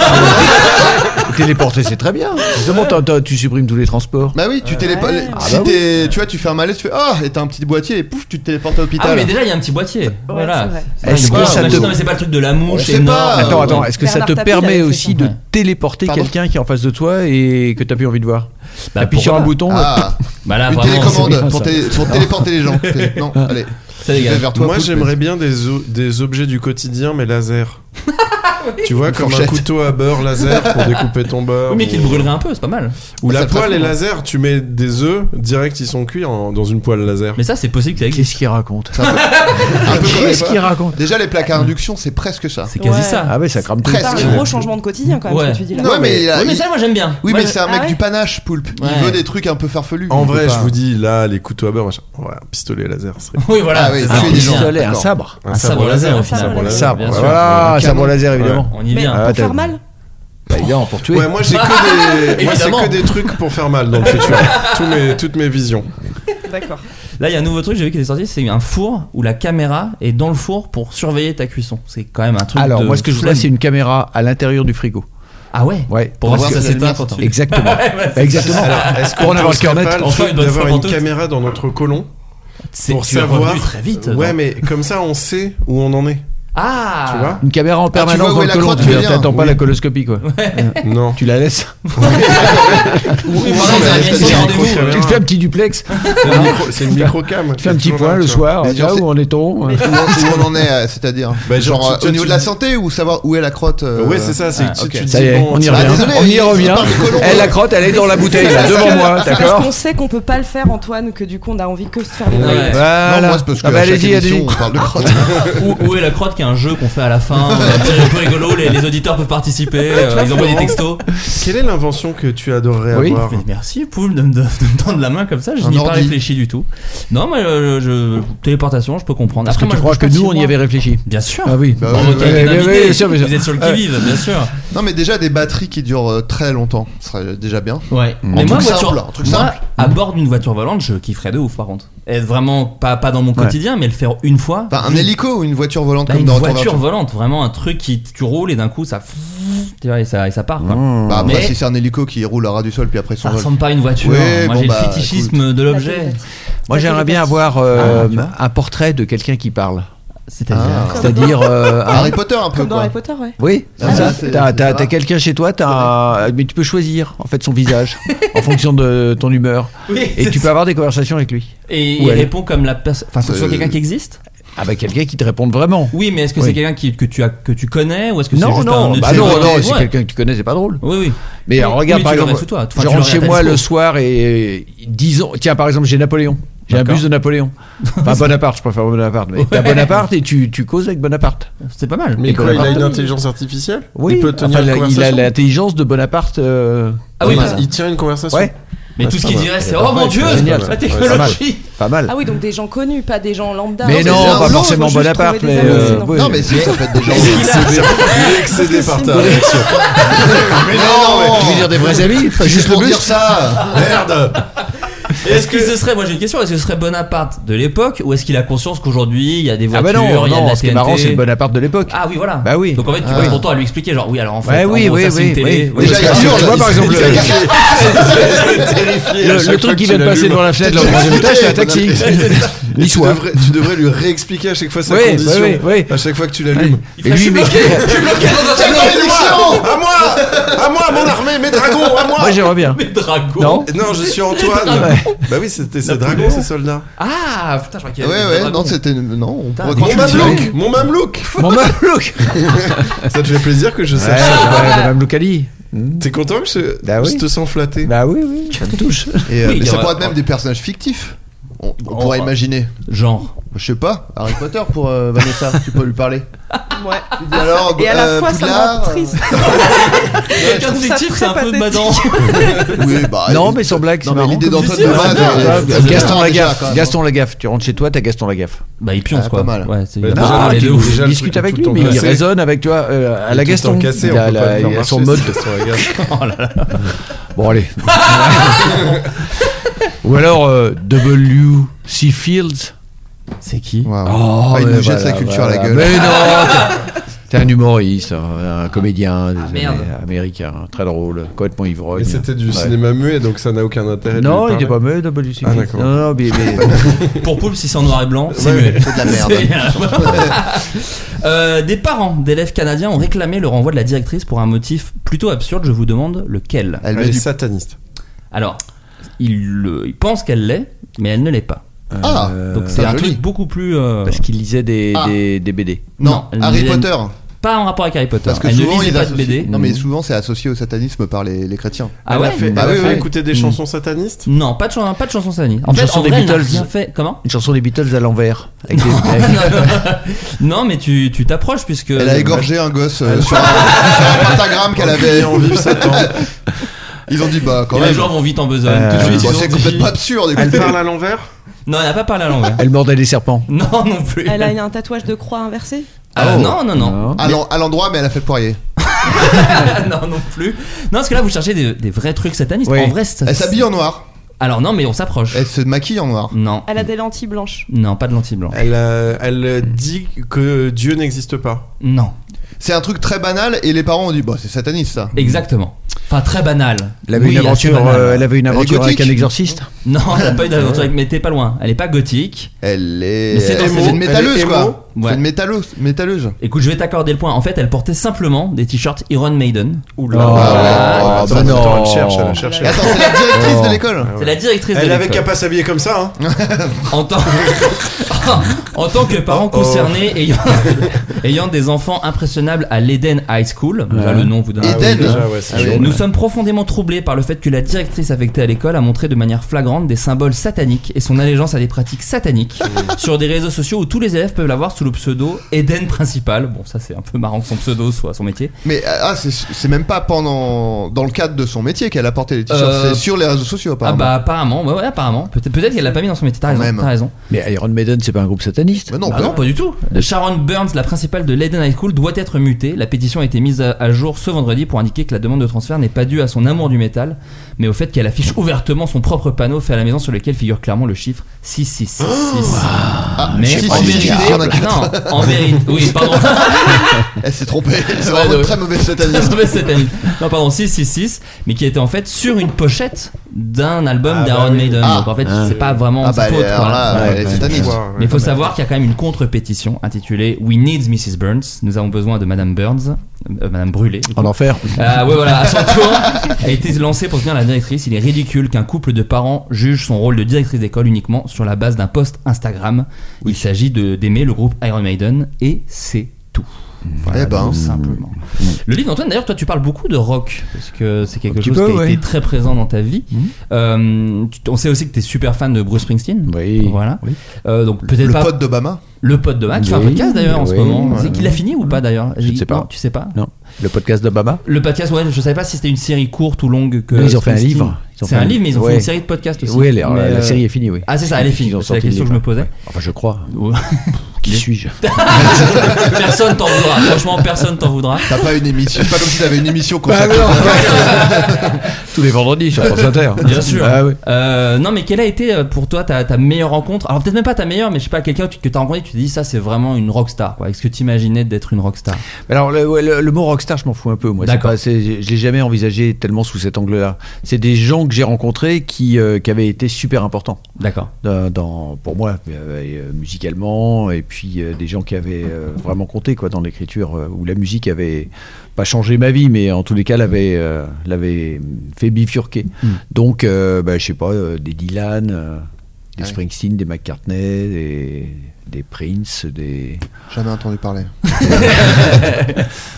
Speaker 5: Téléporter, c'est très bien. Justement, t'as- t'as- tu supprimes tous les transports.
Speaker 3: Bah oui, tu téléportes.
Speaker 7: Ouais.
Speaker 3: Si
Speaker 5: Ah bah
Speaker 3: t'es- tu vois, tu fais un malaise, tu fais ah, et t'as un petit boîtier et pouf, tu te téléportes à
Speaker 2: Ah, oui,
Speaker 3: l'hôpital.
Speaker 2: mais déjà, il y a un petit boîtier. voilà.
Speaker 7: c'est vrai.
Speaker 2: C'est pas
Speaker 5: Est-ce
Speaker 2: une
Speaker 5: que
Speaker 2: grosse
Speaker 5: ça te-
Speaker 2: machine. Non, mais c'est pas le truc de la mouche
Speaker 3: sait pas.
Speaker 2: énorme. Bah,
Speaker 5: Attends,
Speaker 3: ouais.
Speaker 5: attends, est-ce que ça
Speaker 7: Bernard
Speaker 5: te
Speaker 7: Tapie, il
Speaker 5: permet
Speaker 7: avait fait
Speaker 5: aussi
Speaker 7: ça.
Speaker 5: de
Speaker 2: Ouais.
Speaker 5: téléporter
Speaker 3: Pardon
Speaker 5: quelqu'un qui est en face de toi et que t'as plus envie de voir
Speaker 2: Bah,
Speaker 5: Appuie sur
Speaker 2: pourquoi
Speaker 5: un
Speaker 2: pas
Speaker 5: bouton.
Speaker 3: Ah,
Speaker 2: Bah là,
Speaker 3: une
Speaker 2: vraiment,
Speaker 5: c'est
Speaker 3: télécommande
Speaker 5: bien,
Speaker 3: pour,
Speaker 5: ça.
Speaker 3: télé- pour téléporter les gens. Fais- Non, allez,
Speaker 2: ça
Speaker 3: je vais
Speaker 2: dégage.
Speaker 3: vers toi.
Speaker 6: Moi,
Speaker 3: poule,
Speaker 6: j'aimerais bien des, o- des objets du quotidien, mais laser. Tu vois,
Speaker 3: Une
Speaker 6: comme un
Speaker 3: fourchette.
Speaker 6: couteau à beurre laser pour découper ton beurre.
Speaker 2: Oui, mais qu'il
Speaker 6: ou-
Speaker 2: brûlerait un peu, c'est pas mal.
Speaker 6: Ou
Speaker 3: Ça
Speaker 6: la
Speaker 3: le fera
Speaker 6: poêle et
Speaker 3: souvent.
Speaker 6: laser, tu mets des œufs, direct ils sont cuits en- dans une poêle laser.
Speaker 2: Mais ça, c'est possible que ça existe.
Speaker 5: Qu'est-ce qu'il raconte
Speaker 3: Un peu comme les-
Speaker 5: Qu'est-ce qu'il raconte
Speaker 3: Déjà, les plaques à induction, c'est presque ça.
Speaker 2: C'est quasi
Speaker 7: Ouais.
Speaker 2: ça.
Speaker 5: Ah ouais, ça crame tout.
Speaker 7: C'est
Speaker 3: Presque.
Speaker 7: un gros changement de quotidien quand même,
Speaker 2: Ouais.
Speaker 7: ce que tu dis là.
Speaker 3: Non, mais il a-
Speaker 2: Oui, mais
Speaker 3: il-
Speaker 2: ça, moi, j'aime bien.
Speaker 3: oui,
Speaker 2: Moi,
Speaker 3: mais
Speaker 2: je-
Speaker 3: c'est un
Speaker 7: Ah
Speaker 3: mec
Speaker 7: ouais
Speaker 3: du panache, Poulpe.
Speaker 2: Ouais.
Speaker 3: Il veut des trucs un peu farfelus.
Speaker 6: En
Speaker 3: Il peut
Speaker 6: vrai,
Speaker 3: pas.
Speaker 6: je vous dis, là, les couteaux à beurre, machin. Ouais, un pistolet laser, ce serait
Speaker 2: Oui, voilà.
Speaker 3: Ah oui,
Speaker 2: c'est
Speaker 3: tu
Speaker 2: ça.
Speaker 3: fais
Speaker 5: Un
Speaker 3: des gens.
Speaker 5: pistolet, un
Speaker 3: D'accord.
Speaker 5: sabre.
Speaker 2: Un sabre laser, au final.
Speaker 7: sabre
Speaker 5: Un
Speaker 7: laser.
Speaker 5: sabre,
Speaker 2: bien sûr.
Speaker 5: voilà, un
Speaker 3: Un
Speaker 5: sabre
Speaker 3: canon.
Speaker 5: laser évidemment.
Speaker 2: On y
Speaker 7: Mais
Speaker 2: vient.
Speaker 5: Ah,
Speaker 7: pour
Speaker 5: t'as-
Speaker 7: faire mal
Speaker 5: Bah, évidemment, pour tuer.
Speaker 6: Ouais, moi j'ai que des, moi, c'est
Speaker 2: Évidemment.
Speaker 6: que des trucs pour faire mal dans le futur. Tous mes, toutes mes visions.
Speaker 7: D'accord.
Speaker 2: Là, il y a un nouveau truc j'ai vu qui est sorti, c'est un four où la caméra est dans le four pour surveiller ta cuisson. C'est quand même un truc.
Speaker 5: Alors,
Speaker 2: de
Speaker 5: moi, ce que je voulais,
Speaker 2: flemme.
Speaker 5: c'est une caméra à l'intérieur du frigo.
Speaker 2: Ah ouais
Speaker 5: Ouais.
Speaker 2: Pour voir si ça s'éteint quand tu-
Speaker 5: Exactement.
Speaker 2: Ouais, ouais, c'est-
Speaker 5: Exactement.
Speaker 6: Alors, est-ce
Speaker 5: Pour
Speaker 6: qu'on
Speaker 5: en avoir le cœur net.
Speaker 6: on fait d'avoir une caméra dans notre colon
Speaker 5: C'est-
Speaker 6: pour
Speaker 5: tu es
Speaker 6: savoir
Speaker 5: revenu très vite,
Speaker 6: Ouais,
Speaker 5: non
Speaker 6: mais comme ça, on sait où on en est.
Speaker 2: Ah
Speaker 6: Tu vois
Speaker 5: Une caméra en permanence dans le colon. Tu n'attends pas la coloscopie, quoi.
Speaker 6: Non.
Speaker 5: Tu la laisses.
Speaker 6: Oui,
Speaker 5: Non,
Speaker 6: mais
Speaker 5: mais
Speaker 6: c'est
Speaker 5: tu
Speaker 6: une
Speaker 5: te-
Speaker 6: micro-caméra.
Speaker 5: tu te fais un petit duplex.
Speaker 6: C'est une micro- c'est une micro-cam.
Speaker 5: Tu fais un petit
Speaker 6: Voilà,
Speaker 5: point le
Speaker 6: tu vois.
Speaker 5: soir.
Speaker 6: Mais
Speaker 5: tu vois
Speaker 6: genre,
Speaker 5: Où en
Speaker 3: Mais
Speaker 5: est-on
Speaker 3: où, on- où on en est, euh, c'est-à-dire
Speaker 6: Bah, genre,
Speaker 3: Genre,
Speaker 6: tu-
Speaker 3: euh,
Speaker 6: toi,
Speaker 3: au niveau
Speaker 6: tu-
Speaker 3: de la santé ou savoir où est la crotte euh,
Speaker 6: Ouais, c'est ça, c'est
Speaker 3: ah,
Speaker 6: que tu-
Speaker 3: ok.
Speaker 6: tu te
Speaker 5: Ça y
Speaker 6: dis,
Speaker 5: est,
Speaker 6: bon,
Speaker 5: on y
Speaker 6: tiens,
Speaker 5: revient.
Speaker 6: désolé,
Speaker 5: on y
Speaker 6: il-
Speaker 5: revient.
Speaker 6: il parle du colon,
Speaker 5: Elle,
Speaker 6: là.
Speaker 5: la crotte, elle est dans la bouteille, là, devant moi,
Speaker 7: C'est parce
Speaker 5: d'accord
Speaker 7: qu'on sait qu'on peut pas le faire, Antoine, que du coup on a envie que de faire les
Speaker 2: Ouais.
Speaker 5: Voilà.
Speaker 3: Non, moi, c'est parce que
Speaker 5: Ah bah,
Speaker 3: à chaque
Speaker 5: allez-y,
Speaker 3: émission,
Speaker 5: allez-y.
Speaker 3: on parle de crotte.
Speaker 2: où, où est la crotte qui est un jeu qu'on fait à la fin euh, C'est un peu rigolo, les, les auditeurs peuvent participer, euh, ils envoient des textos.
Speaker 6: Quelle est l'invention que tu adorerais
Speaker 5: Oui.
Speaker 6: avoir
Speaker 2: Mais merci Poul de, me- de me tendre la main comme ça, je
Speaker 3: Un
Speaker 2: n'y ai pas
Speaker 3: ordi.
Speaker 2: réfléchi du tout. Non mais euh, je, téléportation, je peux comprendre.
Speaker 5: Parce que
Speaker 2: moi,
Speaker 5: tu
Speaker 2: je
Speaker 5: crois
Speaker 2: bouge
Speaker 5: que
Speaker 2: pas de
Speaker 5: nous,
Speaker 2: chez
Speaker 5: on y
Speaker 2: moi.
Speaker 5: avait réfléchi.
Speaker 2: Bien sûr.
Speaker 5: Ah oui.
Speaker 3: Bah
Speaker 2: Bon,
Speaker 3: ouais,
Speaker 2: t'as
Speaker 3: ouais.
Speaker 2: été
Speaker 5: ouais,
Speaker 2: invité,
Speaker 5: ouais, bien sûr, bien sûr.
Speaker 2: Vous êtes sur le
Speaker 5: Ouais.
Speaker 2: qui-vive, bien sûr.
Speaker 3: Non, mais déjà des batteries qui durent euh, très longtemps, ce serait déjà bien.
Speaker 2: Ouais.
Speaker 3: Un
Speaker 2: Mais moi,
Speaker 3: truc
Speaker 2: voiture-
Speaker 3: simple, un truc
Speaker 2: moi,
Speaker 3: simple.
Speaker 2: à bord d'une voiture volante, je kifferais de ouf par contre. Être vraiment pas, pas dans mon quotidien, mais le faire une fois.
Speaker 3: Enfin, un
Speaker 2: juste-
Speaker 3: hélico ou une voiture volante
Speaker 2: Bah,
Speaker 3: comme
Speaker 2: une
Speaker 3: dans Retour
Speaker 2: voiture
Speaker 3: vers le
Speaker 2: volante, vraiment un truc qui tu roules et d'un coup ça, tu vois, et ça et ça part. Quoi.
Speaker 3: futur. Bah, après,
Speaker 2: Mais- Ah,
Speaker 3: si c'est un hélico qui roule à ras du sol puis après
Speaker 2: Ça
Speaker 3: son vol.
Speaker 2: ressemble pas à une voiture.
Speaker 3: Ouais,
Speaker 2: Moi
Speaker 3: bon,
Speaker 2: j'ai
Speaker 3: bah,
Speaker 2: le fétichisme de l'objet.
Speaker 5: Moi, j'aimerais bien avoir euh,
Speaker 2: Ah, tu vois.
Speaker 5: un portrait de quelqu'un qui parle.
Speaker 2: C'est-à-dire.
Speaker 3: Ah.
Speaker 5: C'est-à-dire. euh, un-
Speaker 3: Harry Potter un peu
Speaker 7: Comme dans
Speaker 3: quoi.
Speaker 7: Harry Potter, ouais.
Speaker 5: Oui,
Speaker 3: Ah,
Speaker 5: c'est ça.
Speaker 3: c'est-
Speaker 5: T'as-
Speaker 3: c'est
Speaker 5: T'as
Speaker 3: rare.
Speaker 5: t'as quelqu'un chez toi, t'as un- mais tu peux choisir en fait son visage en fonction de ton humeur.
Speaker 2: Oui,
Speaker 5: Et
Speaker 2: c'est
Speaker 5: tu peux avoir des conversations avec lui.
Speaker 2: Et
Speaker 5: Ou
Speaker 2: il
Speaker 5: elle.
Speaker 2: répond comme la personne. Enfin, faut que ce soit
Speaker 3: Euh,
Speaker 2: quelqu'un qui existe.
Speaker 5: Ah bah quelqu'un qui te réponde vraiment.
Speaker 2: Oui, mais est-ce que
Speaker 5: oui.
Speaker 2: c'est quelqu'un qui- que tu as que tu connais ou est-ce que c'est
Speaker 5: Non,
Speaker 2: juste
Speaker 5: non,
Speaker 2: un
Speaker 5: bah non, non,
Speaker 2: Ouais.
Speaker 5: c'est quelqu'un que tu connais, c'est pas drôle.
Speaker 2: Oui, oui.
Speaker 5: Mais
Speaker 2: Oui,
Speaker 5: alors, regarde,
Speaker 2: mais
Speaker 5: par
Speaker 2: tu l'aurais
Speaker 5: exemple,
Speaker 2: sous toi. Enfin,
Speaker 5: je
Speaker 2: tu
Speaker 5: rentre
Speaker 2: l'aurais
Speaker 5: chez
Speaker 2: à ta
Speaker 5: moi
Speaker 2: dispo.
Speaker 5: le soir et disons, tiens, par exemple, j'ai Napoléon. J'ai un
Speaker 2: D'accord.
Speaker 5: bus de Napoléon. Enfin, Bonaparte, je préfère Bonaparte. Mais t'as Bonaparte et tu, tu causes avec Bonaparte.
Speaker 2: C'est pas mal.
Speaker 6: Mais
Speaker 5: Et
Speaker 6: quoi,
Speaker 5: quoi,
Speaker 6: il a une
Speaker 5: Bartoli
Speaker 6: intelligence artificielle
Speaker 5: Oui,
Speaker 6: Il peut tenir
Speaker 5: enfin,
Speaker 6: une
Speaker 5: la- il a
Speaker 6: conversation
Speaker 5: l'intelligence de Bonaparte. euh,
Speaker 2: Ah oui,
Speaker 6: Il-
Speaker 2: bah,
Speaker 6: il tient une conversation.
Speaker 5: ouais,
Speaker 2: mais tout ce qu'il
Speaker 6: Ouais,
Speaker 2: dirait, c'est
Speaker 6: c'est
Speaker 2: oh
Speaker 6: pas
Speaker 2: mon
Speaker 6: mal,
Speaker 2: dieu,
Speaker 6: c'est
Speaker 5: génial.
Speaker 2: la
Speaker 5: Ouais,
Speaker 2: technologie.
Speaker 5: pas mal.
Speaker 7: Ah oui, donc des gens connus, pas des gens lambda.
Speaker 5: mais
Speaker 3: c'est
Speaker 5: non,
Speaker 3: ça.
Speaker 5: pas
Speaker 3: Non,
Speaker 5: forcément
Speaker 7: faut juste
Speaker 5: Bonaparte.
Speaker 7: trouver des
Speaker 5: Mais
Speaker 7: amis,
Speaker 5: euh,
Speaker 7: sinon.
Speaker 5: oui.
Speaker 3: Non mais si ça peut être des gens.
Speaker 2: Est-ce qu'il a-
Speaker 6: Il est excédé par ta réaction.
Speaker 3: Mais non,
Speaker 5: Tu veux dire des vrais amis Pas
Speaker 3: Juste
Speaker 5: juste le
Speaker 3: pour
Speaker 5: bus
Speaker 3: dire ça.
Speaker 6: Merde
Speaker 2: Est-ce que ce serait, moi j'ai une question, est-ce que ce serait Bonaparte de l'époque ou est-ce qu'il a conscience qu'aujourd'hui il y a des
Speaker 5: Ah
Speaker 2: voitures,
Speaker 5: bah non,
Speaker 2: il y a de la
Speaker 5: non, ce qui est
Speaker 2: TNT
Speaker 5: marrant, c'est le Bonaparte de l'époque.
Speaker 2: Ah oui, voilà.
Speaker 5: Bah oui.
Speaker 2: Donc en fait, tu
Speaker 3: Ah.
Speaker 2: passes ton temps à lui expliquer, genre oui, alors en fait,
Speaker 5: Ouais,
Speaker 2: en
Speaker 5: oui,
Speaker 2: gros,
Speaker 5: oui,
Speaker 2: ça, c'est
Speaker 5: oui,
Speaker 2: une télé.
Speaker 5: oui. Oui,
Speaker 3: Déjà,
Speaker 5: parce que
Speaker 3: il hurle,
Speaker 5: tu vois, par
Speaker 3: il
Speaker 5: exemple,
Speaker 3: se fait
Speaker 5: le-
Speaker 3: cacher.
Speaker 5: Le, le truc qui vient de passer devant la fenêtre, là, au troisième étage, c'est un taxi.
Speaker 6: Et tu
Speaker 5: Niçois.
Speaker 6: devrais, tu devrais lui réexpliquer à chaque fois sa
Speaker 5: Oui,
Speaker 6: condition.
Speaker 5: oui, oui, oui.
Speaker 6: À chaque fois que tu l'allumes.
Speaker 5: Et lui, mais.
Speaker 3: C'est pas l'élection
Speaker 6: À moi À moi, mon armée, mes dragons, à moi
Speaker 5: Moi, j'aimerais bien.
Speaker 2: Mais Drago.
Speaker 5: Non
Speaker 6: Non, je suis Antoine. Bah oui, c'était ces dragons, ces soldats.
Speaker 2: Ah putain, je crois qu'il y
Speaker 3: Ouais
Speaker 2: avait des
Speaker 3: ouais
Speaker 2: dragons.
Speaker 3: non c'était non on pourrait
Speaker 2: Putain,
Speaker 6: Mon
Speaker 3: continuer.
Speaker 6: mamelouk Mon mamelouk
Speaker 5: Mon Mamelouk
Speaker 6: Ça te fait plaisir que je
Speaker 5: Ouais,
Speaker 6: sache ça
Speaker 5: ouais, le Mamelouk Ali. Hmm.
Speaker 6: T'es content que je,
Speaker 5: Bah oui.
Speaker 6: je te sens flatté
Speaker 5: Bah oui, oui, ça me touche.
Speaker 3: Et,
Speaker 2: Oui,
Speaker 3: euh, mais
Speaker 2: il y
Speaker 3: ça
Speaker 2: aura-
Speaker 3: pourrait être même des personnages fictifs. On, on
Speaker 2: Oh.
Speaker 5: bah.
Speaker 3: pourrait imaginer.
Speaker 2: Genre.
Speaker 3: Je sais pas, Harry Potter pour euh, Vanessa, tu peux lui parler.
Speaker 7: Ouais.
Speaker 3: Tu dis alors,
Speaker 7: Et à la
Speaker 3: euh,
Speaker 7: fois, ça me rend
Speaker 3: Poudlard,
Speaker 7: triste.
Speaker 2: Le
Speaker 7: trouve ça
Speaker 2: fictif, c'est un
Speaker 7: très
Speaker 2: peu
Speaker 7: pathétique.
Speaker 2: badant.
Speaker 3: euh, Oui, bah.
Speaker 5: Non,
Speaker 3: il-
Speaker 5: mais sans blague, c'est
Speaker 3: Non, mais
Speaker 5: marrant.
Speaker 3: l'idée
Speaker 5: comme Ah,
Speaker 3: d'Antoine
Speaker 2: tu dis,
Speaker 3: de
Speaker 2: c'est
Speaker 3: base.
Speaker 2: marrant.
Speaker 3: euh,
Speaker 2: Ouais,
Speaker 3: euh,
Speaker 5: Gaston
Speaker 3: déjà,
Speaker 5: Lagaffe,
Speaker 3: quand même.
Speaker 5: Gaston Lagaffe, tu rentres chez toi, t'as Gaston Lagaffe.
Speaker 2: Bah, il pionce
Speaker 3: Ah,
Speaker 2: quoi.
Speaker 3: pas mal.
Speaker 2: Ouais, c'est
Speaker 6: Bah,
Speaker 2: il a
Speaker 6: déjà,
Speaker 2: pas
Speaker 6: Ah,
Speaker 2: parlé
Speaker 6: tu-
Speaker 2: de ouf.
Speaker 6: déjà,
Speaker 5: Il
Speaker 6: le
Speaker 5: discute
Speaker 6: truc est
Speaker 5: avec
Speaker 6: tout
Speaker 5: lui,
Speaker 6: le temps
Speaker 5: mais il
Speaker 6: cassé.
Speaker 5: raisonne avec toi euh, à
Speaker 6: Tout
Speaker 5: la
Speaker 6: le
Speaker 5: Gaston.
Speaker 6: temps cassé,
Speaker 5: Il
Speaker 6: on
Speaker 5: a
Speaker 6: peut
Speaker 5: la-
Speaker 6: pas le faire
Speaker 5: il a son
Speaker 6: marcher,
Speaker 5: mode.
Speaker 6: c'est Gaston Lagaffe.
Speaker 5: Bon, allez. Ou alors euh, W.C. Fields.
Speaker 2: C'est qui
Speaker 3: Waouh.
Speaker 5: Oh,
Speaker 3: Ah, il nous jette sa culture à la gueule.
Speaker 5: Mais non T'es un humoriste, un un comédien des
Speaker 2: Ah, merde.
Speaker 5: années- américain, très drôle, complètement
Speaker 6: Mais
Speaker 5: ivrogne.
Speaker 6: c'était du
Speaker 5: Oh, Ouais.
Speaker 6: cinéma muet, donc ça n'a aucun intérêt. de
Speaker 5: Non,
Speaker 6: lui
Speaker 5: Oh, il était pas
Speaker 6: parler.
Speaker 5: mal, W.C.
Speaker 6: Ah,
Speaker 5: Fields.
Speaker 6: d'accord.
Speaker 5: non, non, mais, mais-
Speaker 2: Pour Poulpe, si c'est en noir et blanc, c'est
Speaker 6: Ouais,
Speaker 2: muet.
Speaker 3: C'est de la merde.
Speaker 2: Euh, des parents d'élèves canadiens ont réclamé le renvoi de la directrice pour un motif plutôt absurde. Je vous demande lequel.
Speaker 3: Elle
Speaker 6: Elle
Speaker 3: met
Speaker 6: est
Speaker 3: du.
Speaker 6: sataniste.
Speaker 2: Alors, ils, le- ils pensent qu'elle l'est, mais elle ne l'est pas.
Speaker 5: Euh,
Speaker 3: Ah
Speaker 2: Donc c'est
Speaker 3: pas
Speaker 2: un
Speaker 3: joli.
Speaker 2: truc beaucoup plus. euh,
Speaker 5: parce qu'il lisait des,
Speaker 3: Ah.
Speaker 5: des, des BD.
Speaker 3: Non,
Speaker 2: elle
Speaker 3: Harry
Speaker 2: disait-
Speaker 3: Potter.
Speaker 2: Pas en rapport avec Harry Potter.
Speaker 3: Parce que
Speaker 2: elle
Speaker 3: souvent,
Speaker 2: ne lisait
Speaker 3: ils
Speaker 2: pas de
Speaker 3: associent-
Speaker 2: BD.
Speaker 3: Non, mais souvent, c'est associé au satanisme par les les chrétiens.
Speaker 2: Ah
Speaker 6: elle
Speaker 2: ouais
Speaker 6: a fait,
Speaker 3: Bah
Speaker 6: elle a
Speaker 3: oui,
Speaker 6: fait
Speaker 3: oui.
Speaker 6: écouter
Speaker 5: Hmm.
Speaker 6: des chansons satanistes
Speaker 2: Non, pas de, chan- pas de chanson sataniste. En
Speaker 5: Une
Speaker 2: fait,
Speaker 5: chanson
Speaker 2: en
Speaker 5: des
Speaker 2: vrai, elle n'a
Speaker 5: Beatles.
Speaker 2: rien fait. Comment
Speaker 5: Une chanson des Beatles à l'envers. avec des- avec-
Speaker 2: Non, mais tu tu t'approches puisque.
Speaker 3: Elle a égorgé un gosse euh, sur un sur un pentagramme qu'elle avait.
Speaker 6: En vive Satan.
Speaker 3: Ils ont dit, bah quand
Speaker 2: Et les
Speaker 3: même.
Speaker 2: gens vont vite en besogne.
Speaker 5: Euh,
Speaker 2: tout de
Speaker 3: Bah,
Speaker 2: suite, ils
Speaker 3: C'est
Speaker 2: ont dit-
Speaker 3: complètement absurde.
Speaker 6: Elle
Speaker 3: écoutez.
Speaker 6: parle à l'envers
Speaker 2: Non, elle n'a pas parlé à l'envers.
Speaker 5: Elle mordait des serpents.
Speaker 2: Non, non plus.
Speaker 7: Elle a un tatouage de croix inversée
Speaker 2: Ah,
Speaker 3: Oh.
Speaker 2: non, Ah, non, non.
Speaker 5: Non.
Speaker 3: À l'en- à l'endroit, mais elle a fait le poirier.
Speaker 2: non, non plus. Non, parce que là, vous cherchez des, des vrais trucs satanistes.
Speaker 5: Oui.
Speaker 2: En vrai, ça-
Speaker 3: Elle s'habille en noir.
Speaker 2: Alors non, mais on s'approche.
Speaker 3: Elle se maquille en noir.
Speaker 2: Non.
Speaker 7: Elle a des lentilles blanches.
Speaker 2: Non, pas de lentilles blanches.
Speaker 6: Elle, euh, elle euh, dit que Dieu n'existe pas.
Speaker 2: Non.
Speaker 3: C'est un truc très banal et les parents ont dit bah c'est sataniste ça.
Speaker 2: Exactement. Enfin, très banal.
Speaker 5: Elle avait
Speaker 2: Oui,
Speaker 5: une
Speaker 2: assez
Speaker 5: aventure,
Speaker 2: banal.
Speaker 5: euh, elle avait une
Speaker 2: Elle est
Speaker 5: aventure avec un
Speaker 2: gothique
Speaker 5: exorciste.
Speaker 2: Non, elle n'a pas eu d'aventure avec, mais t'es pas loin. Elle est pas gothique.
Speaker 3: Elle
Speaker 2: Mais
Speaker 3: est.
Speaker 2: c'est dans
Speaker 3: elle
Speaker 2: ses-
Speaker 3: est
Speaker 2: elle est
Speaker 3: une métalleuse
Speaker 2: émo.
Speaker 3: quoi.
Speaker 2: Ouais.
Speaker 3: C'est une métalleuse. métalleuse.
Speaker 2: Écoute, je vais t'accorder le point. En fait, elle portait simplement des t-shirts Iron Maiden.
Speaker 6: Oula.
Speaker 3: Oh,
Speaker 5: Ah
Speaker 3: bah
Speaker 6: attends,
Speaker 3: non.
Speaker 6: attends, elle cherche, elle cherche. elle
Speaker 3: Attends,
Speaker 6: cherche.
Speaker 3: c'est la directrice
Speaker 6: Oh.
Speaker 3: de l'école.
Speaker 2: C'est la directrice de
Speaker 6: Elle avait
Speaker 2: l'école.
Speaker 6: qu'à pas s'habiller comme ça. Hein.
Speaker 2: En tant, en tant que parent
Speaker 6: Oh, oh.
Speaker 2: concerné ayant, ayant des enfants impressionnables à l'Eden High School, déjà,
Speaker 6: Ouais.
Speaker 2: le nom vous donne
Speaker 6: Ah
Speaker 2: un
Speaker 6: oui,
Speaker 2: peu.
Speaker 6: déjà, ouais, c'est
Speaker 2: Nous
Speaker 6: chaud,
Speaker 2: nous
Speaker 6: ouais.
Speaker 2: sommes profondément troublés par le fait que la directrice affectée à l'école a montré de manière flagrante des symboles sataniques et son allégeance à des pratiques sataniques sur des réseaux sociaux où tous les élèves peuvent la voir sous le pseudo Eden principal. Bon, ça c'est un peu marrant que son pseudo soit son métier.
Speaker 3: Mais ah, c'est- c'est même pas pendant dans le cadre de son métier qu'elle a porté les t-shirts.
Speaker 2: Euh,
Speaker 3: C'est sur les réseaux sociaux
Speaker 2: Ah
Speaker 3: apparemment.
Speaker 2: bah apparemment, ouais, ouais, apparemment. Peut-être peut-être qu'elle l'a pas mis dans son métier. T'as raison,
Speaker 3: même.
Speaker 2: t'as raison.
Speaker 5: Mais Iron Maiden, c'est pas un groupe sataniste.
Speaker 3: non,
Speaker 2: Ah non, pas du tout. Sharon Burns, la principale de l'Eden High School, doit être mutée. La pétition a été mise à, à jour ce vendredi pour indiquer que la demande de transfert n'est pas due à son amour du métal, mais au fait qu'elle affiche ouvertement son propre panneau fait à la maison sur lequel figure clairement le chiffre
Speaker 3: Oh,
Speaker 2: 6666.
Speaker 3: je sais
Speaker 2: mais en
Speaker 3: Ah, pas si
Speaker 2: vérité,
Speaker 3: il y en a quatre.
Speaker 2: non, en vérité, oui, pardon.
Speaker 3: Elle s'est trompée. C'est
Speaker 2: Ouais,
Speaker 3: vraiment
Speaker 2: de-
Speaker 3: une très mauvaise sataniste.
Speaker 2: Très mauvaise sataniste. Non, pardon, 666, mais qui était en fait sur une pochette d'un album
Speaker 3: Ah,
Speaker 2: d'Iron
Speaker 3: bah oui.
Speaker 2: Maiden.
Speaker 3: Ah.
Speaker 2: Donc en fait, c'est pas vraiment
Speaker 3: Ah
Speaker 2: sa
Speaker 3: bah,
Speaker 2: faute.
Speaker 3: alors
Speaker 2: voilà.
Speaker 3: là, elle est sataniste.
Speaker 2: Mais il faut savoir qu'il y a quand même une contre-pétition intitulée We Need Mrs. Burns. Nous avons besoin de Madame Burns, euh, Madame Brûlée. du coup.
Speaker 5: En enfer.
Speaker 2: Ah ouais voilà, à son tour, a été lancée pour soutenir la directrice. Il est ridicule qu'un couple de parents juge son rôle de directrice d'école uniquement sur la base d'un post Instagram. Il s'agit de- d'aimer le groupe Iron Maiden et c'est tout. Voilà,
Speaker 3: Eh ben.
Speaker 2: donc, simplement. Le livre d'Antoine, d'ailleurs, toi tu parles beaucoup de rock parce que c'est quelque
Speaker 5: Mm. petit
Speaker 2: chose
Speaker 5: peu,
Speaker 2: qui a
Speaker 5: ouais. Mm.
Speaker 2: été très présent dans ta vie. Euh, tu- on sait aussi que tu es super fan de Bruce Springsteen.
Speaker 5: Oui.
Speaker 2: Voilà.
Speaker 5: Oui.
Speaker 2: Euh, donc peut-être
Speaker 3: Le
Speaker 2: pas
Speaker 3: pote d'Obama.
Speaker 2: le pote de Mac qui fait un
Speaker 5: Oui,
Speaker 2: podcast d'ailleurs en ce
Speaker 5: oui,
Speaker 2: moment.
Speaker 5: ouais.
Speaker 2: C'est qu'il a fini ou pas d'ailleurs
Speaker 5: Je ne sais pas.
Speaker 2: Non, tu sais pas.
Speaker 5: Non. Le podcast d'Obama.
Speaker 2: Le podcast, ouais, je savais pas si c'était une série courte ou longue que.
Speaker 5: Non, ils ont fait un
Speaker 2: Springsteen.
Speaker 5: livre. Ils ont
Speaker 2: C'est
Speaker 5: fait
Speaker 2: un
Speaker 5: un-
Speaker 2: livre, mais ils ont fait
Speaker 5: Ouais.
Speaker 2: une série de podcasts aussi.
Speaker 5: oui, elle est- la,
Speaker 2: Mais, euh,
Speaker 5: série est finie, oui.
Speaker 2: Ah, c'est ça, elle est finie.
Speaker 5: Ils ont
Speaker 2: C'est la
Speaker 5: sorti
Speaker 2: question
Speaker 5: le
Speaker 2: que je me
Speaker 5: livre.
Speaker 2: posais.
Speaker 5: Enfin, je crois.
Speaker 2: Ouais.
Speaker 5: Qui suis-je
Speaker 2: personne t'en voudra. Franchement, personne t'en voudra.
Speaker 3: T'as pas une émission.
Speaker 2: Bah
Speaker 3: C'est pas comme si t'avais une émission consacrée.
Speaker 5: Tous les vendredis sur France Inter.
Speaker 2: Bien sûr.
Speaker 5: Ah, oui.
Speaker 2: Euh, non, mais quelle a été euh, pour toi ta, ta meilleure rencontre Alors peut-être même pas ta meilleure, mais je sais pas quelqu'un que tu- que t'as rencontré, tu te dis ça c'est vraiment une rockstar. Quoi. Est-ce que t'imaginais d'être une rockstar
Speaker 5: Alors le, euh, ouais, le- le mot rockstar, je m'en fous un peu. Moi, C'est
Speaker 2: D'accord.
Speaker 5: pas- c'est- je je l'ai jamais envisagé tellement sous cet angle-là. C'est des gens que j'ai rencontrés qui, euh, qui avaient été super importants
Speaker 2: D'accord.
Speaker 5: dans, dans- pour moi, euh, et, euh, musicalement, et puis euh, des gens qui avaient euh, vraiment compté quoi dans l'écriture, euh, où la musique avait pas changé ma vie, mais en tous les cas l'avait euh, l'avait fait bifurquer. Donc, euh, bah, je sais pas, euh, des Dylan, euh, des Springsteen, des McCartney, des, des Prince, des
Speaker 3: Jamais entendu parler.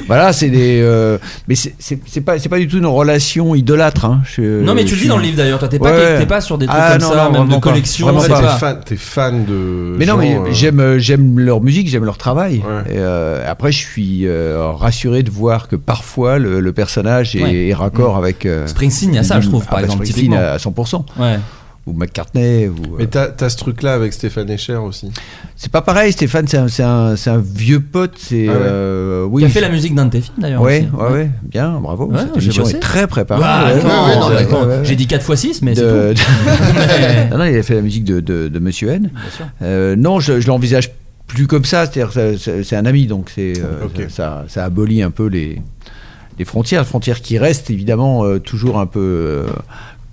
Speaker 5: voilà, c'est des. euh, mais c'est- c'est c'est pas, c'est pas du tout une relation idolâtre. Hein. Je-
Speaker 2: Non, mais tu
Speaker 5: je
Speaker 2: le dis
Speaker 5: suis-
Speaker 2: dans le livre d'ailleurs. Toi, t'es pas,
Speaker 5: Ouais.
Speaker 2: t'es pas sur des trucs
Speaker 5: Ah,
Speaker 2: comme
Speaker 5: non,
Speaker 2: ça,
Speaker 5: non,
Speaker 2: même de
Speaker 5: vraiment pas.
Speaker 2: collection.
Speaker 5: Vraiment
Speaker 6: T'es
Speaker 2: c'est
Speaker 5: pas.
Speaker 2: pas-
Speaker 6: fan, t'es fan de.
Speaker 5: Mais non, mais
Speaker 6: gens, euh,
Speaker 5: j'aime, j'aime leur musique, j'aime leur travail.
Speaker 6: Ouais.
Speaker 5: Et, euh, après, je suis euh, rassuré de voir que parfois le, le personnage est,
Speaker 2: Ouais.
Speaker 5: est raccord avec. euh,
Speaker 2: Springsteen, il y a ça,
Speaker 5: l'hymne.
Speaker 2: je trouve,
Speaker 5: Ah
Speaker 2: par
Speaker 5: bah,
Speaker 2: exemple,
Speaker 5: Springsteen euh,
Speaker 2: typiquement.
Speaker 5: à 100%.
Speaker 2: Ouais.
Speaker 5: Ou McCartney. Ou, euh,
Speaker 6: Mais t'as t'as ce truc-là avec Stéphane Escher aussi.
Speaker 5: C'est pas pareil, Stéphane, c'est un, c'est un, c'est un vieux pote. C'est,
Speaker 6: Ah ouais.
Speaker 5: euh, oui,
Speaker 2: Qui a fait la musique d'un de tes films d'ailleurs.
Speaker 5: Ouais,
Speaker 2: aussi.
Speaker 5: ouais, ouais, bien, bravo.
Speaker 2: Ouais,
Speaker 5: Cette
Speaker 2: j'ai
Speaker 5: émission
Speaker 2: bossé.
Speaker 5: est très préparée.
Speaker 2: Bah,
Speaker 5: Ouais,
Speaker 2: attends,
Speaker 5: ouais, ouais,
Speaker 2: non,
Speaker 5: ouais,
Speaker 2: d'accord.
Speaker 5: ouais, ouais.
Speaker 2: J'ai dit 4 x 6, mais c'est
Speaker 5: de-
Speaker 2: tout.
Speaker 5: non, non, il a fait la musique de, de, de Monsieur N.
Speaker 2: sûr.
Speaker 5: Euh, non, je, je l'envisage plus comme ça. C'est-à-dire, que c'est c'est un ami, donc c'est euh,
Speaker 6: Ok.
Speaker 5: ça, ça abolit un peu les, les frontières, frontières qui restent évidemment euh, toujours un peu euh,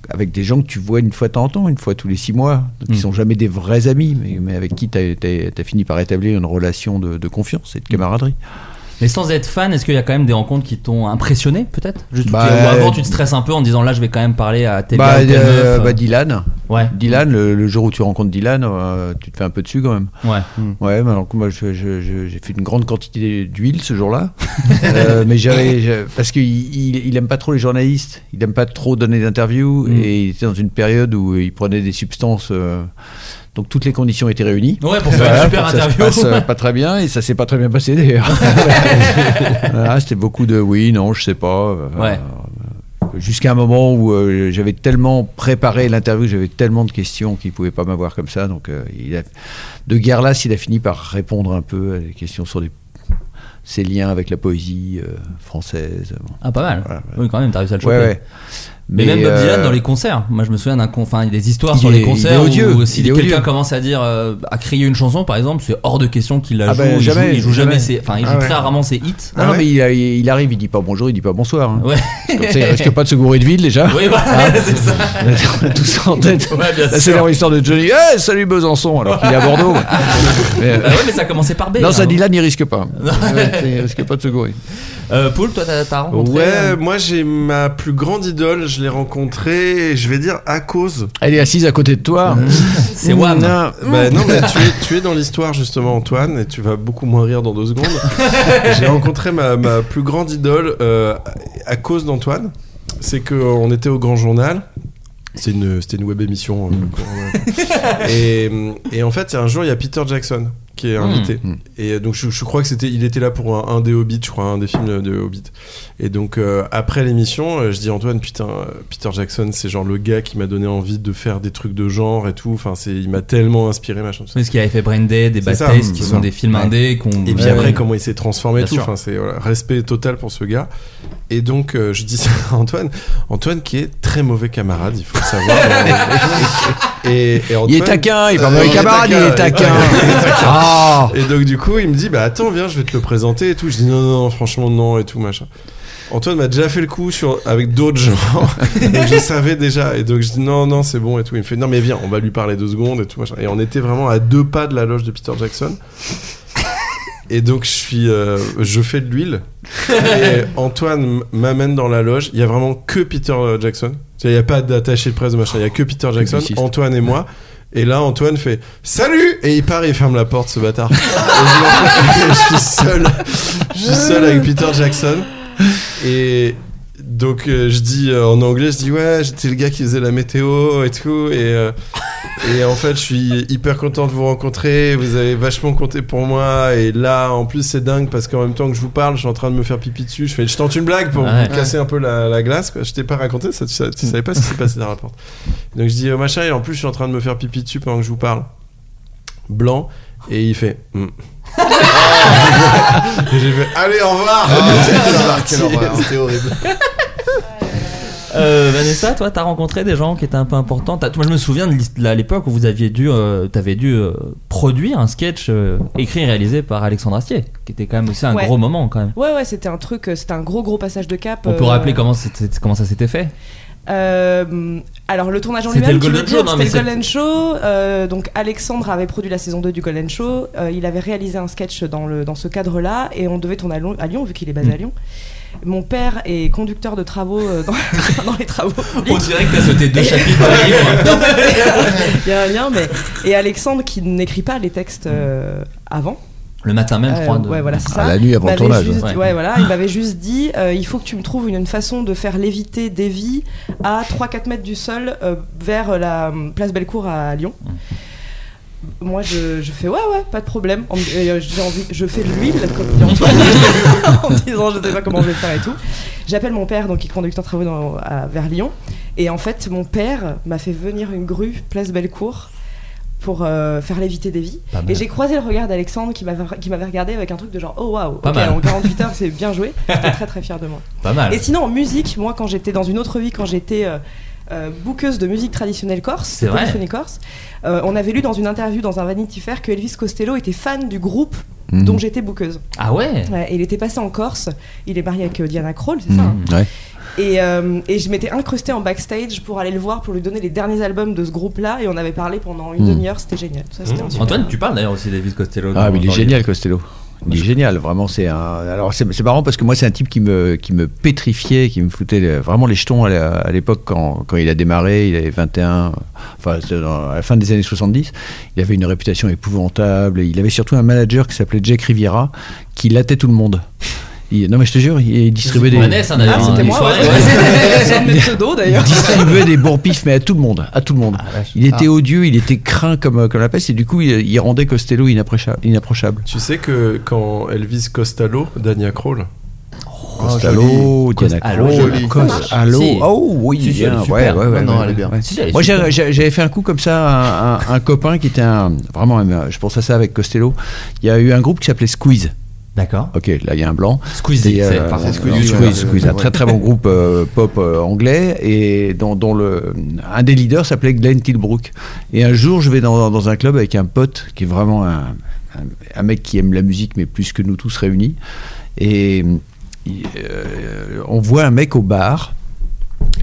Speaker 5: avec des gens que tu vois une fois de temps en temps, une fois tous les six mois, qui
Speaker 2: Mm.
Speaker 5: sont jamais des vrais amis, mais, mais avec qui tu as, fini par établir une relation de, de confiance et de camaraderie.
Speaker 2: Mais sans être fan, est-ce qu'il y a quand même des rencontres qui t'ont impressionné, peut-être Juste
Speaker 5: Bah,
Speaker 2: ou avant, tu te stresses un peu en disant là, je vais quand même parler à tel
Speaker 5: Bah,
Speaker 2: gars ou telle
Speaker 5: euh,
Speaker 2: meuf.
Speaker 5: bah, Dylan,
Speaker 2: ouais,
Speaker 5: Dylan, le, le jour où tu rencontres Dylan, euh, tu te fais un peu dessus quand même.
Speaker 2: ouais.
Speaker 5: Ouais, mais alors que moi je- je- je- j'ai fait une grande quantité d'huile ce jour-là, Euh, mais j'avais je- parce qu'il il, il aime pas trop les journalistes, il aime pas trop donner d'interviews
Speaker 2: Mm.
Speaker 5: et il était dans une période où il prenait des substances, euh, donc toutes les conditions étaient réunies.
Speaker 2: Ouais, pour faire
Speaker 5: Voilà,
Speaker 2: une super
Speaker 5: pour que ça se
Speaker 2: interview.
Speaker 5: passe, euh, pas très bien et ça s'est pas très bien passé d'ailleurs. Voilà, C'était beaucoup de oui, non, je sais pas. euh,
Speaker 2: Ouais.
Speaker 5: Jusqu'à un moment où euh, j'avais tellement préparé l'interview, j'avais tellement de questions qu'il pouvait pas m'avoir comme ça. Donc, euh, il a- de Guerlas, il a fini par répondre un peu à des questions sur les- ses liens avec la poésie euh, française. Bon,
Speaker 2: Ah, pas mal.
Speaker 5: voilà.
Speaker 2: Oui, quand même, t'as réussi à le choper.
Speaker 5: Ouais, ouais.
Speaker 2: Mais, même Bob Dylan
Speaker 5: euh,
Speaker 2: dans les concerts. Moi, je me souviens d'un con- enfin, il y a des histoires
Speaker 5: Il
Speaker 2: sur
Speaker 5: est-
Speaker 2: les concerts
Speaker 5: il est odieux,
Speaker 2: où si
Speaker 5: il est
Speaker 2: quelqu'un
Speaker 5: odieux.
Speaker 2: commence à dire, euh, à crier une chanson, par exemple, c'est hors de question qu'il la
Speaker 5: Ah
Speaker 2: joue.
Speaker 5: ben,
Speaker 2: il joue-
Speaker 5: jamais,
Speaker 2: il joue jamais
Speaker 5: jamais.
Speaker 2: ses, enfin, il
Speaker 5: Ah
Speaker 2: joue
Speaker 5: ouais. Ah.
Speaker 2: très rarement ses hits.
Speaker 5: Non, non, mais il, a- il arrive, il dit pas bonjour, il dit pas bonsoir. hein.
Speaker 2: Ouais.
Speaker 5: Parce que, comme ça, il risque pas de se gourer de ville déjà.
Speaker 2: Oui, voilà, c'est ça.
Speaker 5: On a- Ah. On a tous ça en tête.
Speaker 2: Ouais, bien
Speaker 5: La
Speaker 2: sûr.
Speaker 5: célèbre histoire de Johnny. Eh, salut Besançon, alors qu'il est à Bordeaux. ouais. Ah Mais, euh,
Speaker 2: Bah ouais, mais ça commençait par B. hein,
Speaker 5: non,
Speaker 2: là,
Speaker 5: ça
Speaker 2: non
Speaker 5: Dylan, il risque pas.
Speaker 2: Ouais,
Speaker 5: il risque pas de se gourer.
Speaker 2: Euh, Paul, toi, t'as t'as rencontré.
Speaker 6: Ouais,
Speaker 2: euh,
Speaker 6: moi j'ai ma plus grande idole, je l'ai rencontrée, et je vais dire à cause.
Speaker 5: Elle est assise à côté de toi.
Speaker 6: C'est
Speaker 5: Wham.
Speaker 6: Non,
Speaker 5: Mm.
Speaker 6: bah non, mais tu es, tu es dans l'histoire justement, Antoine, et tu vas beaucoup moins rire dans deux secondes. J'ai rencontré ma, ma plus grande idole euh, à à cause d'Antoine. C'est qu'on était au Grand Journal. C'est une- C'était une, web émission. euh, qu'on- et, et en fait, un jour, il y a Peter Jackson qui est
Speaker 5: Mm.
Speaker 6: invité.
Speaker 2: Hmm.
Speaker 5: Mm.
Speaker 6: Et donc, je, je crois que c'était, il était là pour un, un des Hobbits, je crois, un des films de Hobbit. Et donc, euh, après l'émission, euh, je dis Antoine, putain, euh, Peter Jackson, c'est genre le gars qui m'a donné envie de faire des trucs de genre et tout. Enfin, c'est, il m'a tellement inspiré, machin. tout ça.
Speaker 2: Oui, parce qu'il avait fait Brain Dead et
Speaker 6: C'est
Speaker 2: Bad
Speaker 6: ça,
Speaker 2: Taste,
Speaker 6: c'est
Speaker 2: qui
Speaker 6: ça.
Speaker 2: sont des films
Speaker 6: Ouais.
Speaker 2: indés qu'on.
Speaker 6: Et puis
Speaker 2: Ouais,
Speaker 6: après,
Speaker 2: ouais.
Speaker 6: comment il s'est transformé et
Speaker 2: Bien
Speaker 6: tout.
Speaker 2: sûr.
Speaker 6: Enfin, c'est voilà, respect total pour ce gars. Et donc, euh, je dis ça à Antoine. Antoine qui est très mauvais camarade, il faut le savoir. et, et Antoine-
Speaker 5: Il est taquin, il est pas mauvais
Speaker 6: Euh, il est
Speaker 5: camarade, il est taquin.
Speaker 6: Il est taquin.
Speaker 5: Ah.
Speaker 6: Et donc, du coup, il me dit Bah attends, viens, je vais te le présenter et tout. Je dis Non, non, non, franchement, non, et tout, machin. Antoine m'a déjà fait le coup sur, avec d'autres gens. donc je savais déjà. Et donc je dis non, non, c'est bon et tout. Il me fait non, mais viens, on va lui parler deux secondes et tout. machin. Et on était vraiment à deux pas de la loge de Peter Jackson. Et donc je suis, euh, je fais de l'huile. Et Antoine m- m'amène dans la loge. Il y a vraiment que Peter euh, Jackson. C'est-à-dire, Il n'y a pas d'attaché de presse de machin. Il y a que Peter Jackson,
Speaker 5: Publiciste.
Speaker 6: Antoine et moi. Et là, Antoine fait salut et il part, il ferme la porte, ce bâtard. Et je me retrouve- je suis seul, je suis seul avec Peter Jackson. Et donc euh, je dis euh, en anglais, je dis ouais, j'étais le gars qui faisait la météo et tout. Et, euh, et en fait, je suis hyper content de vous rencontrer. Vous avez vachement compté pour moi. Et là, en plus, c'est dingue parce qu'en même temps que je vous parle, je suis en train de me faire pipi dessus. Je fais, je tente une blague pour
Speaker 2: Ouais.
Speaker 6: vous casser un peu la, la glace. Quoi. Je t'ai pas raconté ça. Tu, sa- tu savais pas ce qui s'est passé dans la porte. Donc je dis euh, machin. Et en plus, je suis en train de me faire pipi dessus pendant que je vous parle. Blanc. Et il fait. Hmm. Et j'ai fait allez au
Speaker 5: Ah,
Speaker 6: revoir. Ah,
Speaker 3: quelle horreur,
Speaker 6: C'était horrible.
Speaker 2: Euh, Vanessa, toi, t'as rencontré des gens qui étaient un peu importants. T'as- Moi, je me souviens de l'hist- là, à l'époque où vous aviez dû, euh, t'avais dû euh, produire un sketch euh, écrit et réalisé par Alexandre Astier, qui était quand même aussi un
Speaker 7: Ouais.
Speaker 2: gros moment quand même.
Speaker 7: Ouais, ouais, c'était un truc, euh, c'était un gros gros passage de cap.
Speaker 2: On peut
Speaker 7: euh,
Speaker 2: rappeler comment, c'était- comment ça s'était fait
Speaker 7: Euh, alors le tournage en
Speaker 2: C'était
Speaker 7: lui-même,
Speaker 2: le
Speaker 7: tu
Speaker 2: Golden
Speaker 7: veux dire,
Speaker 2: Show, non,
Speaker 7: c'était
Speaker 2: mais
Speaker 7: le
Speaker 2: c'est-
Speaker 7: Golden Show. euh, donc Alexandre avait produit la saison 2 du Golden Show. euh, il avait réalisé un sketch dans, le, dans ce cadre-là et on devait tourner à Lon- à Lyon, vu qu'il est basé à Lyon. Mon père est conducteur de travaux euh, dans, dans les travaux.
Speaker 2: On
Speaker 7: publics.
Speaker 2: dirait que t'as sauté deux chapitres dans le livre.
Speaker 7: Il y a un lien, mais et Alexandre qui n'écrit pas les textes euh, avant.
Speaker 2: Le matin même, je
Speaker 7: Euh,
Speaker 2: crois. de-
Speaker 7: ouais, voilà, c'est
Speaker 5: Ah,
Speaker 7: ça.
Speaker 5: la nuit avant le
Speaker 7: M'avait
Speaker 5: tournage,
Speaker 7: juste-
Speaker 5: ouais.
Speaker 7: ouais. voilà, il m'avait juste dit euh, il faut que tu me trouves une, une façon de faire léviter des vies à 3-4 mètres du sol euh, vers la euh, place Bellecour à Lyon.
Speaker 2: Mmh.
Speaker 7: Moi, je, je fais ouais, ouais, pas de problème. En- euh, j'ai envie, je fais de l'huile, comme dit Antoine, en me disant je sais pas comment je vais faire et tout. J'appelle mon père, donc qui est conducteur de travaux dans- à- vers Lyon. Et en fait, mon père m'a fait venir une grue place Bellecour pour euh, faire léviter des vies.
Speaker 2: Pas mal.
Speaker 7: Et j'ai croisé le regard d'Alexandre qui m'avait qui m'avait regardé avec un truc de genre oh waouh,
Speaker 2: Pas
Speaker 7: ok,
Speaker 2: mal.
Speaker 7: en 48 heures, c'est bien joué. J'étais très très fier de moi.
Speaker 2: Pas mal.
Speaker 7: Et sinon, en musique, moi, quand j'étais dans une autre vie, quand j'étais euh, euh, bouqueuse de musique traditionnelle corse,
Speaker 2: C'est
Speaker 7: de
Speaker 2: vrai.
Speaker 7: polyphonie corse, euh, on avait lu dans une interview dans un Vanity Fair que Elvis Costello était fan du groupe
Speaker 2: Mmh.
Speaker 5: Mhm.
Speaker 7: dont j'étais bouqueuse.
Speaker 2: Ah ouais
Speaker 7: et Il était passé en Corse, il est marié avec euh, Diana Kroll, c'est ça
Speaker 2: Mmh,
Speaker 7: hein
Speaker 5: Ouais.
Speaker 7: et, euh, et je m'étais incrustée en backstage pour aller le voir, pour lui donner les derniers albums de ce groupe-là, et on avait parlé pendant une
Speaker 2: Mmh.
Speaker 5: Mhm.
Speaker 7: demi-heure, c'était génial. Ça, c'était un super-
Speaker 2: Antoine, tu parles d'ailleurs aussi d'Elvis Costello.
Speaker 5: Ah,
Speaker 2: dans-
Speaker 5: mais il
Speaker 2: dans
Speaker 5: est
Speaker 2: le
Speaker 5: génial, Costello. Il est génial, vraiment. C'est un. Alors c'est c'est marrant parce que moi c'est un type qui me qui me pétrifiait, qui me foutait le- vraiment les jetons à la- à l'époque quand, quand il a démarré. Il avait 21, enfin c'était dans- à la fin des années 70. Il avait une réputation épouvantable. Il avait surtout un manager qui s'appelait Jack Riviera qui lattait tout le monde. Il- non mais je te jure, il, il distribuait des.
Speaker 2: Vanessa, d'ailleurs,
Speaker 7: Ah, c'était
Speaker 2: hein,
Speaker 7: moi,
Speaker 2: l'histoire.
Speaker 7: ouais. Ouais. C'est un de mes pseudos, d'ailleurs.
Speaker 5: Il distribuait des bourpifs, mais à tout le monde, à tout le monde. il était odieux, il était craint comme, comme la peste, et du coup, il, il rendait Costello inaprocha- inapprochable.
Speaker 6: Tu sais que quand Elvis Costello, Dania Kroll.
Speaker 5: Oh, Costello, Diana
Speaker 2: Costello,
Speaker 5: Kroll,
Speaker 2: joli.
Speaker 5: Costello.
Speaker 2: Ça marche. Si.
Speaker 5: Oh oui,
Speaker 2: Si, si, elle est
Speaker 5: bien,
Speaker 2: super.
Speaker 5: ouais, ouais, ouais,
Speaker 2: Non, non,
Speaker 5: ouais,
Speaker 2: elle est
Speaker 5: ouais.
Speaker 2: bien. Si, si, elle est
Speaker 5: Moi,
Speaker 2: super.
Speaker 5: j'ai- j'ai- j'avais fait un coup comme ça hein, à un, un- un copain qui était un, vraiment, un- je pense à ça avec Costello. Il y a eu un groupe qui s'appelait Squeeze.
Speaker 2: D'accord.
Speaker 5: Ok, là il y a un blanc.
Speaker 2: Squeezie,
Speaker 5: Et, euh,
Speaker 2: c'est- pardon.
Speaker 5: c'est Squeezie,
Speaker 2: Squeezie,
Speaker 5: Squeezie,
Speaker 2: voilà.
Speaker 5: Squeezie, un très très bon groupe euh, pop euh, anglais et dont, dont le, un des leaders s'appelait Glenn Tilbrook. Et un jour, je vais dans, dans un club avec un pote qui est vraiment un, un, un mec qui aime la musique, mais plus que nous tous réunis. Et il- euh, on voit un mec au bar.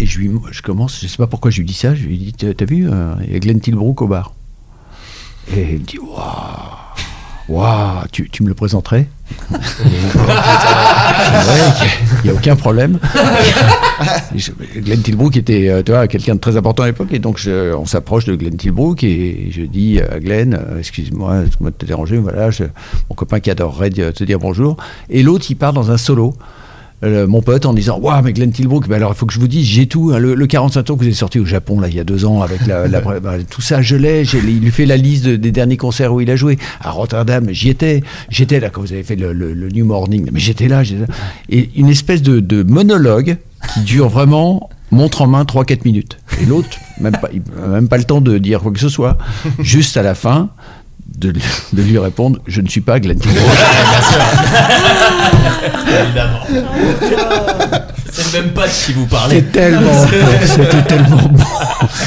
Speaker 5: Et je, lui, je commence, je sais pas pourquoi je lui dis ça, je lui dis T'as t'as vu, euh, il y a Glenn Tilbrook au bar. Et il me dit Waouh, waouh, tu, tu me le présenterais Il n'y a aucun problème. Je- Glenn Tilbrook était euh, tu vois, quelqu'un de très important à l'époque, et donc je- on s'approche de Glenn Tilbrook et je dis à Glenn, euh, excuse-moi, excuse-moi de te déranger, voilà, je- mon copain qui adorerait de te dire bonjour. Et l'autre, il part dans un solo. euh, mon pote en disant Waouh, mais Glenn Tilbrook, ben alors il faut que je vous dise, j'ai tout. hein, le, le 45 tours que vous avez sorti au Japon, là, il y a deux ans, avec la, la- ben, tout ça, je l'ai. j'ai- Il lui fait la liste de- des derniers concerts où il a joué. À Rotterdam, j'y étais. J'étais là quand vous avez fait le, le- le New Morning. Mais j'étais là, j'étais là. Et une espèce de, de monologue qui dure vraiment montre en main 3-4 minutes. Et l'autre, même pas, il a même pas le temps de dire quoi que ce soit. Juste à la fin, de, de lui répondre Je ne suis pas Glenn Tilbrook.
Speaker 9: Évidemment. C'est le même patch qui vous parlait.
Speaker 5: C'était tellement bon. C'était tellement bon.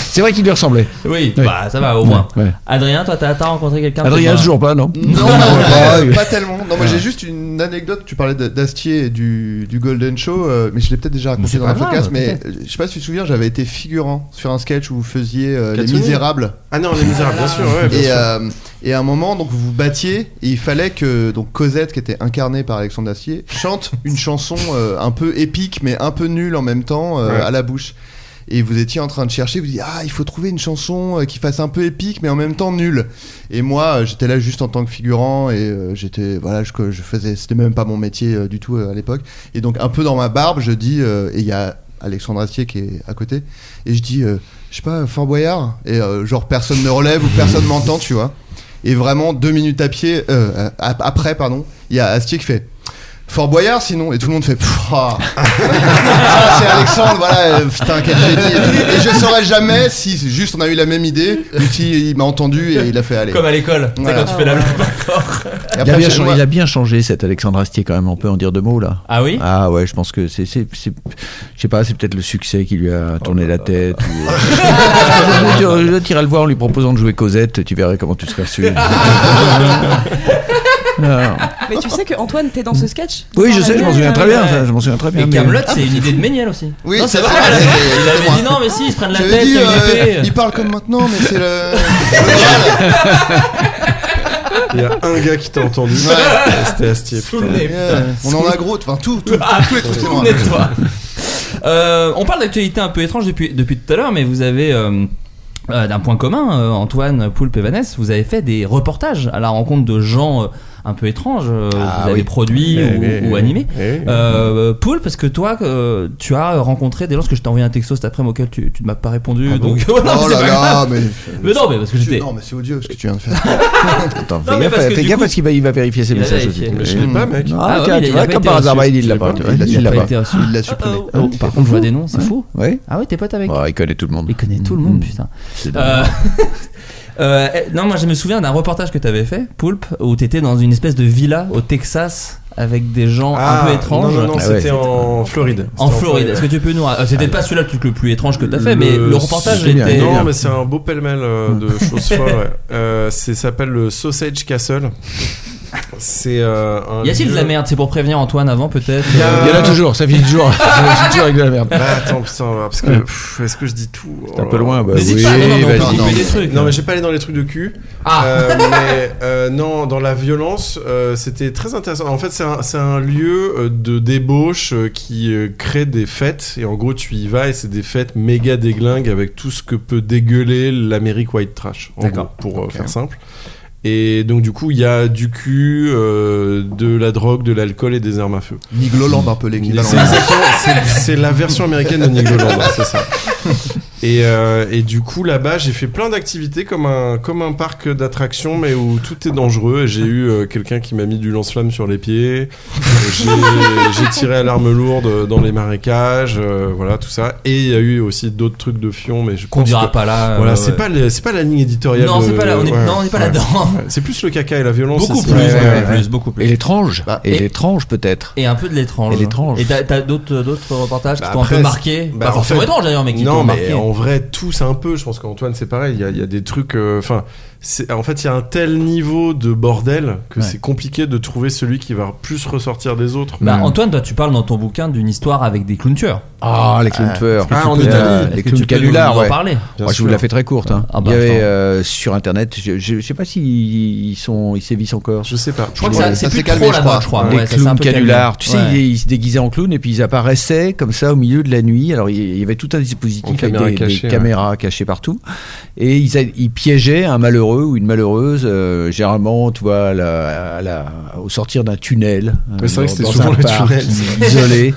Speaker 5: C'est vrai qu'il lui ressemblait.
Speaker 2: Oui, bah ça va au moins.
Speaker 5: Ouais, ouais.
Speaker 2: Adrien, toi t'as t'as rencontré quelqu'un
Speaker 5: Adrien,
Speaker 2: peut-être
Speaker 5: toujours pas, non
Speaker 2: Non,
Speaker 3: Euh,
Speaker 5: oui.
Speaker 3: pas tellement. Non, moi
Speaker 5: Ah.
Speaker 3: j'ai juste une anecdote. Tu parlais de- d'Astier et du, du Golden Show, euh, mais je l'ai peut-être déjà
Speaker 2: c'est
Speaker 3: raconté dans
Speaker 2: pas
Speaker 3: un
Speaker 2: grave,
Speaker 3: podcast. Mais
Speaker 2: peut-être.
Speaker 3: euh, je sais pas si tu te souviens, j'avais été figurant sur un sketch où vous faisiez euh, Les
Speaker 6: Katsuni
Speaker 3: Misérables.
Speaker 6: Ah non, Les Misérables, bien sûr, ouais, bien
Speaker 3: et,
Speaker 6: sûr.
Speaker 3: euh, et à un moment, donc vous vous battiez et il fallait que donc Cosette, qui était incarnée par Alexandre Astier, chante une chanson euh, un peu épique mais un peu nulle en même temps euh,
Speaker 6: Ouais.
Speaker 3: à la bouche. Et vous étiez en train de chercher, vous dites ah il faut trouver une chanson euh, qui fasse un peu épique mais en même temps nulle. Et moi euh, j'étais là juste en tant que figurant et euh, j'étais voilà je, je faisais c'était même pas mon métier euh, du tout euh, à l'époque. Et donc un peu dans ma barbe je dis euh, et il y a Alexandre Astier qui est à côté et je dis euh, je sais pas Fort Boyard et euh, genre personne ne relève ou personne m'entend tu vois. Et vraiment deux minutes à pied euh, ap- après pardon il y a Astier qui fait Fort Boyard sinon et tout le monde fait Pff, ah. Ah, c'est Alexandre, voilà, euh, putain, quel génie. Et, tout. Et je saurais jamais si juste on a eu la même idée, mais si il m'a entendu et il a fait aller.
Speaker 2: Comme à l'école, tu sais,
Speaker 3: Voilà.
Speaker 2: quand tu fais la blague encore.
Speaker 3: Et
Speaker 5: il, a
Speaker 3: après,
Speaker 5: bien
Speaker 3: chez
Speaker 5: changé,
Speaker 3: moi-
Speaker 5: il a bien changé cet Alexandre Astier quand même, on peut en dire deux mots là.
Speaker 2: Ah oui
Speaker 5: Ah ouais, je pense que c'est. c'est- c'est- Je sais pas, c'est peut-être le succès qui lui a tourné la tête. ou-
Speaker 3: euh.
Speaker 5: Je veux dire, je t'irai le voir en lui proposant de jouer Cosette, tu verrais comment tu serais reçu. Non.
Speaker 7: Mais tu sais que Antoine, t'es dans ce sketch
Speaker 5: Oui, je sais, je m'en souviens Ah, très bien. ça, je m'en souviens très bien.
Speaker 2: Et
Speaker 5: mais- Ah,
Speaker 2: Camelot, c'est une idée de Méniel aussi.
Speaker 3: Oui,
Speaker 2: Non,
Speaker 3: c'est
Speaker 2: c'est vrai.
Speaker 3: vrai,
Speaker 2: elle avait-
Speaker 3: c'est-
Speaker 2: Il
Speaker 3: c'est moi.
Speaker 2: avait dit non, mais si, ils se prennent la
Speaker 3: J'avais
Speaker 2: tête.
Speaker 3: dit,
Speaker 2: il y a
Speaker 3: euh,
Speaker 2: une épée.
Speaker 3: il parle comme maintenant, mais c'est le.
Speaker 6: Il y a un gars qui t'a entendu.
Speaker 3: Ouais.
Speaker 6: C'était Astier.
Speaker 2: Sous le
Speaker 6: putain.
Speaker 2: nez, putain.
Speaker 3: Euh, on en a gros, enfin tout, tout,
Speaker 2: Ah,
Speaker 3: tous les trucs, c'est moi.
Speaker 2: souvenez-toi. Euh, on parle d'actualité un peu étrange depuis, depuis tout à l'heure, mais vous avez. euh, euh, d'un point commun, euh, Antoine, Poulpe et Vanessa, vous avez fait des reportages à la rencontre de gens euh, un peu étranges, euh,
Speaker 5: Ah
Speaker 2: vous avez
Speaker 5: oui.
Speaker 2: produits
Speaker 5: Eh
Speaker 2: ou,
Speaker 5: oui,
Speaker 2: ou
Speaker 5: oui,
Speaker 2: animés.
Speaker 5: oui, oui.
Speaker 2: Euh, Poulpe, parce que toi, euh, tu as rencontré des gens, parce que je t'ai envoyé un texto cet après-midi auquel tu, tu ne m'as pas répondu.
Speaker 3: Ah bon
Speaker 2: donc,
Speaker 3: Oh
Speaker 2: Non, mais c'est
Speaker 3: là
Speaker 2: pas
Speaker 3: là,
Speaker 2: grave.
Speaker 3: mais.
Speaker 2: Mais non, mais parce que
Speaker 3: Tu-
Speaker 2: j'étais.
Speaker 3: Non, mais c'est odieux ce que tu viens de faire.
Speaker 5: Attends,
Speaker 2: Non,
Speaker 5: fais
Speaker 2: Ah, mais
Speaker 5: gaffe,
Speaker 2: parce que
Speaker 5: fais
Speaker 2: du
Speaker 5: gaffe
Speaker 2: coup-
Speaker 5: parce qu'il va, il va vérifier ses
Speaker 2: Il a
Speaker 5: messages.
Speaker 2: vérifié. Mais je
Speaker 5: Mm.
Speaker 2: l'ai pas, mec.
Speaker 5: Ah,
Speaker 2: Ah, oui,
Speaker 5: tiens,
Speaker 2: il a-
Speaker 5: tu
Speaker 2: il
Speaker 5: vois,
Speaker 2: a pas
Speaker 5: comme
Speaker 2: été
Speaker 5: par
Speaker 2: reçu.
Speaker 5: hasard, bah, il
Speaker 2: Je
Speaker 5: l'a
Speaker 2: l'ai
Speaker 5: pas.
Speaker 2: pas
Speaker 5: tu
Speaker 2: vu.
Speaker 5: vois,
Speaker 2: Il a
Speaker 5: l'a
Speaker 2: pas
Speaker 5: pas.
Speaker 2: été reçu.
Speaker 5: Il l'a supprimé.
Speaker 2: Oh, par contre, je vois des noms, c'est fou.
Speaker 5: Ouais.
Speaker 2: Ah ouais, t'es pote avec.
Speaker 5: Bon, il connaît tout le monde.
Speaker 2: Il connaît tout le monde, Mm. putain. Euh, euh, non, moi je me souviens d'un reportage que t'avais fait, Poulpe, où t'étais dans une espèce de villa au Texas avec des gens
Speaker 6: Ah,
Speaker 2: un peu étranges.
Speaker 6: Non, non, non,
Speaker 2: Ah ouais.
Speaker 6: c'était en Floride.
Speaker 2: En Floride, est-ce que tu peux nous. euh, C'était pas celui-là le truc le plus étrange que t'as fait, mais le reportage était.
Speaker 6: Non, mais c'est un beau pêle-mêle euh, de choses folles. ouais. Euh, c'est ça s'appelle le Sausage Castle. C'est. euh, un
Speaker 2: Y a-t-il de
Speaker 6: lieu-
Speaker 2: la merde C'est pour prévenir Antoine avant peut-être euh,
Speaker 6: Il y a-
Speaker 5: Il y en a toujours, ça finit toujours. Ça finit toujours avec de la merde.
Speaker 6: Bah attends, putain, parce que. pff, Est-ce que je dis tout Oh
Speaker 5: C'est un peu loin, bah
Speaker 2: N'hésite
Speaker 5: oui,
Speaker 2: pas, non, non, non,
Speaker 5: vas-y.
Speaker 2: non, non. Couper des trucs,
Speaker 6: Non,
Speaker 2: hein.
Speaker 6: mais j'ai pas allé dans les trucs de cul.
Speaker 2: Ah.
Speaker 6: Euh, mais euh, non, dans la violence, euh, c'était très intéressant. En fait, c'est un, c'est un lieu euh, de débauche euh, qui euh, crée des fêtes. Et en gros, tu y vas et c'est des fêtes méga déglingues avec tout ce que peut dégueuler l'Amérique white trash. en
Speaker 2: D'accord.
Speaker 6: gros, Pour euh, faire simple. Et donc, du coup, il y a du cul, euh, de la drogue, de l'alcool et des armes à feu.
Speaker 3: Nigloland, un peu l'équivalent.
Speaker 6: C'est exactement- c'est- c'est la version américaine de Nick Jolanda, c'est hein, ça. Et, euh, et du coup, là-bas, j'ai fait plein d'activités comme un, comme un parc d'attractions, mais où tout est dangereux. Et J'ai eu euh, quelqu'un qui m'a mis du lance-flamme sur les pieds. Euh, j'ai- J'ai tiré à l'arme lourde dans les marécages. euh, voilà, tout ça. Et il y a eu aussi d'autres trucs de fion, mais je
Speaker 2: Qu'on
Speaker 6: pense
Speaker 2: dira
Speaker 6: que-
Speaker 2: pas là, euh,
Speaker 6: Voilà,
Speaker 2: ouais.
Speaker 6: c'est pas, les- c'est pas la ligne éditoriale.
Speaker 2: Non, c'est
Speaker 6: de-
Speaker 2: pas là, on est- non, on est pas là-dedans.
Speaker 6: Ouais. C'est plus le caca et la violence.
Speaker 2: Beaucoup
Speaker 6: ici.
Speaker 2: plus,
Speaker 6: Ouais,
Speaker 2: beaucoup
Speaker 6: ouais, ouais.
Speaker 2: plus, beaucoup plus. Bah,
Speaker 3: Et l'étrange. et
Speaker 2: et-
Speaker 3: l'étrange peut-être.
Speaker 2: Et un peu de l'étrange.
Speaker 3: Et l'étrange.
Speaker 2: Et t'as t'as d'autres d'autres reportages
Speaker 6: Bah
Speaker 2: qui t'ont un
Speaker 6: après,
Speaker 2: peu marqué.
Speaker 6: bah
Speaker 2: pas
Speaker 6: en
Speaker 2: forcément
Speaker 6: fait-
Speaker 2: étrange d'ailleurs, mais qui
Speaker 6: Non,
Speaker 2: t'ont
Speaker 6: mais
Speaker 2: marqué.
Speaker 6: en vrai, tous un peu. Je pense qu'Antoine, c'est pareil. Il y a, il y a des trucs. euh, Enfin, c'est en fait, il y a un tel niveau de bordel que
Speaker 2: Ouais.
Speaker 6: c'est compliqué de trouver celui qui va plus ressortir des autres.
Speaker 3: Hmm.
Speaker 2: Bah, Antoine, toi, tu parles dans ton bouquin d'une histoire avec des clowns tueurs.
Speaker 3: Ah, les clowns tueurs.
Speaker 2: Est-ce que tu peux- est-ce
Speaker 3: Les
Speaker 2: que
Speaker 3: clowns
Speaker 2: tu peux nous
Speaker 3: canulars,
Speaker 2: en
Speaker 3: ouais.
Speaker 2: parler
Speaker 3: Moi, je vous la fais très courte. hein.
Speaker 2: Ah bah,
Speaker 3: il y avait
Speaker 2: attends.
Speaker 3: euh, sur internet, je, je, je sais pas s'ils ils sont, ils sévissent encore.
Speaker 6: Je sais pas.
Speaker 2: Je crois que ça- c'est plus trop là-bas, je crois.
Speaker 3: Les
Speaker 2: Ouais, ça s'est un
Speaker 3: clowns
Speaker 2: peu calmé.
Speaker 3: canulars. Tu sais,
Speaker 2: Ouais.
Speaker 3: ils, ils se déguisaient en clowns et puis ils apparaissaient comme ça au milieu de la nuit. Alors il y- il y avait tout un
Speaker 6: En
Speaker 3: dispositif avec
Speaker 6: caméra
Speaker 3: des, des
Speaker 6: cachée, ouais.
Speaker 3: caméras cachées partout. Et ils, a- ils piégeaient un malheureux ou une malheureuse, euh, généralement, tu vois, à la- à la- au sortir d'un tunnel.
Speaker 6: Mais c'est vrai
Speaker 3: euh,
Speaker 6: que c'était
Speaker 3: dans
Speaker 6: souvent
Speaker 3: un
Speaker 6: le
Speaker 3: parc
Speaker 6: tunnel.
Speaker 3: Isolé.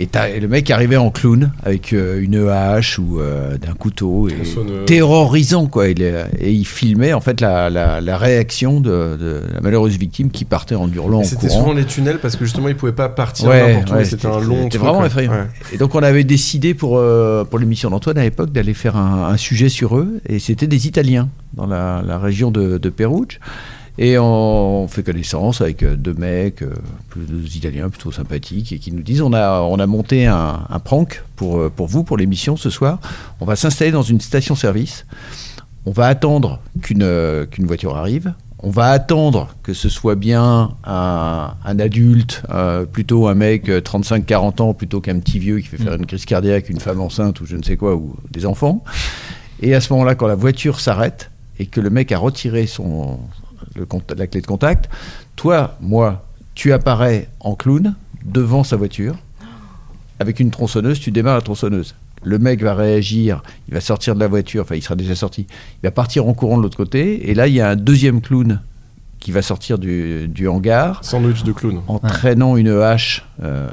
Speaker 3: Et, t'as- et le mec arrivait en clown avec euh, une hache ou euh, d'un couteau et
Speaker 6: sonneuse.
Speaker 3: terrorisant quoi. Il est- et il filmait en fait la, la- la réaction de, de la malheureuse victime qui partait en hurlant, en
Speaker 6: Et C'était
Speaker 3: courant.
Speaker 6: souvent les tunnels parce que justement, ils pouvaient pas partir
Speaker 3: Ouais,
Speaker 6: n'importe où.
Speaker 3: ouais,
Speaker 6: C'était un long.
Speaker 3: c'était
Speaker 6: truc,
Speaker 3: vraiment
Speaker 6: ouais.
Speaker 3: effrayant.
Speaker 6: Ouais.
Speaker 3: Et donc on avait décidé pour euh, pour l'émission d'Antoine à l'époque d'aller faire un, un sujet sur eux et c'était des Italiens dans la, la région de, de Perugia. Et on, on fait connaissance avec euh, deux mecs, euh, plus- deux Italiens plutôt sympathiques, et qui nous disent on a, on a monté un, un prank pour, euh, pour vous, pour l'émission ce soir. On va s'installer dans une station-service. On va attendre qu'une euh, qu'une voiture arrive. On va attendre que ce soit bien un, un adulte, euh, plutôt un mec euh, 35-40 ans, plutôt qu'un petit vieux qui fait faire une crise cardiaque, une femme enceinte ou je ne sais quoi, ou des enfants. Et à ce moment-là, quand la voiture s'arrête et que le mec a retiré son, le cont- la clé de contact, toi, moi, tu apparais en clown devant sa voiture avec une tronçonneuse, tu démarres la tronçonneuse. Le mec va réagir, il va sortir de la voiture, enfin il sera déjà sorti, il va partir en courant de l'autre côté, et là il y a un deuxième clown qui va sortir du, du hangar.
Speaker 6: Sandwich de clown.
Speaker 3: En traînant une hache euh,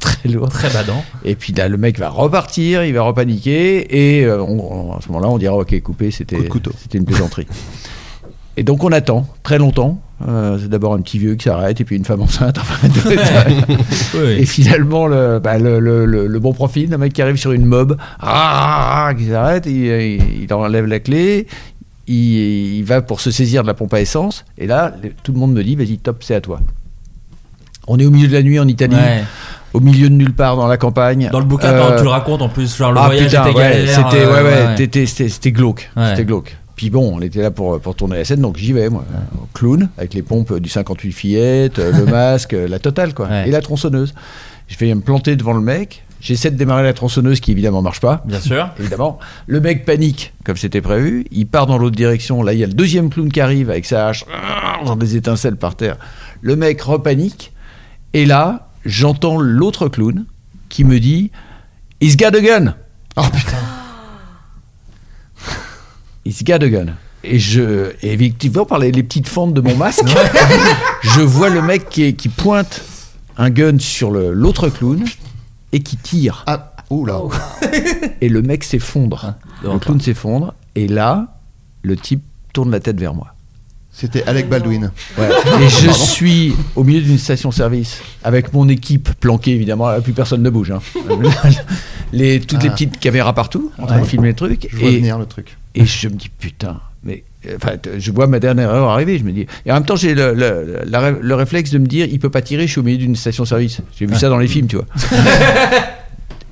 Speaker 3: très lourde.
Speaker 2: Oh, Très badant.
Speaker 3: Et puis là le mec va repartir, il va repaniquer, et euh, on- on- à ce moment-là on dira ok coupé, c'était c'était une plaisanterie. Et donc on attend très longtemps. Euh, c'est d'abord un petit vieux qui s'arrête et puis une femme enceinte. Enfin,
Speaker 2: Oui.
Speaker 3: Et finalement, le, bah, le, le- le- le bon profil, un mec qui arrive sur une mob, ah, ah, ah, qui s'arrête, il, il- il enlève la clé, il, il va pour se saisir de la pompe à essence, et là, le- tout le monde me dit, vas-y, top, c'est à toi. On est au milieu de la nuit en Italie,
Speaker 2: Ouais.
Speaker 3: au milieu de nulle part dans la campagne.
Speaker 2: Dans le bouquin,
Speaker 3: Euh,
Speaker 2: t'en- tu le racontes en plus, genre le
Speaker 3: ah,
Speaker 2: voyage
Speaker 3: putain,
Speaker 2: était
Speaker 3: ouais,
Speaker 2: galère.
Speaker 3: C'était
Speaker 2: euh,
Speaker 3: ouais, ouais, t'étais- c'était- c'était glauque.
Speaker 2: Ouais.
Speaker 3: C'était glauque. Puis bon, on était là pour, pour tourner la scène, donc j'y vais, moi. hein, Clown, avec les pompes du 58 fillettes, euh, le masque, euh, la totale, quoi. Et la tronçonneuse. Je vais me planter devant le mec. J'essaie de démarrer la tronçonneuse qui, évidemment, marche pas.
Speaker 2: Bien sûr.
Speaker 3: Évidemment. Le mec panique, comme c'était prévu. Il part dans l'autre direction. Là, il y a le deuxième clown qui arrive avec sa hache, dans des étincelles par terre. Le mec repanique. Et là, j'entends l'autre clown qui me dit He's got a gun Oh putain He's got a gun. Et je, et effectivement, par les, les petites fentes de mon masque, je vois le mec qui, est- qui pointe un gun sur le- l'autre clown et qui tire. Ah, oula Et le mec
Speaker 10: Ah,
Speaker 3: s'effondre. le clown s'effondre. Et là, le type tourne la tête vers moi. C'était Alec Baldwin. Et je
Speaker 10: Pardon.
Speaker 3: suis au milieu d'une station-service avec mon équipe planquée évidemment. Là, plus personne ne bouge. hein. Les, toutes les
Speaker 10: Ah.
Speaker 3: petites caméras partout en train de
Speaker 10: Ouais.
Speaker 3: filmer le truc.
Speaker 10: Je vois venir le truc.
Speaker 3: Et je me dis putain, mais euh, enfin, t- je vois ma dernière erreur arriver. Je me dis. Et en même temps, j'ai le, le- la ré- le réflexe de me dire, il peut pas tirer. Je suis au milieu d'une station-service. J'ai
Speaker 5: Ah.
Speaker 3: vu ça dans les films, tu vois.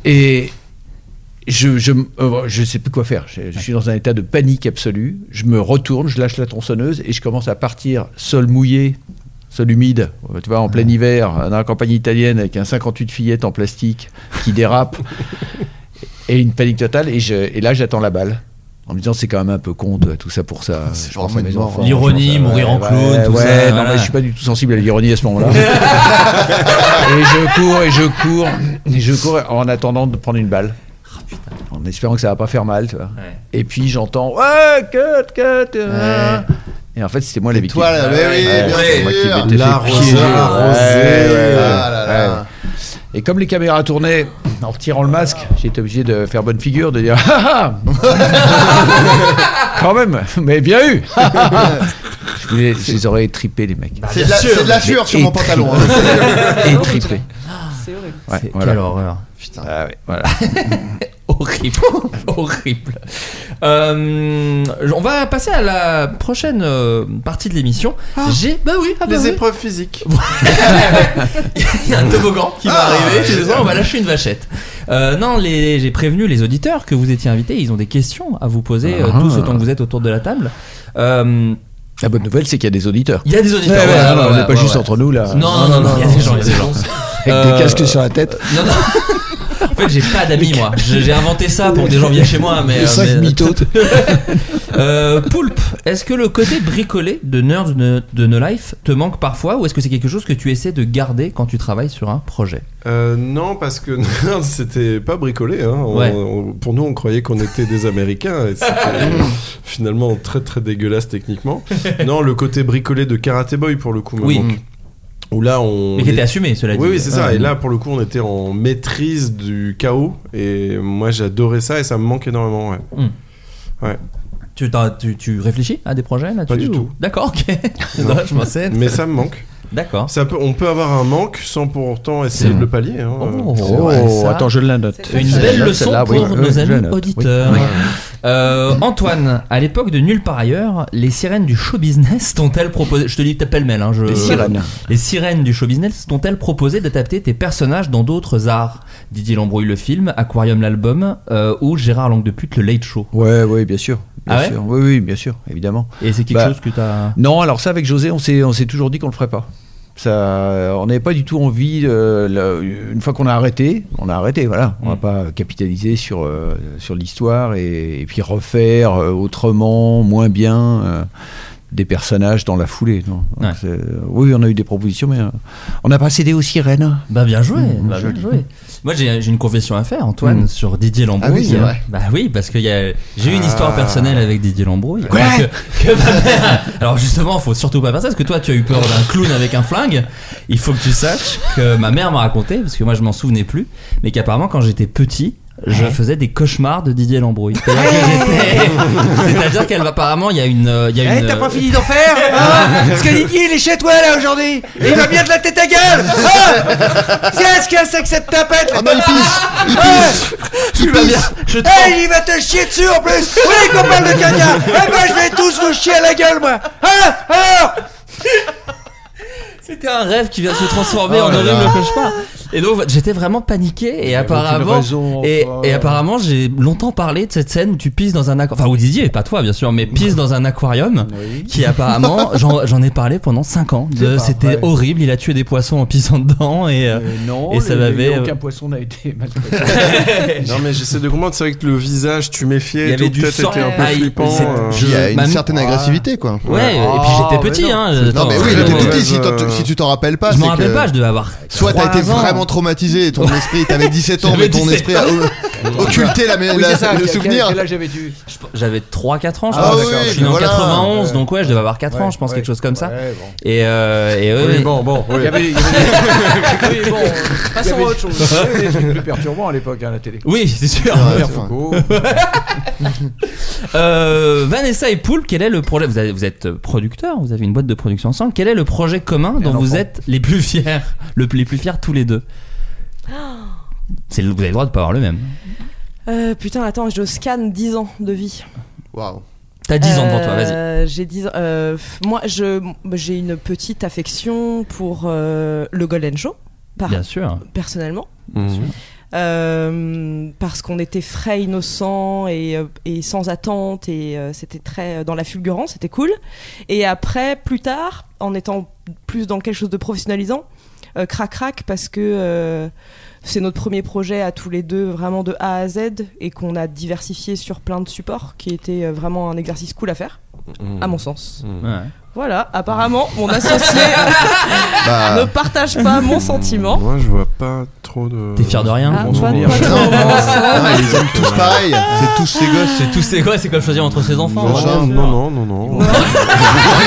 Speaker 3: et je, je, m- euh, je sais plus quoi faire. Je, je suis dans un état de panique absolue. Je me retourne, je lâche la tronçonneuse et je commence à partir sol mouillé, sol humide, euh, tu vois, en plein hiver, euh, dans la campagne italienne avec un 58 fillettes en plastique qui dérape et une panique totale. Et, je, et là, j'attends la balle. En me disant, c'est quand même un peu con de- tout ça pour ça. Je pense à mes
Speaker 2: mort.
Speaker 3: enfants,
Speaker 2: L'ironie,
Speaker 3: je pense à-
Speaker 2: mourir en
Speaker 3: ouais,
Speaker 2: clown, tout
Speaker 3: Euh, ouais,
Speaker 2: ça,
Speaker 3: non,
Speaker 2: voilà.
Speaker 3: mais je suis pas du tout sensible à l'ironie à ce moment-là. et je cours, et je cours, et je cours en attendant de prendre une balle. En espérant que ça va pas faire mal, tu vois. Et puis j'entends Ouais, cut, cut
Speaker 6: Ah.
Speaker 3: euh. Et en fait, c'était moi la victime.
Speaker 10: toi, là, mais oui, bien
Speaker 3: c'est moi
Speaker 10: sûr.
Speaker 3: qui m'étais
Speaker 10: La
Speaker 3: fait
Speaker 10: rosée,
Speaker 3: piéger.
Speaker 10: la
Speaker 3: Ouais,
Speaker 10: rosée.
Speaker 3: ouais, ouais.
Speaker 10: Ah là là.
Speaker 3: Ouais. Et comme les caméras tournaient
Speaker 5: en retirant le masque, j'ai été obligé de faire bonne figure, de dire Ah, ah
Speaker 3: ah.
Speaker 5: Quand même, mais bien eu je, voulais- je les aurais tripés, les mecs.
Speaker 3: Bah, C'est de la- Ah, bien sûr. c'est de la sueur sur mon
Speaker 5: Étrippé.
Speaker 3: pantalon, hein.
Speaker 5: Et triplé.
Speaker 7: C'est horrible.
Speaker 5: Ouais,
Speaker 2: C'est-
Speaker 5: voilà.
Speaker 2: Quelle horreur.
Speaker 5: Putain. Ah ouais, voilà.
Speaker 2: Horrible. Horrible. Euh, on va passer à la prochaine euh, partie de l'émission. J'ai. Bah oui, ah bah
Speaker 6: Les
Speaker 2: oui.
Speaker 6: épreuves physiques.
Speaker 2: Il y a un toboggan qui va
Speaker 6: Ah,
Speaker 2: arriver. tu sais,
Speaker 6: génial.
Speaker 2: on va lâcher une vachette. Euh, non, les- j'ai prévenu les auditeurs que vous étiez invités. Ils ont des questions à vous poser, euh,
Speaker 5: Ah.
Speaker 2: tous autant que vous êtes autour de la table. Euh,
Speaker 5: La bonne nouvelle, c'est qu'il y a des auditeurs.
Speaker 2: Il y a des auditeurs.
Speaker 5: Ouais, ouais,
Speaker 2: voilà,
Speaker 5: ouais,
Speaker 2: ouais,
Speaker 5: on n'est
Speaker 2: ouais,
Speaker 5: pas
Speaker 2: ouais,
Speaker 5: juste
Speaker 2: ouais.
Speaker 5: entre nous là.
Speaker 2: Non, non, non, il y a des gens, il y a des gens.
Speaker 5: Avec
Speaker 2: Euh,
Speaker 5: des casques sur la tête.
Speaker 2: Non, non. En fait, j'ai pas d'amis, moi. Je- J'ai inventé ça pour que des gens viennent chez moi, mais.
Speaker 5: Les
Speaker 2: euh,
Speaker 5: cinq
Speaker 2: mais-
Speaker 5: mythos.
Speaker 2: Euh, Poulpe, est-ce que le côté bricolé de Nerd de, de No Life te manque parfois ou est-ce que c'est quelque chose que tu essaies de garder quand tu travailles sur un projet
Speaker 6: Euh, non, parce que Nerd, c'était pas bricolé. hein. On-
Speaker 2: Ouais.
Speaker 6: on- pour nous, on croyait qu'on était des Américains. Et c'était finalement très très dégueulasse techniquement. Non, le côté bricolé de Karate Boy, pour le coup, me
Speaker 2: Oui.
Speaker 6: manque. Où là, on.
Speaker 2: Mais qui était assumé, cela
Speaker 6: oui,
Speaker 2: dit.
Speaker 6: Oui, c'est ça.
Speaker 2: Ouais.
Speaker 6: Et là, pour le coup, on était en maîtrise du chaos. Et moi, j'adorais ça et ça me manque énormément. ouais.
Speaker 2: Hmm.
Speaker 6: Ouais.
Speaker 2: tu, t'as- tu, tu réfléchis à des projets là-dessus
Speaker 6: Pas du
Speaker 2: ou-
Speaker 6: tout.
Speaker 2: D'accord, ok.
Speaker 6: Non.
Speaker 2: je pensais.
Speaker 6: Mais ça me manque.
Speaker 2: D'accord.
Speaker 6: Ça peut- on peut avoir un manque sans pour autant essayer de le pallier. hein.
Speaker 2: Oh,
Speaker 6: C'est vrai, ça.
Speaker 5: attends, je la note.
Speaker 2: Une
Speaker 5: Je la
Speaker 2: belle
Speaker 5: note,
Speaker 2: leçon
Speaker 5: celle-là,
Speaker 2: pour
Speaker 5: oui. Oui,
Speaker 2: nos
Speaker 5: je la
Speaker 2: amis
Speaker 5: note, oui.
Speaker 2: auditeurs.
Speaker 5: Oui.
Speaker 2: Euh, Antoine, à l'époque de Nulle part ailleurs, les sirènes du show business t'ont-elles proposé Je te dis t'appelles mail. Hein, je...
Speaker 5: Les sirènes.
Speaker 2: Les sirènes du show business t'ont-elles proposé d'adapter tes personnages dans d'autres arts Didier Lambrouille le film, Aquarium l'album euh, ou Gérard Langue de pute le late show.
Speaker 5: Ouais, ouais, bien sûr. Bien
Speaker 2: Ah ouais
Speaker 5: sûr. Oui, oui, bien sûr, évidemment.
Speaker 2: Et c'est quelque
Speaker 5: Bah,
Speaker 2: chose que t'as.
Speaker 5: Non, alors ça, avec José, on s'est, on s'est toujours dit qu'on le ferait pas. Ça, on n'avait pas du tout envie. euh, le- une fois qu'on a arrêté, on a arrêté. Voilà,
Speaker 3: Mm.
Speaker 5: on va pas capitaliser sur euh, sur l'histoire et, et puis refaire euh, autrement, moins bien, euh, des personnages dans la foulée. non. Donc, c'est- oui, on a eu des propositions, mais euh, on n'a pas cédé aux sirènes.
Speaker 2: Bah bien joué,
Speaker 5: Mmh,
Speaker 2: bah, bien
Speaker 5: joli.
Speaker 2: joué. Moi j'ai j'ai une confession à faire, Antoine,
Speaker 5: Mmh.
Speaker 2: sur Didier Lambrouille.
Speaker 5: Ah oui, c'est vrai.
Speaker 2: Bah oui, parce que y a- j'ai eu une histoire
Speaker 5: Ah.
Speaker 2: personnelle avec Didier Lambrouille.
Speaker 5: Quoi
Speaker 2: Enfin, que- que ma mère- Alors justement, faut surtout pas faire ça, parce que toi tu as eu peur d'un clown avec un flingue. Il faut que tu saches que ma mère m'a raconté, parce que moi je m'en souvenais plus, mais qu'apparemment quand j'étais petit. Je faisais des cauchemars de Didier Lambrouille. C'est-à-dire que j'étais- C'est-à-dire qu'elle apparemment il y a une, euh, il y a
Speaker 5: Eh,
Speaker 2: une.
Speaker 5: t'as pas fini d'en faire hein Parce que Didier, il est chez toi là aujourd'hui Et Il va bien de la tête à gueule hein Qu'est-ce que c'est que cette tapette
Speaker 3: Ah
Speaker 5: Oh non, il pisse Il pisse
Speaker 3: bah,
Speaker 2: Il va bien
Speaker 5: je il va te chier dessus en plus Vous voulez qu'on parle de caca Eh ben, je vais tous vous chier à la gueule, moi Hein Alors
Speaker 2: C'était un rêve qui vient de se transformer
Speaker 3: Ah
Speaker 5: Oh
Speaker 2: en
Speaker 5: là
Speaker 2: horrible
Speaker 5: là.
Speaker 2: cauchemar. Et donc j'étais vraiment paniqué et apparemment
Speaker 5: raison,
Speaker 2: et,
Speaker 5: enfin.
Speaker 2: et apparemment j'ai longtemps parlé de cette scène où tu pisses dans un aquarium. Enfin ou Didier, pas toi bien sûr, mais pisse dans un aquarium qui apparemment j'en j'en ai parlé pendant 5 ans.
Speaker 5: C'est
Speaker 2: De-
Speaker 5: pas
Speaker 2: C'était
Speaker 5: vrai.
Speaker 2: horrible, il a tué des poissons en pissant dedans et euh, et ça m'avait euh,
Speaker 5: poisson n'a été mal
Speaker 6: non mais j'essaie de comprendre, c'est vrai que le visage, tu méfiais,
Speaker 2: Il y avait
Speaker 6: tout,
Speaker 2: du
Speaker 6: peut-être
Speaker 2: sang.
Speaker 6: était un peu
Speaker 2: Ah, il-
Speaker 6: flippant.
Speaker 2: c'est-
Speaker 6: euh.
Speaker 2: je- Il y a une ma- certaine
Speaker 3: agressivité, quoi.
Speaker 2: Ouais, et puis j'étais petit, hein.
Speaker 3: Ah. Oh, C'est- Ah, Non,
Speaker 2: attends,
Speaker 3: mais oui,
Speaker 2: euh,
Speaker 3: t'étais
Speaker 2: ouais.
Speaker 3: petit. Si, t'en- si tu t'en rappelles pas,
Speaker 2: euh, Je m'en
Speaker 3: c'est que-
Speaker 2: rappelle pas, je devais avoir
Speaker 3: Soit t'as été
Speaker 2: trois ans.
Speaker 3: vraiment traumatisé et ton esprit, t'avais 17 ans, mais
Speaker 2: J'avais
Speaker 3: ton
Speaker 2: 17
Speaker 3: esprit a
Speaker 2: ans.
Speaker 3: o- occulté la, la- le souvenir.
Speaker 5: j'avais dû
Speaker 2: J'avais 3-4 ans, je
Speaker 5: Ah
Speaker 2: pense.
Speaker 5: oui,
Speaker 2: je suis
Speaker 5: mais
Speaker 2: né en
Speaker 5: voilà.
Speaker 2: 91, donc ouais, je devais avoir 4 ans, je pense, quelque chose comme ça. Et, euh, et ouais,
Speaker 6: Oui,
Speaker 2: ouais.
Speaker 6: bon, bon. oui.
Speaker 5: Il y avait, il y avait- Oui, bon,
Speaker 2: Passons
Speaker 5: il y avait-
Speaker 2: à autre chose.
Speaker 5: il y avait des trucs plus perturbants à l'époque, hein, la télé.
Speaker 2: Oui, c'est sûr.
Speaker 5: Pierre Foucault.
Speaker 2: Euh, Vanessa et Poul, quel est le projet vous, avez- vous êtes producteurs, vous avez une boîte de production ensemble. Quel est le projet commun dont vous
Speaker 5: enfant.
Speaker 2: êtes les plus fiers le, Les plus fiers tous les deux C'est le- Vous avez le droit de pas avoir le même.
Speaker 7: Euh, putain, attends, je scanne 10 ans de vie.
Speaker 3: Waouh.
Speaker 2: T'as 10 ans devant toi, vas-y.
Speaker 7: Euh, J'ai 10 ans. euh, f- moi, je- j'ai une petite affection pour euh, le Golden Show. par-
Speaker 2: Bien sûr.
Speaker 7: Personnellement.
Speaker 2: Mm,
Speaker 7: Euh, parce qu'on était frais, innocents et, euh, et sans attente et euh, c'était très euh, dans la fulgurance, c'était cool. Et après, plus tard, en étant plus dans quelque chose de professionnalisant, euh, crac crac parce que euh, c'est notre premier projet à tous les deux vraiment de A à Z et qu'on a diversifié sur plein de supports qui était euh, vraiment un exercice cool à faire.
Speaker 2: mm.
Speaker 7: à mon sens.
Speaker 2: Ouais.
Speaker 7: Voilà, apparemment, mon associé
Speaker 6: Bah.
Speaker 7: ne partage pas mon sentiment. Ah,
Speaker 6: Moi, je vois pas trop de.
Speaker 2: T'es fier de rien
Speaker 6: Bon
Speaker 2: toi,
Speaker 6: souvenir.
Speaker 2: toi, toi, toi, toi.
Speaker 6: Ah, ils aiment tous pareil.
Speaker 2: C'est tous ces gosses. C'est tous ces gosses, c'est comme choisir entre ses enfants.
Speaker 6: Non,
Speaker 2: hein.
Speaker 6: non, non, non, non.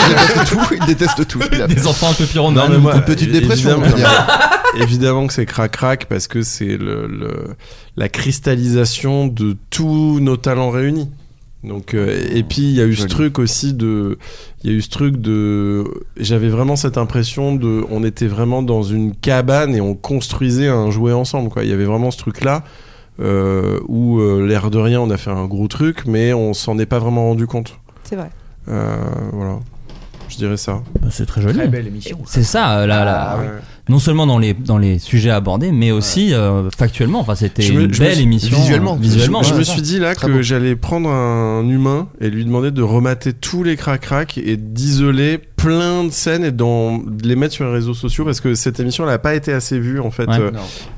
Speaker 3: il déteste tout, il déteste tout. Il a-
Speaker 2: Des enfants un peu pyromanes.
Speaker 6: Non, mais moi,
Speaker 3: une petite dépression, on peut
Speaker 6: Évidemment,
Speaker 3: dire.
Speaker 6: évidemment que c'est crac-crac parce que c'est le, le- la cristallisation de tous nos talents réunis. Donc, euh, et puis il y a eu ce
Speaker 3: Joli.
Speaker 6: truc aussi de. Il y a eu ce truc de. J'avais vraiment cette impression de. On était vraiment dans une cabane et on construisait un jouet ensemble, quoi. Il y avait vraiment ce truc-là. euh, où euh, l'air de rien on a fait un gros truc mais on s'en est pas vraiment rendu compte
Speaker 7: C'est vrai.
Speaker 6: Euh, voilà je dirais ça
Speaker 2: Bah, c'est très joli.
Speaker 5: Très belle émission.
Speaker 2: C'est ça, euh, là, là.
Speaker 6: Ah, ouais.
Speaker 2: Non seulement dans les, dans les sujets abordés, mais aussi euh, factuellement. Enfin, c'était
Speaker 6: Je me-
Speaker 2: une
Speaker 6: je me
Speaker 2: belle
Speaker 6: suis-
Speaker 2: émission. euh,
Speaker 3: Visuellement.
Speaker 2: visuellement
Speaker 6: Je, je
Speaker 2: ouais.
Speaker 6: me suis dit là
Speaker 3: Très
Speaker 6: que
Speaker 3: beau.
Speaker 6: j'allais prendre un humain et lui demander de remater tous les crac-crac et d'isoler plein de scènes et d'en- de les mettre sur les réseaux sociaux parce que cette émission elle n'a pas été assez vue en fait
Speaker 2: Ouais.
Speaker 6: euh,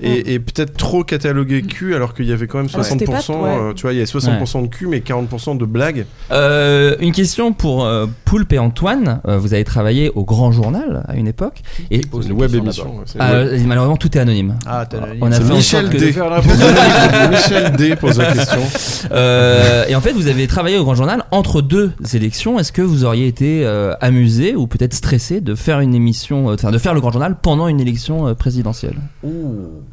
Speaker 6: et, et peut-être trop cataloguée cul alors qu'il y avait quand même
Speaker 7: Alors que
Speaker 6: 60%
Speaker 7: c'était pas- ouais.
Speaker 6: euh, tu vois il y a 60% de cul mais 40% de blagues
Speaker 2: Euh, une question pour euh, Poulpe et Antoine. Euh, vous avez travaillé au Grand Journal à une époque. Et
Speaker 5: Pose
Speaker 6: une
Speaker 5: la
Speaker 6: web
Speaker 5: question
Speaker 6: émission
Speaker 5: d'abord.
Speaker 6: ouais, c'est-
Speaker 2: Ah, euh, malheureusement, tout est anonyme.
Speaker 5: Ah, t'as la-
Speaker 2: On a
Speaker 6: C'est
Speaker 2: fait en
Speaker 6: Michel
Speaker 2: sorte que-
Speaker 6: D. Michel D pose la question
Speaker 2: Euh, et en fait, vous avez travaillé au Grand Journal entre deux élections. Est-ce que vous auriez été euh, amusé ou peut-être stressé de faire une émission, euh, enfin, de faire le Grand Journal pendant une élection euh, présidentielle
Speaker 5: Ouh.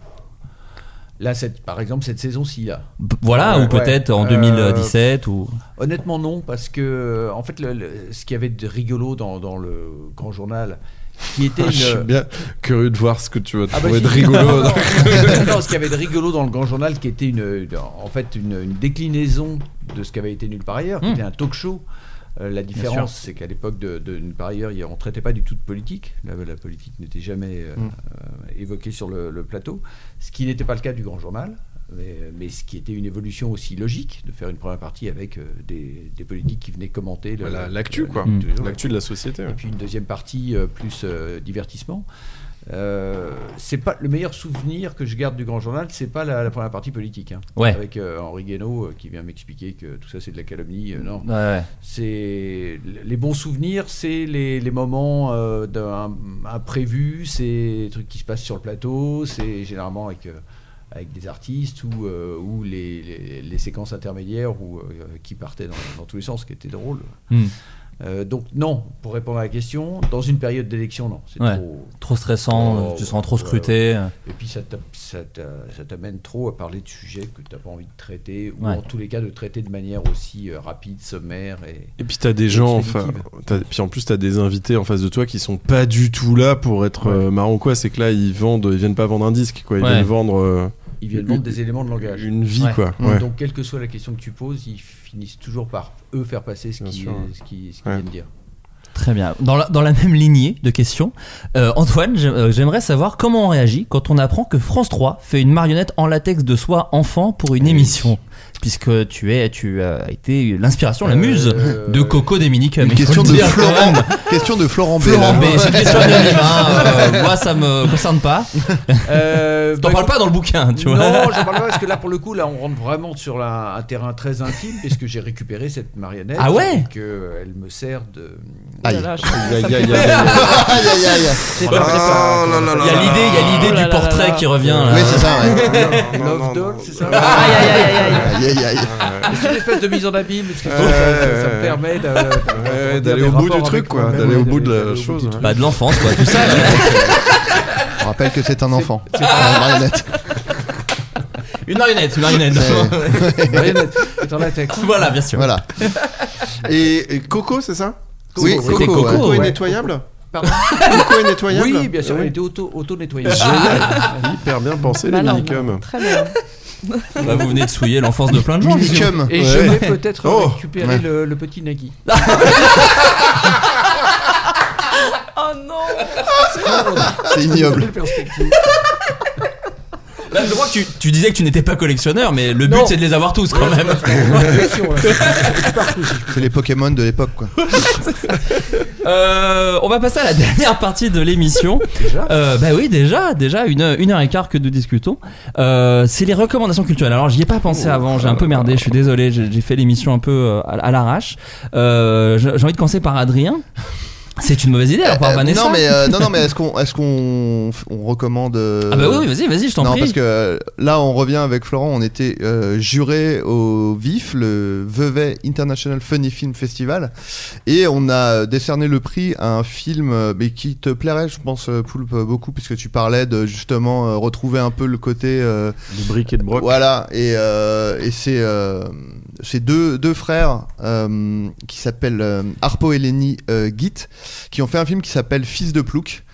Speaker 5: Là, cette, par exemple, cette saison-ci, là.
Speaker 2: B- Voilà,
Speaker 5: Ouais,
Speaker 2: ou peut-être
Speaker 5: ouais.
Speaker 2: en
Speaker 5: Euh,
Speaker 2: 2017 ou.
Speaker 5: Honnêtement, non, parce que euh, en fait, le- le- ce qu'il y avait de rigolo dans, dans le grand journal, qui était
Speaker 6: Ah, je suis
Speaker 5: une.
Speaker 6: bien curieux de voir ce que tu vas
Speaker 5: Ah bah
Speaker 6: trouver
Speaker 5: si.
Speaker 6: de
Speaker 5: Non,
Speaker 6: rigolo
Speaker 5: non, non, non, ce qu'il y avait de rigolo dans le grand journal, qui était une, une- en fait une, une déclinaison de ce qui avait été Nulle part ailleurs, qui
Speaker 2: Mm.
Speaker 5: était un talk-show. Euh, la différence, c'est qu'à l'époque de, de Nulle part ailleurs, il y a- on ne traitait pas du tout de politique. La, la politique n'était jamais euh, euh, évoquée sur le, le plateau, ce qui n'était pas le cas du grand journal. Mais, mais ce qui était une évolution aussi logique de faire une première partie avec euh, des, des politiques qui venaient commenter le-
Speaker 6: Voilà, l'actu quoi
Speaker 2: Mm.
Speaker 6: l'actu de la société ouais.
Speaker 5: et puis une deuxième partie euh, plus euh, divertissement. Euh, c'est pas le meilleur souvenir que je garde du Grand Journal, c'est pas la, la première partie politique, hein.
Speaker 2: Ouais.
Speaker 5: avec euh, Henri Guénaud euh, qui vient m'expliquer que tout ça c'est de la calomnie. euh, non,
Speaker 2: Ouais, ouais.
Speaker 5: c'est les bons souvenirs, c'est les, les moments euh, d'un- imprévus, c'est les trucs qui se passent sur le plateau, c'est généralement avec, euh, avec des artistes ou, euh, ou les, les- les séquences intermédiaires ou euh, qui partaient dans, dans tous les sens, ce qui était drôle.
Speaker 2: Hmm.
Speaker 5: Euh, donc non, pour répondre à la question, dans une période d'élection, non, c'est
Speaker 2: Ouais.
Speaker 5: trop.
Speaker 2: Trop stressant,
Speaker 5: Oh,
Speaker 2: tu te sens trop
Speaker 5: ouais,
Speaker 2: scruté.
Speaker 5: Et puis ça t'a- ça t'a- ça t'amène trop à parler de sujets que tu n'as pas envie de traiter, ou
Speaker 2: Ouais.
Speaker 5: en tous les cas de traiter de manière aussi euh, rapide, sommaire et,
Speaker 6: Et puis t'as des gens, enfin,
Speaker 5: Expéditive.
Speaker 6: t'as- puis en plus t'as des invités en face de toi qui sont pas du tout là pour être
Speaker 5: Ouais.
Speaker 6: euh, marrant ou quoi. C'est que là ils vendent, ils viennent pas vendre un disque quoi, ils
Speaker 2: Ouais.
Speaker 6: viennent vendre euh,
Speaker 5: ils viennent vendre des éléments de langage.
Speaker 6: une vie
Speaker 2: Ouais.
Speaker 6: quoi.
Speaker 3: Mm.
Speaker 6: Ouais.
Speaker 5: Donc, quelle que soit la question que tu poses, ils finissent toujours par eux faire passer ce
Speaker 6: Bien
Speaker 5: qu'ils
Speaker 6: sûr, ouais.
Speaker 5: ce qui, ce qu'ils
Speaker 6: Ouais.
Speaker 5: viennent dire.
Speaker 2: Très bien. Dans la, dans la même lignée de questions, euh, Antoine, j'ai- euh, j'aimerais savoir comment on réagit quand on apprend que France 3 fait une marionnette en latex de soie enfant pour une émission, puisque tu es, tu as été l'inspiration, la muse
Speaker 5: Euh,
Speaker 2: de Coco Déminicum. Il
Speaker 3: Une
Speaker 2: faut
Speaker 3: question
Speaker 2: le
Speaker 3: de
Speaker 2: dire quand
Speaker 3: Florent.
Speaker 2: même.
Speaker 3: Question de Florent B.
Speaker 2: Florent
Speaker 3: là.
Speaker 2: B. C'est une question anonyme. hein. Euh, moi, ça me concerne pas.
Speaker 3: Bah,
Speaker 5: Euh,
Speaker 2: T'en
Speaker 5: bah,
Speaker 2: parles pas dans le bouquin, tu
Speaker 5: non,
Speaker 2: vois.
Speaker 5: j'en parle pas parce que là, pour le coup, là, on rentre vraiment sur la- un terrain très intime puisque j'ai récupéré cette marionnette.
Speaker 2: Ah ouais
Speaker 5: et que elle me sert de.
Speaker 2: Ah
Speaker 3: Aïe.
Speaker 7: Voilà, je-
Speaker 6: Aïe, aïe, aïe, aïe, aïe.
Speaker 3: Aïe aïe aïe.
Speaker 5: C'est
Speaker 6: Ah, là,
Speaker 3: Oh
Speaker 6: là, là,
Speaker 2: Il y a
Speaker 6: là,
Speaker 2: l'idée, il y a l'idée
Speaker 7: Oh là
Speaker 2: du
Speaker 7: là là
Speaker 2: portrait
Speaker 7: là.
Speaker 2: qui revient là.
Speaker 3: Oui, c'est ça, ouais.
Speaker 6: là. Non, non, non,
Speaker 5: Love Doll,
Speaker 6: non.
Speaker 5: c'est ça
Speaker 7: Aïe, aïe, aïe, aïe, aïe.
Speaker 3: Aïe aïe aïe.
Speaker 5: C'est une espèce de mise en abîme parce que
Speaker 6: Euh, Ouais,
Speaker 5: ça, ça- ça
Speaker 6: ouais,
Speaker 5: me
Speaker 6: ouais.
Speaker 5: permet de- de-
Speaker 6: Ouais,
Speaker 5: de-
Speaker 6: d'aller
Speaker 5: mes
Speaker 6: au bout
Speaker 5: rapports
Speaker 6: du truc,
Speaker 5: avec
Speaker 6: quoi,
Speaker 5: moi-même,
Speaker 6: d'aller au
Speaker 5: ouais,
Speaker 6: bout de
Speaker 5: d'aller
Speaker 6: la
Speaker 5: au bout
Speaker 6: chose,
Speaker 5: du
Speaker 6: ouais.
Speaker 5: truc.
Speaker 2: Bah, de l'enfance, quoi, tout ça.
Speaker 3: On rappelle que c'est un enfant. C'est pas une marionnette.
Speaker 2: Une marionnette, une marionnette.
Speaker 3: Ouais.
Speaker 5: Marionnette, c'est en latex.
Speaker 2: Voilà, bien sûr.
Speaker 3: Voilà.
Speaker 6: Et, et Bah, Coco, c'est ça
Speaker 3: Oui,
Speaker 2: C'était
Speaker 3: Coco,
Speaker 2: Coco,
Speaker 3: ouais.
Speaker 6: Coco est
Speaker 5: ouais.
Speaker 6: nettoyable.
Speaker 5: Pardon
Speaker 6: Coco est nettoyable.
Speaker 5: Oui, bien sûr,
Speaker 6: Ah
Speaker 5: elle
Speaker 6: oui.
Speaker 5: était auto- auto-nettoyée. Ah.
Speaker 6: Hyper bien pensé les
Speaker 7: Malin.
Speaker 6: minicums.
Speaker 7: Très bien.
Speaker 2: Bah, vous venez de souiller l'enfance de plein de gens.
Speaker 3: Unicum.
Speaker 5: Et je
Speaker 6: Ouais.
Speaker 5: vais peut-être
Speaker 6: Oh.
Speaker 5: récupérer
Speaker 3: Ouais.
Speaker 5: le, le petit Nagui.
Speaker 7: Oh non
Speaker 3: C'est ignoble.
Speaker 5: Quelle perspective.
Speaker 11: Là, je vois que tu, tu disais que tu n'étais pas collectionneur, mais le but
Speaker 3: Non.
Speaker 11: c'est de les avoir tous quand
Speaker 3: Ouais,
Speaker 11: même.
Speaker 3: C'est les Pokémon de l'époque, quoi.
Speaker 2: Euh, on va passer à la dernière partie de l'émission. Euh, bah oui, déjà, déjà une, heure- une heure et quart que nous discutons. Euh, c'est les recommandations culturelles. Alors j'y ai pas
Speaker 3: Oh.
Speaker 2: pensé avant, j'ai un peu merdé, je suis désolé, j'ai j'ai fait l'émission un peu euh, à, à l'arrache. Euh, j'ai j'ai envie de commencer par Adrien. C'est une mauvaise idée alors par
Speaker 3: Euh,
Speaker 2: Vanessa.
Speaker 3: Non mais euh, non non mais est-ce qu'on est-ce qu'on on recommande euh,
Speaker 2: Ah bah oui, oui, vas-y, vas-y, je t'en
Speaker 3: Non
Speaker 2: prie.
Speaker 3: parce que euh, là on revient avec Florent, on était euh, juré au VIF, le Vevey International Funny Film Festival et on a décerné le prix à un film euh, mais qui te plairait je pense euh, Poulpe euh, beaucoup puisque tu parlais de justement euh, retrouver un peu le côté euh,
Speaker 6: briques et de broc.
Speaker 3: Voilà et euh, et c'est euh, c'est deux, deux frères euh, qui s'appellent euh, Harpo et Lenny euh, Git, qui ont fait un film qui s'appelle Fils de Plouc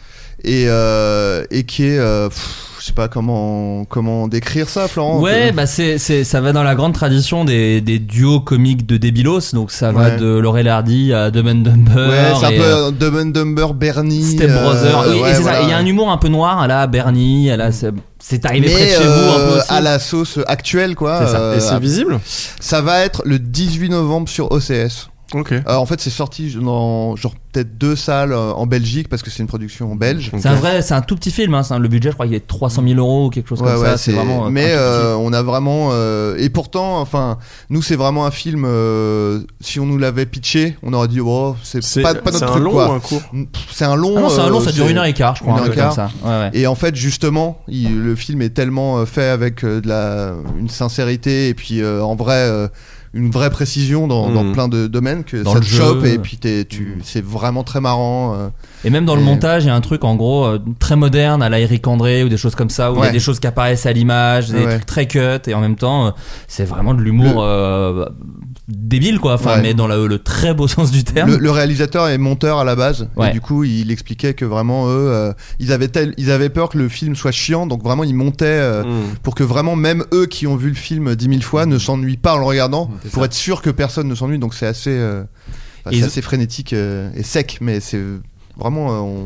Speaker 3: et, euh, et qui est. euh, pff, je sais pas comment, comment décrire ça, Florent. euh,
Speaker 2: Ouais,
Speaker 3: Que-
Speaker 2: bah c'est, c'est- ça va dans la grande tradition des, des duos comiques de débilos, donc ça va
Speaker 3: Ouais.
Speaker 2: de Laurel Hardy à Dumb and Dumber.
Speaker 3: Ouais, c'est un
Speaker 2: et,
Speaker 3: peu
Speaker 2: euh,
Speaker 3: euh, Dumb and Dumber, Bernie.
Speaker 2: Step
Speaker 3: euh,
Speaker 2: Brother. oui, et
Speaker 3: ouais,
Speaker 2: c'est ça.
Speaker 3: voilà.
Speaker 2: Et il y a un humour un peu noir à la Bernie, à la, c'est, c'est arrivé
Speaker 3: Mais,
Speaker 2: près de chez vous un peu
Speaker 3: euh,
Speaker 2: aussi.
Speaker 3: à la sauce actuelle, quoi.
Speaker 2: C'est ça.
Speaker 3: euh,
Speaker 2: Et c'est
Speaker 3: à-
Speaker 2: visible
Speaker 3: Ça va être le 18 novembre sur OCS.
Speaker 6: Ok.
Speaker 3: Euh, en fait, c'est sorti dans genre peut-être deux salles euh, en Belgique parce que c'est une production en belge.
Speaker 2: C'est un vrai, c'est un tout petit film. hein, c'est un- le budget, je crois qu'il est 300 000 euros ou quelque chose
Speaker 3: Ouais,
Speaker 2: comme
Speaker 3: ouais,
Speaker 2: ça. C'est
Speaker 3: c'est-
Speaker 2: vraiment. euh,
Speaker 3: mais
Speaker 2: un tout petit-
Speaker 3: euh, on a vraiment euh, et pourtant enfin nous c'est vraiment un film euh, si on nous l'avait pitché on aurait dit oh c'est
Speaker 6: C'est-
Speaker 3: pas, pas
Speaker 6: c'est
Speaker 3: notre
Speaker 6: un
Speaker 3: truc
Speaker 6: long
Speaker 3: quoi
Speaker 6: ou un court
Speaker 3: Pff, c'est un long
Speaker 2: Ah non, c'est un long,
Speaker 3: euh,
Speaker 2: ça dure
Speaker 3: c'est-
Speaker 2: une heure et quart, je crois,
Speaker 3: une
Speaker 2: un
Speaker 3: heure et
Speaker 2: truc comme ça.
Speaker 3: quart.
Speaker 2: Ouais, ouais.
Speaker 3: et en fait justement il- le film est tellement euh, fait avec euh, de la une sincérité et puis euh, en vrai euh, une vraie précision dans, dans
Speaker 2: Mm.
Speaker 3: plein de domaines que
Speaker 2: Dans
Speaker 3: ça
Speaker 2: le
Speaker 3: te
Speaker 2: jeu.
Speaker 3: chope et puis t'es- tu c'est vraiment très marrant euh.
Speaker 2: Et même dans le
Speaker 3: Et-
Speaker 2: montage, il y a un truc en gros euh, très moderne à la Eric André ou des choses comme ça où il y a
Speaker 3: Ouais.
Speaker 2: des choses qui apparaissent à l'image, des
Speaker 3: Ouais.
Speaker 2: trucs très cut et en même temps euh, c'est vraiment de l'humour euh, débile quoi, enfin
Speaker 3: Ouais.
Speaker 2: mais dans le, le très beau sens du terme.
Speaker 3: Le, le réalisateur est monteur à la base,
Speaker 2: Ouais.
Speaker 3: et du coup, il expliquait que vraiment, eux, euh, ils, avaient tel- ils avaient peur que le film soit chiant, donc vraiment, ils montaient
Speaker 2: Mm.
Speaker 3: euh,
Speaker 6: Hmm.
Speaker 3: pour que vraiment, même eux qui ont vu le film dix mille fois ne s'ennuient pas en le regardant, pour être sûr que personne ne s'ennuie, donc c'est assez, euh, enfin,
Speaker 2: Et
Speaker 3: c'est
Speaker 2: ils-
Speaker 3: assez frénétique euh, et sec, mais c'est vraiment, euh, on,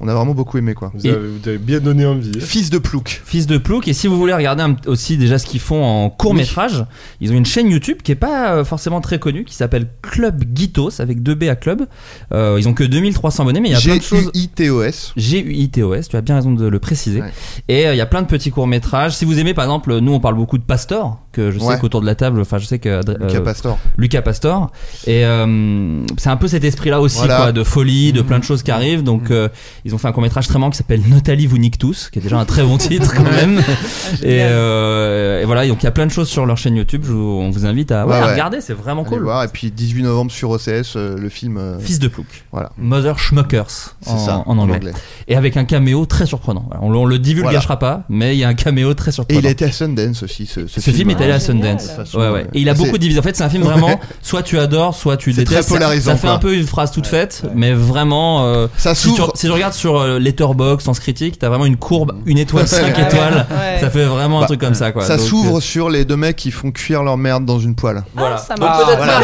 Speaker 3: on a vraiment beaucoup aimé quoi.
Speaker 6: Vous avez, vous avez bien donné envie.
Speaker 3: Fils de Plouc.
Speaker 2: Fils de Plouc. Et si vous voulez regarder un- aussi déjà ce qu'ils font en court métrage, ils ont une chaîne YouTube qui est pas euh, forcément très connue, qui s'appelle Club Guitos avec 2 B à club. Euh, ils ont que 2300 abonnés, mais il y a plein de choses.
Speaker 3: G-U-I-T-O-S.
Speaker 2: G-U-I-T-O-S, tu as bien raison de le préciser. Et euh, il y a plein de petits courts-métrages. Si vous aimez, par exemple, nous on parle beaucoup de Pastor, que je sais
Speaker 3: Ouais.
Speaker 2: qu'autour de la table, enfin je sais que. Adré-
Speaker 3: Lucas Pastor.
Speaker 2: Lucas Pastor. Et euh, c'est un peu cet esprit-là aussi,
Speaker 3: Voilà. Mmh.
Speaker 2: quoi, de folie, de plein de choses qui arrivent. Donc euh, ils ont fait un court-métrage très marrant qui s'appelle Notali vous nique tous, qui est déjà un très bon titre quand même.
Speaker 3: Ah,
Speaker 2: et, euh, et voilà, donc il y a plein de choses sur leur chaîne YouTube. Je vous- on vous invite à, ouais, à regarder, c'est vraiment
Speaker 3: Allez
Speaker 2: cool.
Speaker 3: voir, Et puis 18 novembre sur OCS, euh, le film. euh,
Speaker 2: Fils de Plouc.
Speaker 3: Voilà.
Speaker 2: Mother Schmuckers
Speaker 3: C'est
Speaker 2: en,
Speaker 3: ça,
Speaker 2: en
Speaker 3: en
Speaker 2: anglais.
Speaker 3: anglais.
Speaker 2: Et avec un caméo très surprenant. Voilà, on, le- on le divulgachera pas, mais il y a un caméo très
Speaker 3: Et
Speaker 2: surprenant.
Speaker 3: il a été à Sundance aussi. Ce, ce
Speaker 2: Ce film est allé à Sundance.
Speaker 3: De toute façon,
Speaker 2: Ouais, ouais.
Speaker 3: euh,
Speaker 2: Et il a
Speaker 3: c'est-
Speaker 2: beaucoup divisé. En fait, c'est un film
Speaker 3: Ouais.
Speaker 2: vraiment, soit tu adores, soit tu
Speaker 3: C'est
Speaker 2: détestes.
Speaker 3: très polarisant,
Speaker 2: Ça, ça fait
Speaker 3: quoi.
Speaker 2: un peu une phrase toute faite, mais vraiment. euh,
Speaker 3: Ça
Speaker 2: si, tu,
Speaker 3: s'ouvre.
Speaker 2: si tu regardes sur euh, Letterboxd, Sens Critique, t'as vraiment une courbe, une étoile, cinq
Speaker 3: Ouais.
Speaker 2: étoiles.
Speaker 3: Ouais.
Speaker 2: Ça fait vraiment un
Speaker 3: Bah,
Speaker 2: truc comme ça, quoi.
Speaker 3: Ça
Speaker 2: Donc,
Speaker 3: s'ouvre
Speaker 2: euh,
Speaker 3: sur les deux mecs qui font cuire leur merde dans une poêle.
Speaker 2: Voilà. Donc
Speaker 3: marche.
Speaker 2: peut-être
Speaker 3: Voilà.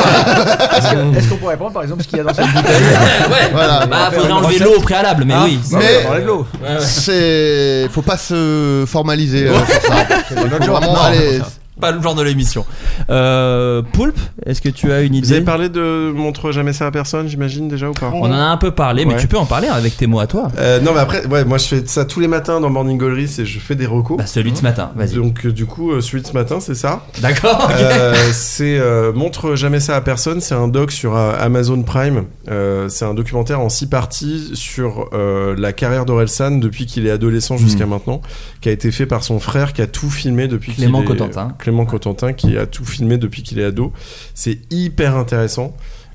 Speaker 2: ça.
Speaker 5: Est-ce que- Est-ce qu'on pourrait prendre par exemple ce qu'il y a dans cette bouteille
Speaker 2: Ouais.
Speaker 3: Voilà.
Speaker 2: Bah, faudrait enlever l'eau au préalable, mais oui. ça-
Speaker 3: Mais
Speaker 5: Dans l'eau.
Speaker 2: Ouais, ouais.
Speaker 3: c'est faut pas se formaliser. euh, sur ça. Faut
Speaker 2: Notre genre,
Speaker 3: vraiment
Speaker 2: non,
Speaker 3: aller-
Speaker 2: Pas le genre de l'émission. Euh, Poulpe, est-ce que tu as une idée
Speaker 6: Vous avez parlé de Montre jamais ça à personne, j'imagine déjà ou pas
Speaker 2: On en a un peu parlé, mais
Speaker 6: Ouais.
Speaker 2: tu peux en parler avec tes mots à toi.
Speaker 6: Euh, non mais après ouais moi je fais ça tous les matins dans Morning Glory et je fais des recos.
Speaker 2: Bah, celui de ce matin, vas-y.
Speaker 6: Donc euh, du coup euh, celui de ce matin c'est ça.
Speaker 2: D'accord, ok.
Speaker 6: Euh, c'est euh, montre jamais ça à personne. C'est un doc sur euh, Amazon Prime. Euh, c'est un documentaire en six parties sur euh, la carrière d'Orelsan depuis qu'il est adolescent jusqu'à
Speaker 2: Mm.
Speaker 6: maintenant, qui a été fait par son frère qui a tout filmé depuis qu'il
Speaker 2: Clément
Speaker 6: est-
Speaker 2: Cotentin.
Speaker 6: Clément Cotentin qui a tout filmé depuis qu'il est ado. C'est hyper intéressant.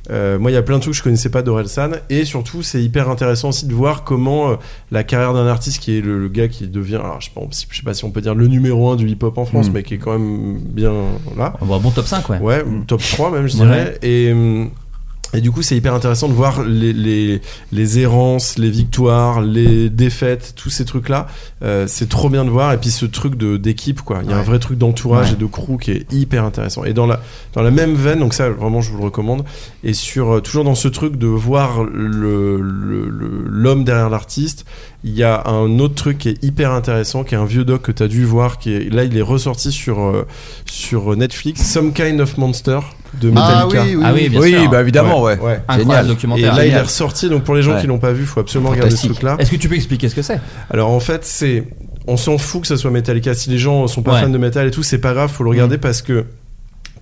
Speaker 6: Euh, moi, il y a plein de trucs que je connaissais pas d'Orelsan et surtout, c'est hyper intéressant aussi de voir comment euh, la carrière d'un artiste qui est le, le gars qui devient, alors, je sais, pas, je sais pas si on peut dire le numéro un du hip-hop en France,
Speaker 2: Mm.
Speaker 6: mais qui est quand même bien là.
Speaker 2: On voit un bon top 5, ouais. Mm.
Speaker 6: Ouais, top 3 même, je dirais. Et, hum, et du coup, c'est hyper intéressant de voir les, les, les errances, les victoires, les défaites, tous ces trucs-là. Euh, c'est trop bien de voir. Et puis ce truc de- d'équipe, quoi. Il y a un vrai truc d'entourage
Speaker 2: Ouais.
Speaker 6: et de crew qui est hyper intéressant. Et dans la, dans la même veine, donc ça, vraiment, je vous le recommande. Et sur, euh, toujours dans ce truc de voir l'homme le, le, l'homme derrière l'artiste Il y a un autre truc qui est hyper intéressant, qui est un vieux doc que tu as dû voir, qui est, là il est ressorti sur, euh, sur Netflix, Some Kind of Monster de
Speaker 5: Ah
Speaker 6: Metallica.
Speaker 5: oui, oui, Ah oui, oui. bien Oui, sûr. bah, évidemment, ouais. Incroyable Génial. documentaire.
Speaker 6: Et là il est
Speaker 5: Génial.
Speaker 6: ressorti, donc pour les gens
Speaker 5: Ouais.
Speaker 6: qui l'ont pas vu, faut absolument regarder ce
Speaker 5: Fantastique.
Speaker 6: truc-là.
Speaker 2: Est-ce que tu peux expliquer ce que c'est
Speaker 6: Alors en fait, c'est on s'en fout que ça soit Metallica. Si les gens sont pas
Speaker 2: Ouais.
Speaker 6: fans de métal et tout, c'est pas grave, faut le regarder parce que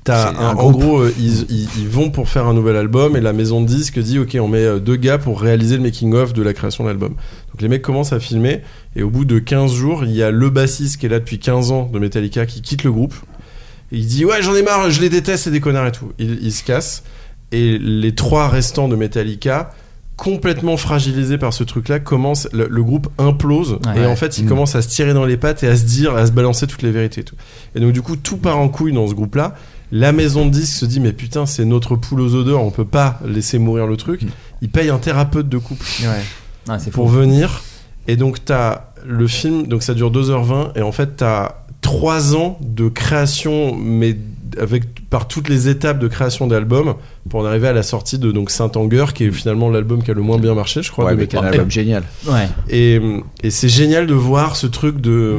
Speaker 6: t'as
Speaker 5: C'est
Speaker 6: un-
Speaker 5: un
Speaker 6: en
Speaker 5: groupe.
Speaker 6: gros euh, ils, ils- ils vont pour faire un nouvel album et la maison de disques dit ok on met euh, deux gars pour réaliser le making of de la création de l'album. Donc les mecs commencent à filmer et au bout de 15 jours, il y a le bassiste qui est là depuis 15 ans de Metallica qui quitte le groupe. Et il dit ouais j'en ai marre, je les déteste, c'est des connards et tout. Il, il se casse et les trois restants de Metallica complètement fragilisés par ce truc-là commencent le, le groupe implose
Speaker 5: Ouais.
Speaker 6: et en fait il
Speaker 5: Mm.
Speaker 6: commence à se tirer dans les pattes et à se dire à se balancer toutes les vérités et tout et donc du coup tout part en couille dans ce groupe là la maison de disques se dit mais putain c'est notre poule aux odeurs on peut pas laisser mourir le
Speaker 5: Mm.
Speaker 6: truc il paye un thérapeute de couple
Speaker 2: Ouais, c'est
Speaker 6: pour
Speaker 2: fou.
Speaker 6: venir et donc t'as le film donc ça dure 2h20 et en fait t'as 3 ans de création mais avec par toutes les étapes de création d'album pour en arriver à la sortie de donc Saint Anger qui est finalement l'album qui a le moins bien marché je crois
Speaker 5: Ouais,
Speaker 6: de
Speaker 5: mais qui est un
Speaker 6: Metallica.
Speaker 5: album génial.
Speaker 2: Ouais.
Speaker 6: Et, et c'est génial de voir ce truc de.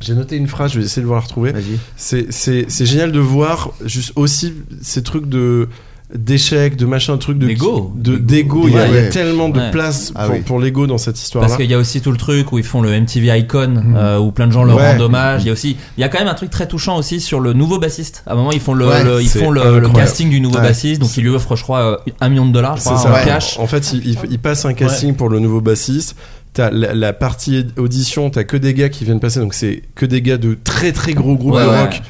Speaker 6: J'ai noté une phrase, je vais essayer de voir la retrouver. C'est- C'est c'est génial de voir juste aussi ces trucs de d'échecs, de machin, truc de
Speaker 2: D'ego.
Speaker 6: de d'ego. Il y a, il y a
Speaker 2: Ouais.
Speaker 6: tellement de
Speaker 2: Ouais.
Speaker 6: place
Speaker 2: Ah
Speaker 6: pour,
Speaker 2: oui.
Speaker 6: pour l'ego dans cette histoire-là.
Speaker 2: Parce qu'il y a aussi tout le truc où ils font le MTV Icon, euh, où plein de gens leur
Speaker 6: Mhm. Ouais.
Speaker 2: rendent hommage. Il y a aussi, il y a quand même un truc très touchant aussi sur le nouveau bassiste. À un moment, ils font le,
Speaker 6: Ouais,
Speaker 2: le- ils
Speaker 6: c'est
Speaker 2: font le- le,
Speaker 6: incroyable.
Speaker 2: casting du nouveau
Speaker 6: Ouais.
Speaker 2: bassiste, donc ils lui offrent, je crois, euh, un million de dollars, je
Speaker 6: C'est
Speaker 2: crois,
Speaker 6: ça.
Speaker 2: en cash.
Speaker 6: En fait, il, il- il passe un casting pour le nouveau bassiste. T'as la, la partie audition, t'as que des gars qui viennent passer, donc c'est que des gars de très très gros groupes
Speaker 2: Ouais,
Speaker 6: de
Speaker 2: ouais.
Speaker 6: rock.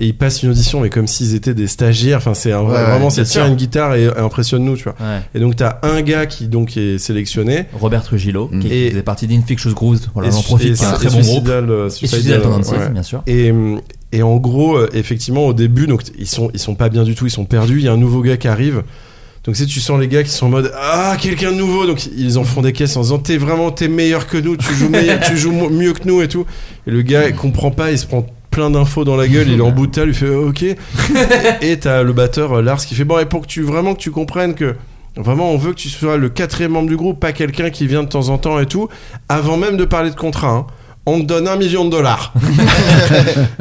Speaker 6: Et ils passent une audition, mais comme s'ils étaient des stagiaires. Enfin, c'est un-
Speaker 2: Ouais, ouais,
Speaker 6: vraiment,
Speaker 2: bien
Speaker 6: c'est tiens
Speaker 2: sûr.
Speaker 6: une guitare et et impressionne-nous, tu vois.
Speaker 2: Ouais.
Speaker 6: Et donc, t'as un gars qui donc est sélectionné.
Speaker 2: Robert Trujillo, qui
Speaker 6: Et-
Speaker 2: faisait partie d'Infectious Grooves. Voilà,
Speaker 6: et
Speaker 2: j'en
Speaker 6: su-
Speaker 2: profite,
Speaker 6: et
Speaker 2: qui est un
Speaker 6: su-
Speaker 2: très
Speaker 6: et
Speaker 2: bon groupe.
Speaker 6: Suicidal, euh,
Speaker 2: Et
Speaker 6: Suicidal,
Speaker 2: Suicidal Tendencies,
Speaker 6: ouais.
Speaker 2: bien sûr.
Speaker 6: Et, hum, et en gros, euh, effectivement, au début, donc ils sont, ils sont pas bien du tout, ils sont perdus. Il y a un nouveau gars qui arrive. Donc tu sais, tu sens les gars qui sont en mode ah quelqu'un de nouveau. Donc ils en font des caisses en disant t'es vraiment t'es meilleur que nous, tu joues meilleur, tu joues mo- mieux que nous et tout. Et le gars il comprend pas, il se prend plein d'infos dans la gueule, il est en bout de tas, il fait euh, ok. Et t'as le batteur euh, Lars qui fait bon et pour que tu vraiment que tu comprennes que Vraiment, on veut que tu sois le quatrième membre du groupe, pas quelqu'un qui vient de temps en temps et tout. Avant même de parler de contrat, hein, on te donne un million de dollars.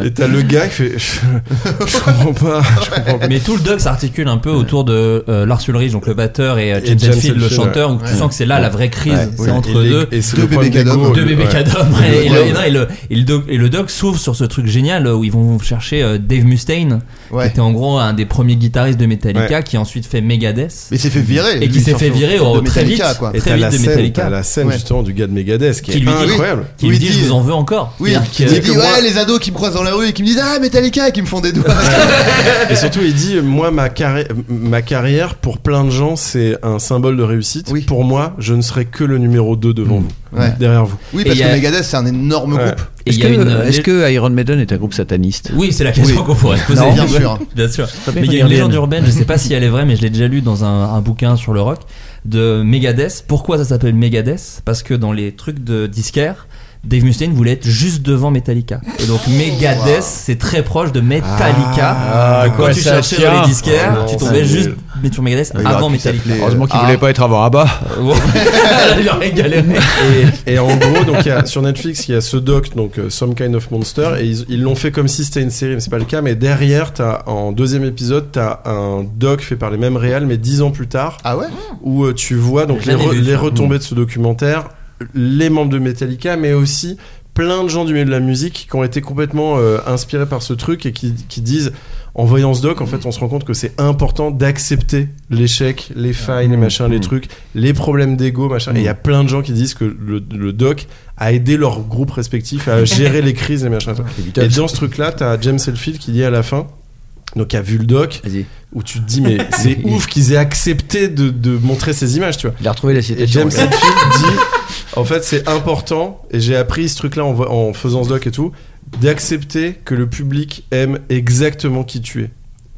Speaker 6: et t'as le gars qui fait. Je, je comprends pas. je comprends pas.
Speaker 2: Mais tout le doc s'articule un peu autour de euh, Lars Ulrich, donc le batteur, et euh,
Speaker 6: Et
Speaker 2: James
Speaker 6: James
Speaker 2: Hetfield, le
Speaker 6: Hetfield,
Speaker 2: chanteur,
Speaker 6: ouais.
Speaker 2: où tu
Speaker 6: Ouais.
Speaker 2: sens que c'est là la vraie crise,
Speaker 6: Ouais.
Speaker 2: c'est
Speaker 6: Oui,
Speaker 2: entre
Speaker 6: et les-
Speaker 2: deux.
Speaker 6: et c'est Deux le problème bébés d'ego, cadavres.
Speaker 2: Deux
Speaker 6: le-
Speaker 2: bébés
Speaker 6: ouais.
Speaker 2: cadavres. Et,
Speaker 6: Ouais.
Speaker 2: le, non, et le- et le doc, et le doc s'ouvre sur ce truc génial où ils vont chercher euh, Dave Mustaine, qui était en gros un des premiers guitaristes de Metallica,
Speaker 5: Ouais.
Speaker 2: qui ensuite fait Megadeth.
Speaker 3: Mais s'est fait virer,
Speaker 2: Et qui
Speaker 3: lui,
Speaker 2: s'est
Speaker 3: sur
Speaker 2: fait
Speaker 3: son
Speaker 2: virer
Speaker 3: groupe
Speaker 2: au-
Speaker 3: de
Speaker 2: très vite.
Speaker 3: Metallica, quoi.
Speaker 6: Et
Speaker 2: Très
Speaker 6: t'as
Speaker 2: vite
Speaker 6: la,
Speaker 2: de
Speaker 6: scène,
Speaker 2: Metallica.
Speaker 6: t'as la scène
Speaker 2: Ouais.
Speaker 6: justement du gars de Megadeth
Speaker 2: Qui
Speaker 6: qui, est
Speaker 2: lui dit-
Speaker 6: ah incroyable.
Speaker 2: qui lui dit, je vous en veux encore.
Speaker 3: Oui,
Speaker 2: C'est-à-dire
Speaker 3: qui
Speaker 2: que-
Speaker 3: dit
Speaker 6: que
Speaker 3: ouais,
Speaker 6: moi-
Speaker 3: les ados qui me croisent dans la rue et qui me disent ah Metallica et qui me font des doigts.
Speaker 6: Et surtout, il dit euh, Moi, ma, carri- ma carrière, pour plein de gens, c'est un symbole de réussite. Pour moi, je ne serai que le numéro 2 devant
Speaker 2: Mmh.
Speaker 6: vous,
Speaker 3: Ouais.
Speaker 6: derrière vous.
Speaker 3: Oui, parce que Megadeth c'est un énorme
Speaker 6: Ouais.
Speaker 3: groupe.
Speaker 2: Et
Speaker 5: Est-ce
Speaker 2: il y a
Speaker 5: que,
Speaker 2: une- euh,
Speaker 5: est-ce que Iron Maiden est un groupe sataniste
Speaker 2: Oui, c'est la question
Speaker 5: Oui.
Speaker 2: qu'on pourrait se poser.
Speaker 5: Non,
Speaker 3: bien sûr.
Speaker 2: Bien sûr.
Speaker 5: Ça peut
Speaker 2: Mais il y a
Speaker 5: être
Speaker 2: une légende
Speaker 5: Maiden.
Speaker 2: urbaine, je sais pas si elle est vraie, mais je l'ai déjà lu dans un, un bouquin sur le rock, de Megadeth. Pourquoi ça s'appelle Megadeth Parce que dans les trucs de disquaire, Dave Mustaine voulait être juste devant Metallica. Et donc Megadeth,
Speaker 5: Wow.
Speaker 2: c'est très proche de Metallica.
Speaker 5: Ah,
Speaker 2: donc quand
Speaker 5: quoi,
Speaker 2: tu
Speaker 5: ça
Speaker 2: cherchais
Speaker 5: tient.
Speaker 2: dans les disquaires,
Speaker 5: Oh non,
Speaker 2: tu
Speaker 5: ça,
Speaker 2: tombais juste
Speaker 5: mais-
Speaker 2: sur Megadeth
Speaker 5: Il aurait
Speaker 2: avant
Speaker 5: pu
Speaker 2: Metallica.
Speaker 5: s'appeler, euh, Heureusement qu'il
Speaker 2: Ah.
Speaker 5: voulait pas être avant Abba.
Speaker 2: Il aurait galéré.
Speaker 6: Et, et en gros, donc, il y a- sur Netflix, il y a ce doc, donc euh, Some Kind of Monster, et ils ils l'ont fait comme si c'était une série, mais c'est pas le cas. Mais derrière, t'as, en deuxième épisode, t'as un doc fait par les mêmes réals, mais dix ans plus tard.
Speaker 3: Ah ouais
Speaker 6: Où euh, tu vois donc
Speaker 2: J'ai
Speaker 6: les,
Speaker 2: jamais
Speaker 6: re-
Speaker 2: vu
Speaker 6: les
Speaker 2: ça.
Speaker 6: retombées de ce documentaire, les membres de Metallica, mais aussi plein de gens du milieu de la musique qui ont été complètement euh, inspirés par ce truc et qui, qui disent en voyant ce doc en fait on se rend compte que c'est important d'accepter l'échec les failles les machins les trucs les problèmes d'ego machin et il y a plein de gens qui disent que le, le doc a aidé leur groupe respectif à gérer les crises les machins et dans ce truc là t'as James Hetfield qui dit à la fin donc a vu le doc où tu te dis mais c'est ouf qu'ils aient accepté de, de montrer ces images tu vois
Speaker 5: Il a retrouvé la
Speaker 6: et
Speaker 5: citation.
Speaker 6: James
Speaker 5: regarde.
Speaker 6: Hetfield dit en fait c'est important et j'ai appris ce truc là en, vo- en faisant ce doc et tout d'accepter que le public aime exactement qui tu es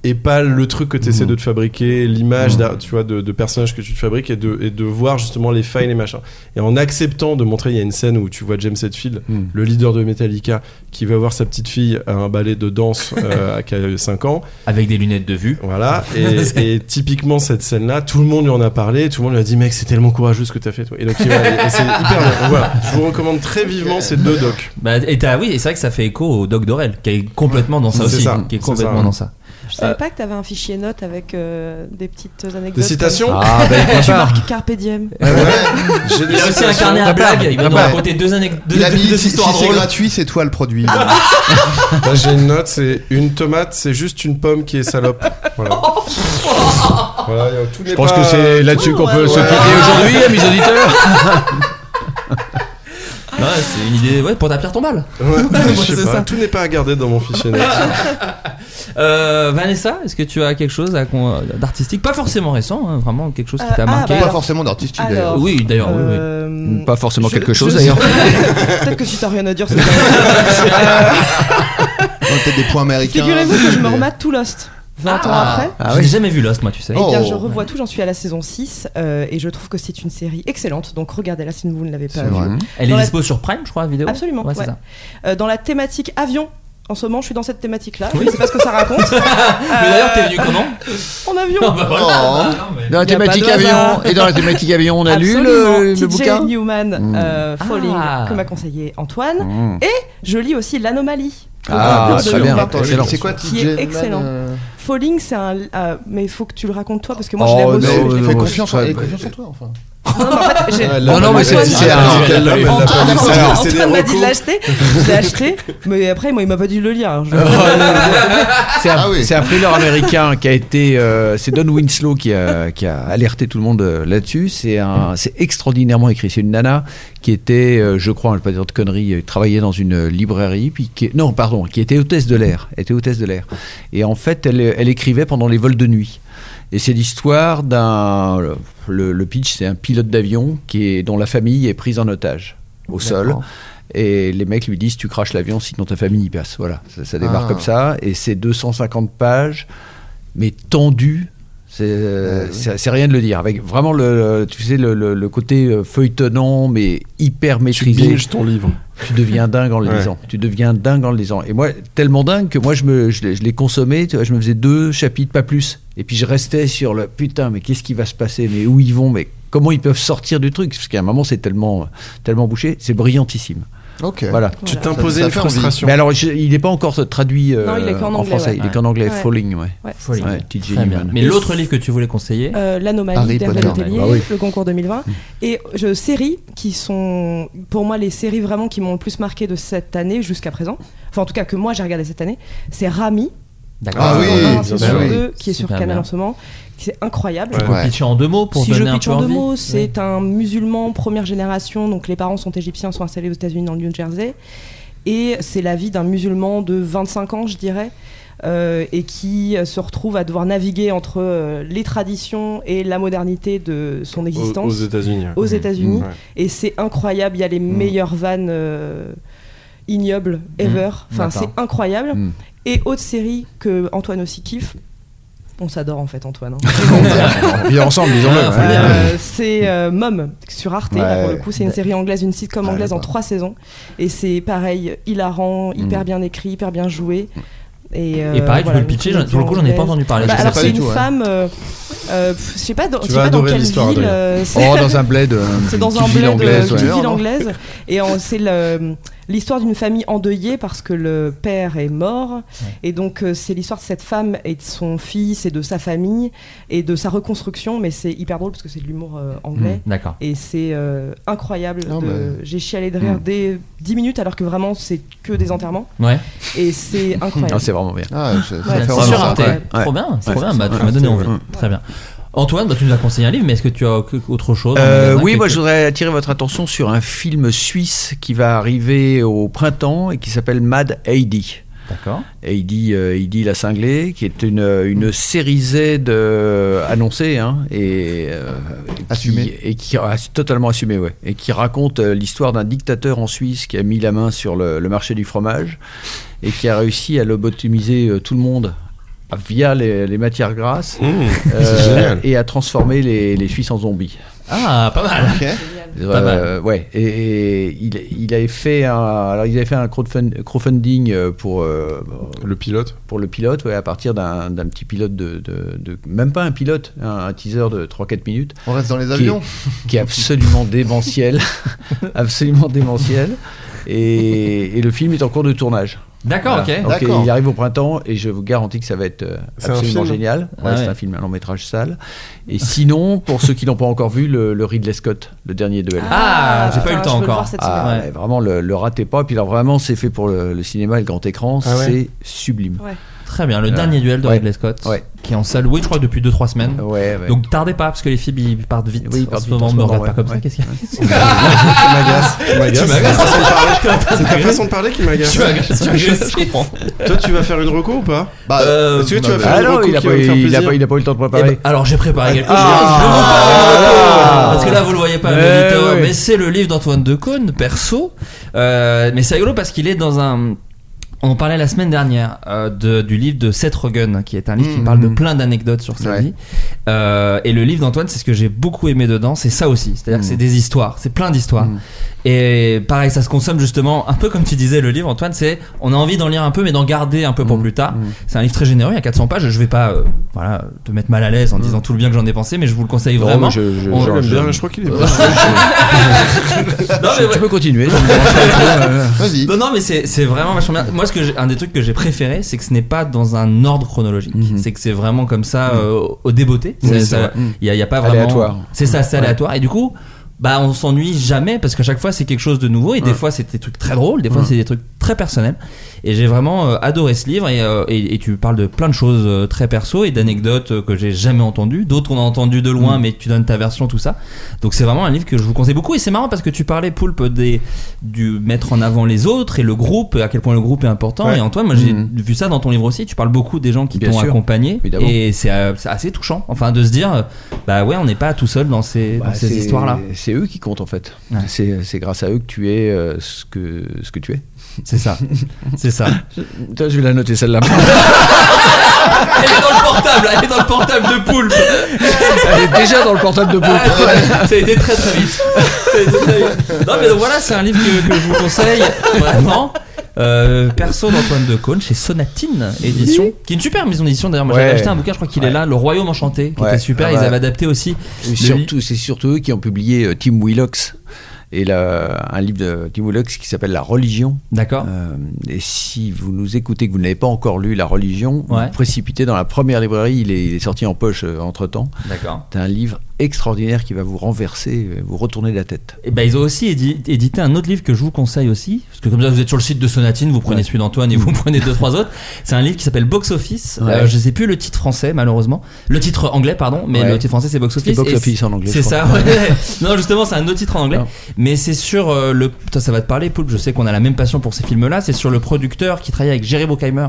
Speaker 6: et pas le truc que tu essaies de te fabriquer, l'image d'un- tu vois, de, de personnage que tu te fabriques et de, et de voir justement les failles, les machins. Et en acceptant de montrer, il y a une scène où tu vois James Hetfield, le leader de Metallica, qui va voir sa petite fille à un ballet de danse euh, à- qui a 5 ans.
Speaker 11: Avec des lunettes de vue.
Speaker 6: Voilà. Et, et typiquement, cette scène-là, tout le monde lui en a parlé, tout le monde lui a dit, mec, c'est tellement courageux ce que t'as fait. toi. Et donc, il va- et c'est hyper bien. Donc, Voilà. Je vous recommande très vivement ces deux docs.
Speaker 2: Bah, et t'as- oui, et c'est vrai que ça fait écho au doc d'Orel, qui est complètement dans ça
Speaker 6: C'est
Speaker 2: aussi.
Speaker 6: ça,
Speaker 2: qui est
Speaker 6: c'est
Speaker 2: complètement
Speaker 6: ça.
Speaker 2: dans ça.
Speaker 7: Je savais
Speaker 2: Euh,
Speaker 7: pas que t'avais un fichier note avec euh, des petites anecdotes.
Speaker 6: Des citations
Speaker 7: comme ça.
Speaker 6: Ah, bah, il
Speaker 7: tu
Speaker 6: prépare.
Speaker 7: marques Carpe Diem.
Speaker 6: Ouais, ouais. J'ai des
Speaker 2: Il a aussi un
Speaker 6: citations.
Speaker 2: carnet à
Speaker 6: Ah,
Speaker 2: blagues,
Speaker 6: bah,
Speaker 2: il va
Speaker 6: ah,
Speaker 2: nous
Speaker 6: bah.
Speaker 2: raconter deux anecdotes, deux,
Speaker 3: Il a
Speaker 2: deux-
Speaker 3: mis,
Speaker 2: deux
Speaker 3: si-
Speaker 2: histoires
Speaker 3: si c'est
Speaker 2: drôles.
Speaker 3: gratuit, c'est toi le produit.
Speaker 5: Ah.
Speaker 6: Là, j'ai une note, c'est une tomate, c'est juste une pomme qui est salope. Voilà. Voilà, il y a tous les
Speaker 5: Je pense
Speaker 6: pas-
Speaker 5: que
Speaker 3: Euh,
Speaker 5: c'est là-dessus qu'on peut se
Speaker 6: Ouais.
Speaker 5: quitter aujourd'hui, amis auditeurs.
Speaker 2: Ouais, c'est une idée ouais, pour ta pierre tombale.
Speaker 6: Ouais,
Speaker 2: Ouais,
Speaker 6: je sais
Speaker 2: c'est
Speaker 6: pas,
Speaker 2: ça.
Speaker 6: Tout n'est pas à garder dans mon fichier. net.
Speaker 2: Euh, Vanessa, est-ce que tu as quelque chose à con- d'artistique Pas forcément récent, hein, vraiment quelque chose qui
Speaker 7: Euh,
Speaker 2: t'a
Speaker 7: ah,
Speaker 2: marqué.
Speaker 7: bah Pas
Speaker 2: Euh,
Speaker 7: alors- Euh,
Speaker 3: forcément d'artistique,
Speaker 7: alors- d'ailleurs.
Speaker 2: Oui, d'ailleurs, oui, oui.
Speaker 3: Euh,
Speaker 5: Pas forcément
Speaker 7: Mm. Je-
Speaker 5: quelque
Speaker 7: je-
Speaker 5: chose d'ailleurs.
Speaker 7: Peut-être que si t'as rien à dire, c'est pas
Speaker 3: Peut-être des points américains. Ah.
Speaker 7: Figurez-vous que je me remate tout Lost. 20 ans après.
Speaker 2: J'ai Ah, jamais vu Lost, moi, tu sais.
Speaker 3: Oh,
Speaker 7: Eh bien, je revois tout, j'en suis à la saison 6 euh, et je trouve que c'est une série excellente. Donc regardez-la si vous ne l'avez pas
Speaker 2: C'est vrai.
Speaker 5: Mm.
Speaker 7: vue.
Speaker 2: Elle
Speaker 7: Dans
Speaker 2: est
Speaker 7: la-
Speaker 2: dispo sur Prime, je crois, vidéo.
Speaker 7: Absolument.
Speaker 2: Ouais, c'est
Speaker 7: ouais.
Speaker 2: ça.
Speaker 7: Euh, dans la thématique avion. En ce moment, je suis dans cette thématique-là.
Speaker 2: Oui. Ah,
Speaker 7: Je ne sais pas ce que ça raconte.
Speaker 2: Mais d'ailleurs, t'es venu comment
Speaker 7: En avion.
Speaker 2: Ah, bah voilà.
Speaker 5: Oh.
Speaker 7: Ah,
Speaker 5: Dans la
Speaker 7: Y a pas
Speaker 5: thématique
Speaker 7: de
Speaker 5: avion
Speaker 7: hasard.
Speaker 5: et dans la thématique avion, on a lu
Speaker 7: Absolument.
Speaker 5: le, le
Speaker 7: TJ
Speaker 5: bouquin.
Speaker 7: Newman euh,
Speaker 2: Mm.
Speaker 7: Falling
Speaker 2: Ah.
Speaker 7: que m'a conseillé Antoine
Speaker 5: Mm.
Speaker 7: et je lis aussi l'anomalie.
Speaker 5: Ah,
Speaker 7: de
Speaker 5: très
Speaker 7: Laura
Speaker 5: bien,
Speaker 7: Paulson,
Speaker 5: excellent.
Speaker 3: C'est quoi,
Speaker 7: qui
Speaker 3: TJ
Speaker 7: est
Speaker 3: Newman,
Speaker 7: excellent.
Speaker 3: euh
Speaker 7: Falling c'est un euh, mais faut que tu le racontes toi parce que moi je l'ai
Speaker 5: Oh,
Speaker 7: reçu.
Speaker 5: non,
Speaker 7: je l'ai
Speaker 5: non,
Speaker 7: fait
Speaker 5: non,
Speaker 7: confiance
Speaker 5: c'est
Speaker 7: en-
Speaker 5: pas-
Speaker 7: et
Speaker 5: bah,
Speaker 7: confiance en toi enfin. non, mais en fait, j'ai-
Speaker 5: Non, non, mais c'est- c'est un-
Speaker 6: Elle l'a- elle l'a pas
Speaker 7: Antoine,
Speaker 6: mis.
Speaker 7: Antoine,
Speaker 6: Alors, c'est des
Speaker 7: Antoine m'a dit de
Speaker 6: recos.
Speaker 7: l'acheter, je l'ai acheté, mais après moi il m'a pas dit de le lire. alors je-
Speaker 5: C'est un, c'est un thriller américain qui a été. euh, c'est Don Winslow qui a, qui a alerté tout le monde euh, là-dessus. C'est un- c'est extraordinairement écrit. C'est une nana qui était, euh, je crois, je ne vais pas dire de conneries, euh, travaillait dans une librairie, puis qui, non, pardon, qui était hôtesse de l'air. Elle était hôtesse de l'air. Et en fait, elle, euh, elle écrivait pendant les vols de nuit. Et c'est l'histoire d'un. Le, le pitch, c'est un pilote d'avion qui est, dont la famille est prise en otage au sol. Et les mecs lui disent Tu craches l'avion, sinon ta famille y passe. Voilà, ça, ça démarre
Speaker 3: Ah.
Speaker 5: comme ça. Et c'est 250 pages, mais tendues. C'est euh, c'est- c'est rien de le dire. Avec vraiment le, le- tu sais, le, le- le côté euh, feuilletonnant, mais hyper maîtrisé.
Speaker 6: binges ton livre.
Speaker 5: Tu deviens dingue en le
Speaker 6: Ouais.
Speaker 5: lisant. Tu deviens dingue en le lisant. Et moi, tellement dingue que moi, je, me, je, l'ai- je l'ai consommé. Tu vois, je me faisais deux chapitres, pas plus. Et puis je restais sur le putain, mais qu'est-ce qui va se passer Mais où ils vont Mais comment ils peuvent sortir du truc Parce qu'à un moment, c'est tellement, tellement bouché. C'est brillantissime.
Speaker 3: Ok.
Speaker 5: Voilà.
Speaker 6: Tu t'imposais une frustration.
Speaker 5: Mais alors, je- il n'est pas encore traduit euh,
Speaker 7: Non, il est qu'en anglais,
Speaker 5: français.
Speaker 7: ouais.
Speaker 5: Il est qu'en anglais.
Speaker 7: Ouais.
Speaker 5: Falling, ouais.
Speaker 7: Ouais.
Speaker 2: Folie.
Speaker 5: Ouais, TJ
Speaker 2: Très bien.
Speaker 5: Newman.
Speaker 2: Mais l'autre livre que tu voulais conseiller
Speaker 7: Euh, L'anomalie
Speaker 5: Harry
Speaker 7: d'Hervé
Speaker 5: Potter.
Speaker 7: Letellier,
Speaker 5: Bah
Speaker 3: Ah
Speaker 5: oui.
Speaker 7: le concours 2020. Et euh, je, séries qui sont, pour moi, les séries vraiment qui m'ont le plus marqué de cette année jusqu'à présent. Enfin, en tout cas, que moi j'ai regardé cette année. C'est Rami.
Speaker 2: D'accord.
Speaker 3: Ah oui,
Speaker 7: Saison un,
Speaker 3: bien
Speaker 7: saison
Speaker 3: sûr.
Speaker 7: deux, euh, qui est sur
Speaker 2: Super
Speaker 7: Canal
Speaker 2: bien.
Speaker 7: en ce moment. C'est incroyable.
Speaker 2: Tu peux pitcher en deux mots pour
Speaker 7: si je
Speaker 2: donner un
Speaker 7: pitch
Speaker 2: peu
Speaker 7: en deux
Speaker 2: envie.
Speaker 7: mots, c'est un musulman première génération, donc les parents sont égyptiens, sont installés aux États-Unis dans le New Jersey, et c'est la vie d'un musulman de 25 ans, je dirais, euh, et qui euh, se retrouve à devoir naviguer entre euh, les traditions et la modernité de son existence
Speaker 6: aux États-Unis, ouais.
Speaker 7: Aux États-Unis,
Speaker 6: Mhm. Ouais.
Speaker 7: et c'est incroyable. Il y a
Speaker 5: Mm.
Speaker 7: les meilleures vannes euh, ignobles ever.
Speaker 5: Mhm.
Speaker 7: Enfin,
Speaker 5: D'accord.
Speaker 7: c'est incroyable.
Speaker 5: Mhm.
Speaker 7: Et autre série que Antoine aussi kiffe. On s'adore en fait, Antoine. hein.
Speaker 5: On vit ensemble, disons-le.
Speaker 7: Euh,
Speaker 5: Ouais.
Speaker 7: euh, c'est euh, Mom sur Arte. là, pour
Speaker 5: Ouais.
Speaker 7: le coup, c'est une série anglaise, une sitcom
Speaker 5: Ouais,
Speaker 7: anglaise en
Speaker 5: bah.
Speaker 7: trois saisons. Et c'est pareil, hilarant, hyper bien écrit, hyper bien joué. Et, euh,
Speaker 2: Et pareil, tu
Speaker 7: voilà,
Speaker 2: peux le pitcher,
Speaker 7: comédie
Speaker 2: pour le coup, j'en ai pas
Speaker 7: anglaise.
Speaker 2: entendu parler,
Speaker 7: Bah,
Speaker 2: je sais
Speaker 7: alors,
Speaker 2: pas
Speaker 7: c'est
Speaker 2: du
Speaker 7: une
Speaker 2: tout, ouais.
Speaker 7: femme, euh, euh, pff, je sais pas dans,
Speaker 5: Tu
Speaker 7: je sais
Speaker 5: vas
Speaker 7: pas dans
Speaker 5: adorer
Speaker 7: quelle
Speaker 5: l'histoire,
Speaker 7: ville.
Speaker 5: Adrien.
Speaker 7: euh,
Speaker 5: Oh, dans un bled, euh,
Speaker 7: c'est dans
Speaker 5: petite
Speaker 7: un
Speaker 5: ville
Speaker 7: bled,
Speaker 5: anglaise,
Speaker 7: euh, petite
Speaker 5: ouais.
Speaker 7: ville anglaise. Et en- c'est le- l'histoire d'une famille endeuillée parce que le père est mort. Et donc, euh, c'est l'histoire de cette femme et de son fils et de sa famille et de sa reconstruction. Mais c'est hyper drôle parce que c'est de l'humour euh, anglais.
Speaker 2: Mm, d'accord.
Speaker 7: Et c'est euh, incroyable.
Speaker 2: Non,
Speaker 7: de-
Speaker 2: mais-
Speaker 7: J'ai chialé de rire
Speaker 2: Mm.
Speaker 7: des 10 minutes alors que vraiment, c'est que des enterrements.
Speaker 2: Ouais.
Speaker 7: Et c'est incroyable.
Speaker 5: Ah, c'est vraiment bien. Ah, je- ça
Speaker 7: Ouais,
Speaker 5: fait
Speaker 7: c'est
Speaker 5: vraiment
Speaker 2: C'est sur
Speaker 5: ça,
Speaker 2: Arte.
Speaker 5: ouais.
Speaker 2: Trop
Speaker 5: Ouais.
Speaker 2: bien, c'est
Speaker 5: Ouais.
Speaker 2: trop bien. Bah, tu
Speaker 5: Ouais.
Speaker 2: m'as donné
Speaker 5: Ouais.
Speaker 2: envie. Très bien. Antoine, bah, tu nous as conseillé un livre, mais est-ce que tu as que- autre chose en
Speaker 5: Euh,
Speaker 2: magasin
Speaker 5: oui,
Speaker 2: que
Speaker 5: moi
Speaker 2: tu-
Speaker 5: je voudrais attirer votre attention sur un film suisse qui va arriver au printemps et qui s'appelle Mad Heidi.
Speaker 2: D'accord.
Speaker 5: Heidi, euh, Heidi la cinglée, qui est une, une série Z euh, annoncée hein, et assumée et qui ah, c'est totalement assumée, ouais, et qui raconte euh, l'histoire d'un dictateur en Suisse qui a mis la main sur le, le marché du fromage et qui a réussi à lobotomiser euh, tout le monde via les, les matières grasses
Speaker 6: Mmh, c'est génial.
Speaker 5: et à transformer les, les Suisses en zombies.
Speaker 11: Ah, pas mal.
Speaker 5: Euh,
Speaker 11: Pas mal.
Speaker 5: Ouais. Et, et il, il avait fait un, alors ils avaient fait un crowdfund- crowdfunding euh, pour le
Speaker 6: pilote.
Speaker 5: Pour le pilote, ouais, à partir d'un d'un petit pilote de, de- de- même pas un pilote, un, un teaser de 3-4 minutes.
Speaker 3: On reste dans les
Speaker 5: qui
Speaker 3: avions.
Speaker 5: est- qui est absolument démentiel, absolument démentiel. Et, et le film est en cours de tournage.
Speaker 2: D'accord, ok.
Speaker 5: Donc,
Speaker 2: D'accord.
Speaker 5: Il arrive au printemps et je vous garantis que ça va être euh,
Speaker 2: C'est un
Speaker 5: absolument
Speaker 2: film
Speaker 5: génial. Ouais,
Speaker 2: Ah
Speaker 5: C'est
Speaker 2: ouais.
Speaker 5: un film, un long métrage sale. Et sinon, pour ceux qui l'ont pas encore vu, le, le Ridley Scott, le dernier duel.
Speaker 2: Ah, j'ai pas eu le temps
Speaker 5: Ah,
Speaker 2: encore. cette
Speaker 5: ah,
Speaker 2: semaine.
Speaker 5: ouais, Vraiment, le, le ratez pas. Puis alors, vraiment, c'est fait pour le, le cinéma et le grand écran.
Speaker 2: Ah ouais.
Speaker 5: C'est sublime.
Speaker 2: Très bien, le
Speaker 5: Ouais.
Speaker 2: dernier duel de
Speaker 5: Ouais.
Speaker 2: Ridley Scott,
Speaker 5: Ouais.
Speaker 2: qui est en salle, oui, je crois, depuis 2-3 semaines.
Speaker 5: ouais.
Speaker 2: Donc tardez pas, parce que les filles ils partent vite.
Speaker 5: Oui, ils partent
Speaker 2: en ce
Speaker 5: vite en
Speaker 2: moment,
Speaker 5: ce
Speaker 2: me
Speaker 5: moment,
Speaker 2: regarde pas comme
Speaker 5: ouais.
Speaker 2: ça,
Speaker 5: Ouais.
Speaker 2: qu'est-ce qu'il y a
Speaker 5: Tu m'agaces,
Speaker 6: tu m'agaces.
Speaker 2: Tu m'agaces. T'as
Speaker 6: C'est ta façon de parler. C'est ta
Speaker 2: agressé.
Speaker 6: façon de parler qui m'agace.
Speaker 2: Tu m'agaces, tu m'agages, je comprends.
Speaker 6: Toi, tu vas faire une reco ou pas
Speaker 3: Bah,
Speaker 2: Euh,
Speaker 6: Est-ce que tu vas faire
Speaker 5: Ah
Speaker 6: une
Speaker 5: non,
Speaker 6: reco
Speaker 5: il a
Speaker 6: qui
Speaker 5: pas
Speaker 6: va me
Speaker 5: eu-
Speaker 6: faire
Speaker 5: il a
Speaker 6: plaisir
Speaker 5: pas- il a pas eu le temps de préparer.
Speaker 2: Eh ben, alors j'ai préparé quelque chose.
Speaker 5: Ah.
Speaker 2: Je vais vous faire une reco, parce que là
Speaker 5: Ah.
Speaker 2: vous le voyez pas,
Speaker 5: Eh
Speaker 2: mais,
Speaker 5: oui.
Speaker 2: mais c'est le livre d'Antoine de Caunes, perso. Euh, mais c'est rigolo parce qu'il est dans un. On en parlait la semaine dernière euh, de- du livre de Seth Rogen, qui est un livre qui
Speaker 5: Mhm.
Speaker 2: parle de plein d'anecdotes sur sa
Speaker 5: Ouais.
Speaker 2: vie. Euh, et le livre d'Antoine, c'est ce que j'ai beaucoup aimé dedans, c'est ça aussi. C'est-à-dire que
Speaker 5: Mhm.
Speaker 2: c'est des histoires, c'est plein d'histoires.
Speaker 5: Mm.
Speaker 2: Et pareil, ça se consomme justement, un peu comme tu disais le livre, Antoine, c'est on a envie d'en lire un peu, mais d'en garder un peu
Speaker 5: Mmh,
Speaker 2: pour plus tard. C'est un livre très généreux, il y a 400 pages. Je vais pas euh, voilà, te mettre mal à l'aise en disant tout le bien que j'en ai pensé, mais je vous le conseille
Speaker 5: Mmh. Non,
Speaker 2: vraiment.
Speaker 5: mais je- je-
Speaker 2: On-
Speaker 5: je-
Speaker 6: J'aime
Speaker 5: je-
Speaker 6: bien, je crois qu'il est bien.
Speaker 2: Non, mais
Speaker 5: Tu
Speaker 2: ouais.
Speaker 5: peux continuer.
Speaker 2: Non, non, mais c'est c'est vraiment vachement bien. Moi, ce que j'ai- un des trucs que j'ai préféré, c'est que ce n'est pas dans un ordre chronologique. C'est que c'est vraiment comme ça, euh, au débeauté.
Speaker 5: Mmh. Oui,
Speaker 2: C'est-
Speaker 5: c'est
Speaker 2: ça-
Speaker 5: vrai. Mm.
Speaker 2: Il n'y a, il y a pas vraiment.
Speaker 5: Aléatoire.
Speaker 2: C'est ça, c'est
Speaker 5: Ouais.
Speaker 2: aléatoire. Et du coup, bah, on s'ennuie jamais parce qu'à chaque fois, c'est quelque chose de nouveau. Et des
Speaker 5: Ouais. Mmh.
Speaker 2: fois, c'est des trucs très drôles. Des fois,
Speaker 5: Ouais.
Speaker 2: c'est des trucs très personnels. Et j'ai vraiment euh, adoré ce livre. Et, euh, et- et tu parles de plein de choses euh, très perso et d'anecdotes euh, que j'ai jamais entendues. D'autres qu'on a entendues de loin,
Speaker 5: Mm.
Speaker 2: mais tu donnes ta version, tout ça. Donc, c'est vraiment un livre que je vous conseille beaucoup. Et c'est marrant parce que tu parlais, Poulpe, des, du mettre en avant les autres et le groupe, à quel point le groupe est important.
Speaker 5: Ouais.
Speaker 2: Et Antoine, moi, j'ai
Speaker 5: Mm.
Speaker 2: vu ça dans ton livre aussi. Tu parles beaucoup des gens qui
Speaker 5: Bien
Speaker 2: t'ont
Speaker 5: sûr.
Speaker 2: accompagné.
Speaker 5: Évidemment.
Speaker 2: Et c'est euh, c'est assez touchant. Enfin, de se dire, euh, bah ouais, on n'est pas tout seul dans ces, dans
Speaker 5: Bah,
Speaker 2: ces
Speaker 5: c'est-
Speaker 2: histoires-là.
Speaker 5: C'est eux qui comptent en fait. C'est euh, c'est grâce à eux que tu es euh, ce, que, ce que tu es.
Speaker 2: C'est ça. C'est ça.
Speaker 5: je, Putain, je vais la noter celle-là.
Speaker 2: Elle est dans le portable, elle est dans le portable de Poulpe. Ah,
Speaker 5: Elle est déjà dans le portable de Poulpe.
Speaker 2: ça a été très très vite. Ça a été très vite. Non mais donc voilà, c'est un livre que, que je vous conseille vraiment. Euh, perso d'Antoine de Caunes chez Sonatine Édition, qui est une super maison d'édition d'ailleurs. Moi j'avais
Speaker 5: Ouais.
Speaker 2: acheté un bouquin, je crois qu'il est là, Le Royaume Enchanté, qui
Speaker 5: Ouais.
Speaker 2: était super.
Speaker 5: Ah
Speaker 2: Ils
Speaker 5: ouais.
Speaker 2: avaient adapté aussi.
Speaker 5: Et surtout, c'est surtout eux qui ont publié euh, Tim Willox et la- un livre de Tim Willox qui s'appelle La Religion.
Speaker 2: D'accord.
Speaker 5: Euh, et si vous nous écoutez que vous n'avez pas encore lu La Religion, vous
Speaker 2: Ouais.
Speaker 5: vous précipitez dans la première librairie. Il est, il est sorti en poche euh, entre temps.
Speaker 2: D'accord.
Speaker 5: C'est un livre extraordinaire qui va vous renverser, euh, vous retourner la tête.
Speaker 2: Et ben ils ont aussi édi- édité un autre livre que je vous conseille aussi, parce que comme ça vous êtes sur le site de Sonatine, vous prenez
Speaker 5: Ouais.
Speaker 2: celui d'Antoine et vous prenez deux trois autres. C'est un livre qui s'appelle Box Office.
Speaker 5: Ouais.
Speaker 2: Euh, je sais plus le titre français malheureusement, le titre anglais pardon, mais
Speaker 5: Ouais.
Speaker 2: le titre français c'est Box
Speaker 5: C'était
Speaker 2: Office.
Speaker 5: Box
Speaker 2: et
Speaker 5: Office en anglais,
Speaker 2: C'est
Speaker 5: je
Speaker 2: ça.
Speaker 5: crois.
Speaker 2: ouais. non justement c'est un autre titre en anglais, mais c'est sur euh, le. Toi ça va te parler Poulpe, je sais qu'on a la même passion pour ces films là. C'est sur le producteur qui travaille avec Jerry Bruckheimer,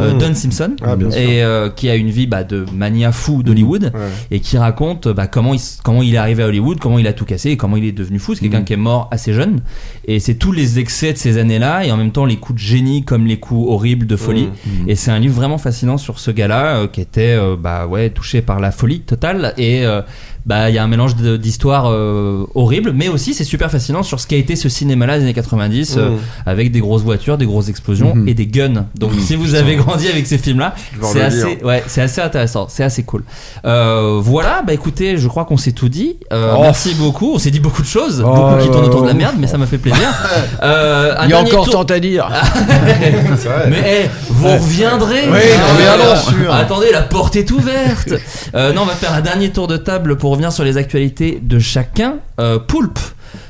Speaker 2: euh,
Speaker 5: Mmh.
Speaker 2: Don Simpson,
Speaker 5: Ah, bien sûr.
Speaker 2: et euh, qui a une vie bah, de mania fou d'Hollywood et qui raconte bah, comment, il, s- comment il est arrivé à Hollywood, comment il a tout cassé et comment il est devenu fou. C'est
Speaker 5: Mhm.
Speaker 2: quelqu'un qui est mort assez jeune. Et c'est tous les excès de ces années-là et en même temps les coups de génie comme les coups horribles de folie.
Speaker 5: Mm.
Speaker 2: Et c'est un livre vraiment fascinant sur ce gars-là euh, qui était euh, bah, ouais, touché par la folie totale. Et euh, bah, il y a un mélange de- d'histoires euh, horribles, mais aussi c'est super fascinant sur ce qu'a été ce cinéma-là des années 90 euh,
Speaker 5: Mm.
Speaker 2: avec des grosses voitures, des grosses explosions
Speaker 5: Mhm.
Speaker 2: et des guns. Donc
Speaker 5: Mm.
Speaker 2: si vous
Speaker 5: Putain.
Speaker 2: avez grandi avec ces films-là,
Speaker 5: Je vais
Speaker 2: c'est
Speaker 5: le
Speaker 2: assez,
Speaker 5: lire.
Speaker 2: ouais, c'est assez intéressant, c'est assez cool. Euh, voilà, bah écoutez, je crois qu'on s'est tout dit. Euh,
Speaker 5: Oh.
Speaker 2: Merci beaucoup, on s'est dit beaucoup de choses,
Speaker 5: Oh,
Speaker 2: beaucoup qui tournent autour de la
Speaker 5: oh.
Speaker 2: merde, mais ça m'a fait plaisir. Euh, un
Speaker 5: Il y a
Speaker 2: dernier
Speaker 5: encore
Speaker 2: tour-
Speaker 5: tant à dire.
Speaker 2: mais eh, vous reviendrez.
Speaker 5: Oui, nous reviendrons.
Speaker 2: Euh, Attendez, la porte est ouverte. Euh, non, on va faire un dernier tour de table pour revenir sur les actualités de chacun. Euh, Poulpe,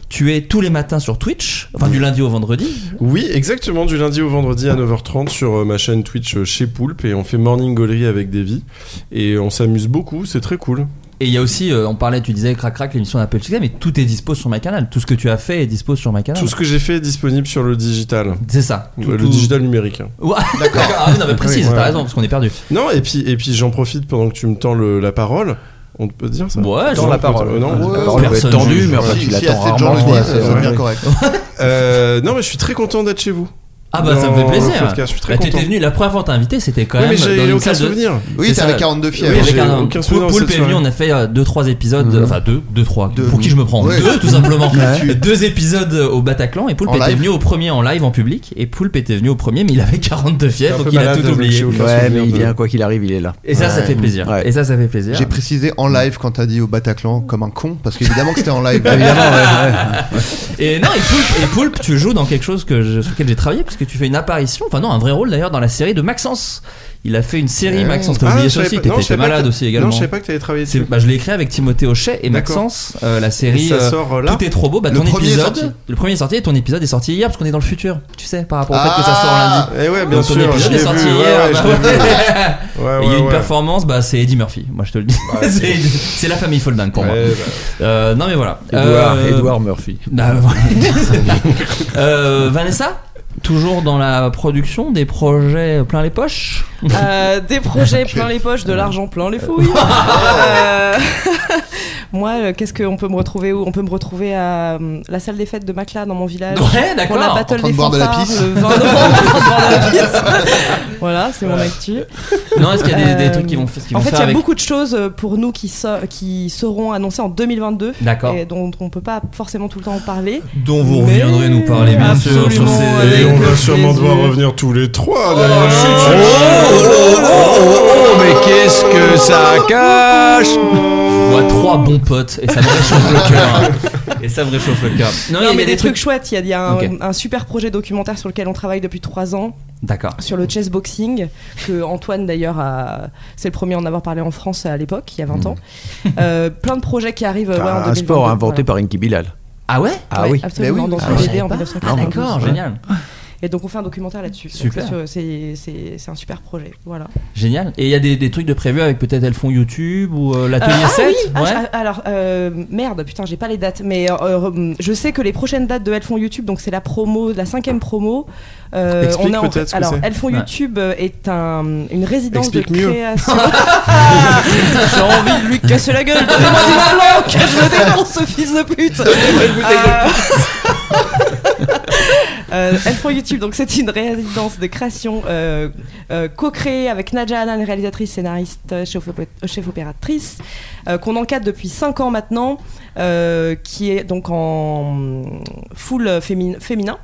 Speaker 2: tu es tous les matins sur Twitch, enfin du lundi au vendredi.
Speaker 6: Oui, exactement, du lundi au vendredi à 9h30 sur euh, ma chaîne Twitch euh, chez Poulpe et on fait morning gaulerie avec Davy et on s'amuse beaucoup, c'est très cool.
Speaker 2: Et il y a aussi, euh, on parlait, tu disais, crac crac, l'émission n'a pas eu de succès, mais tout est dispo sur ma canal. Tout ce que tu as fait est dispo sur
Speaker 5: Ah.
Speaker 2: ma canal.
Speaker 6: Tout ce que j'ai fait est disponible sur le digital. Euh,
Speaker 2: C'est ça.
Speaker 6: Le
Speaker 2: Tout- tout-
Speaker 6: digital numérique.
Speaker 2: Ouais, d'accord. Ah oui, non, mais précise,
Speaker 6: Oui.
Speaker 2: t'as raison, parce qu'on est perdu.
Speaker 6: Non, et puis, et puis j'en profite pendant que tu me tends le- la parole. On peut dire ça
Speaker 2: Ouais,
Speaker 6: Tends
Speaker 2: je-
Speaker 6: euh, non,
Speaker 5: Ouais,
Speaker 6: on dit
Speaker 5: la
Speaker 6: pas.
Speaker 5: parole peut être
Speaker 6: Personne
Speaker 5: tendue,
Speaker 6: juge.
Speaker 5: mais enfin,
Speaker 6: Si-
Speaker 5: tu
Speaker 6: si
Speaker 5: l'attends
Speaker 6: assez de gens
Speaker 5: rarement,
Speaker 6: le
Speaker 5: ouais,
Speaker 6: disent,
Speaker 5: c'est
Speaker 6: euh,
Speaker 5: bien
Speaker 6: ouais.
Speaker 5: correct.
Speaker 6: Euh, non, mais je suis très content d'être chez vous.
Speaker 2: Ah bah ça me
Speaker 6: dans
Speaker 2: fait
Speaker 6: le
Speaker 2: plaisir.
Speaker 6: podcast, je suis très
Speaker 2: Bah,
Speaker 6: content.
Speaker 2: T'étais venu la première fois que t'as invité, c'était quand
Speaker 6: Oui,
Speaker 2: même.
Speaker 6: mais j'ai
Speaker 2: dans une
Speaker 6: aucun
Speaker 2: salle de-
Speaker 6: souvenir. Oui,
Speaker 2: C'est
Speaker 6: t'avais
Speaker 2: ça.
Speaker 6: 42 fièvres.
Speaker 2: Oui, avec
Speaker 6: J'ai
Speaker 2: un
Speaker 6: aucun souvenir de
Speaker 2: Poulpe
Speaker 6: cette
Speaker 2: est venu,
Speaker 6: soirée.
Speaker 2: on a fait euh, deux trois épisodes,
Speaker 6: Mhm.
Speaker 2: enfin deux, deux trois. Pour qui je me prends
Speaker 6: Ouais.
Speaker 2: Deux tout simplement.
Speaker 6: Ouais.
Speaker 2: deux épisodes euh, au Bataclan et Poulpe
Speaker 6: En
Speaker 2: était
Speaker 6: live.
Speaker 2: venu au premier en live en public et Poulpe était venu au premier mais il avait 42 fièvres
Speaker 5: C'est un
Speaker 2: donc
Speaker 5: peu
Speaker 2: il a
Speaker 5: malade,
Speaker 2: tout
Speaker 5: donc
Speaker 2: oublié.
Speaker 5: j'ai aucun Ouais, souvenir mais il de- vient, quoi qu'il arrive, il est là.
Speaker 2: Et ça ça
Speaker 3: Ouais.
Speaker 2: fait plaisir. Et ça ça fait plaisir.
Speaker 3: J'ai précisé en live quand t'as dit au Bataclan comme un con, parce qu'évidemment que c'était en live. Ah.
Speaker 2: Et non, et Poulpe, et Poulpe, tu joues dans quelque chose que je- sur lequel j'ai travaillé, parce que tu fais une apparition, enfin non, un vrai rôle d'ailleurs dans la série de Maxence. Il a fait une série
Speaker 6: Ouais.
Speaker 2: Maxence, t'as
Speaker 6: Ah,
Speaker 2: oublié
Speaker 6: je
Speaker 2: ça
Speaker 6: savais
Speaker 2: aussi,
Speaker 6: pas-
Speaker 2: t'étais
Speaker 6: non, je savais pas
Speaker 2: malade
Speaker 6: que-
Speaker 2: aussi également.
Speaker 6: non, je savais pas que t'avais travaillé
Speaker 2: C'est- Bah, je l'ai écrit avec Timothée Hochet et
Speaker 6: D'accord.
Speaker 2: Maxence, euh, la série
Speaker 6: Et ça
Speaker 2: euh,
Speaker 6: sort, euh, là
Speaker 2: Tout est trop beau, bah
Speaker 6: Le
Speaker 2: ton
Speaker 6: premier est
Speaker 2: épisode,
Speaker 6: sorti.
Speaker 2: le premier est sorti et ton épisode est sorti hier parce qu'on est dans le futur, tu sais, par rapport au fait que ça sort
Speaker 6: Ah,
Speaker 2: lundi.
Speaker 6: eh ouais, bien
Speaker 2: Donc, ton
Speaker 6: sûr, je
Speaker 2: épisode est
Speaker 6: l'ai
Speaker 2: sorti
Speaker 6: vu, ouais,
Speaker 2: hier.
Speaker 6: ouais,
Speaker 2: bah,
Speaker 6: je l'ai vu.
Speaker 2: ouais. Et il
Speaker 6: Ouais,
Speaker 2: y a
Speaker 6: ouais,
Speaker 2: une
Speaker 6: ouais.
Speaker 2: performance, bah c'est Eddie Murphy, moi je te le dis. C'est- c'est la famille Folding pour moi.
Speaker 7: bah.
Speaker 2: Euh, non mais voilà.
Speaker 5: Edouard-
Speaker 2: Euh,
Speaker 5: Edouard Murphy.
Speaker 2: bah, voilà. Euh, Vanessa, toujours dans la production des projets plein les poches.
Speaker 7: Euh, des projets plein les poches, de l'argent plein les fouilles. Euh, Moi, euh, qu'est-ce qu'on peut me retrouver où On peut me retrouver à euh, la salle des fêtes de Macla dans mon village.
Speaker 2: Ouais,
Speaker 7: Euh, Pour la
Speaker 2: d'accord.
Speaker 7: battle
Speaker 2: En train de
Speaker 7: des
Speaker 2: boire de la
Speaker 7: fanfares,
Speaker 2: pisse.
Speaker 7: le 20 novembre, en train de boire de la pisse. voilà, c'est mon
Speaker 2: Ouais.
Speaker 7: actu.
Speaker 2: Non, est-ce qu'il y a des- des
Speaker 7: Euh,
Speaker 2: trucs qui vont- qui
Speaker 7: En
Speaker 2: vont
Speaker 7: fait, il
Speaker 2: faire
Speaker 7: y a
Speaker 2: avec-
Speaker 7: beaucoup de choses euh, pour nous qui, so- qui seront annoncées en 2022.
Speaker 2: D'accord.
Speaker 7: Et dont on peut pas forcément tout le temps en parler.
Speaker 2: Dont vous reviendrez nous parler bien sûr sur ces.
Speaker 6: Et on va sûrement devoir revenir tous les trois d'ailleurs.
Speaker 7: Oh,
Speaker 5: Oh, mais qu'est-ce que ça cache
Speaker 2: Je vois trois bons potes et ça me réchauffe le cœur. Et ça me réchauffe le cœur.
Speaker 7: Non,
Speaker 2: il y a
Speaker 7: mais des, trucs, chouettes. Il y a, il y a un,
Speaker 2: Ok.
Speaker 7: un super projet documentaire sur lequel on travaille depuis trois ans.
Speaker 2: D'accord.
Speaker 7: Sur le chess boxing, que Antoine d'ailleurs a- c'est le premier à en avoir parlé en France à l'époque, il y a
Speaker 2: Hmm.
Speaker 7: 20 ans. Euh, plein de projets qui arrivent. ouais, en
Speaker 5: Ah, Un
Speaker 7: 2022,
Speaker 5: sport
Speaker 7: voilà.
Speaker 5: inventé par Inky Bilal.
Speaker 2: Ah ouais
Speaker 5: Ah oui.
Speaker 7: Absolument, dans
Speaker 5: Ah
Speaker 7: son
Speaker 5: ouais.
Speaker 7: BD en
Speaker 5: Ah,
Speaker 7: 1990.
Speaker 5: d'accord, génial.
Speaker 7: Ah. Et donc on fait un documentaire là-dessus. Donc
Speaker 2: Super.
Speaker 7: ça, sur- C'est c'est- c'est un super projet. Voilà.
Speaker 2: Génial. Et il y a des, des trucs de prévu avec peut-être elles font YouTube ou euh,
Speaker 7: Euh,
Speaker 2: l'atelier
Speaker 7: ah
Speaker 2: 7
Speaker 7: oui, ah,
Speaker 2: ouais.
Speaker 7: je- ah, alors, euh, merde, putain, j'ai pas les dates, mais euh, euh, je sais que les prochaines dates de Elles font YouTube, donc c'est la promo, la cinquième promo. euh,
Speaker 6: Explique
Speaker 7: en-
Speaker 6: peut-être ce que
Speaker 7: alors,
Speaker 6: c'est.
Speaker 7: Elles font
Speaker 6: Ouais.
Speaker 7: YouTube euh, est un, une résidence
Speaker 6: Explique
Speaker 7: de
Speaker 6: mieux.
Speaker 7: création. j'ai envie de lui casser la gueule, donnez-moi du blanc, que je le défonce, ce fils de pute. Euh, euh, Elles font YouTube, donc c'est une résidence de création euh, euh, co-créée avec Nadja Hanan, réalisatrice, scénariste, euh, chef, opé- euh, chef opératrice, euh, qu'on encadre depuis 5 ans maintenant, euh, qui est donc en full fémin- féminin.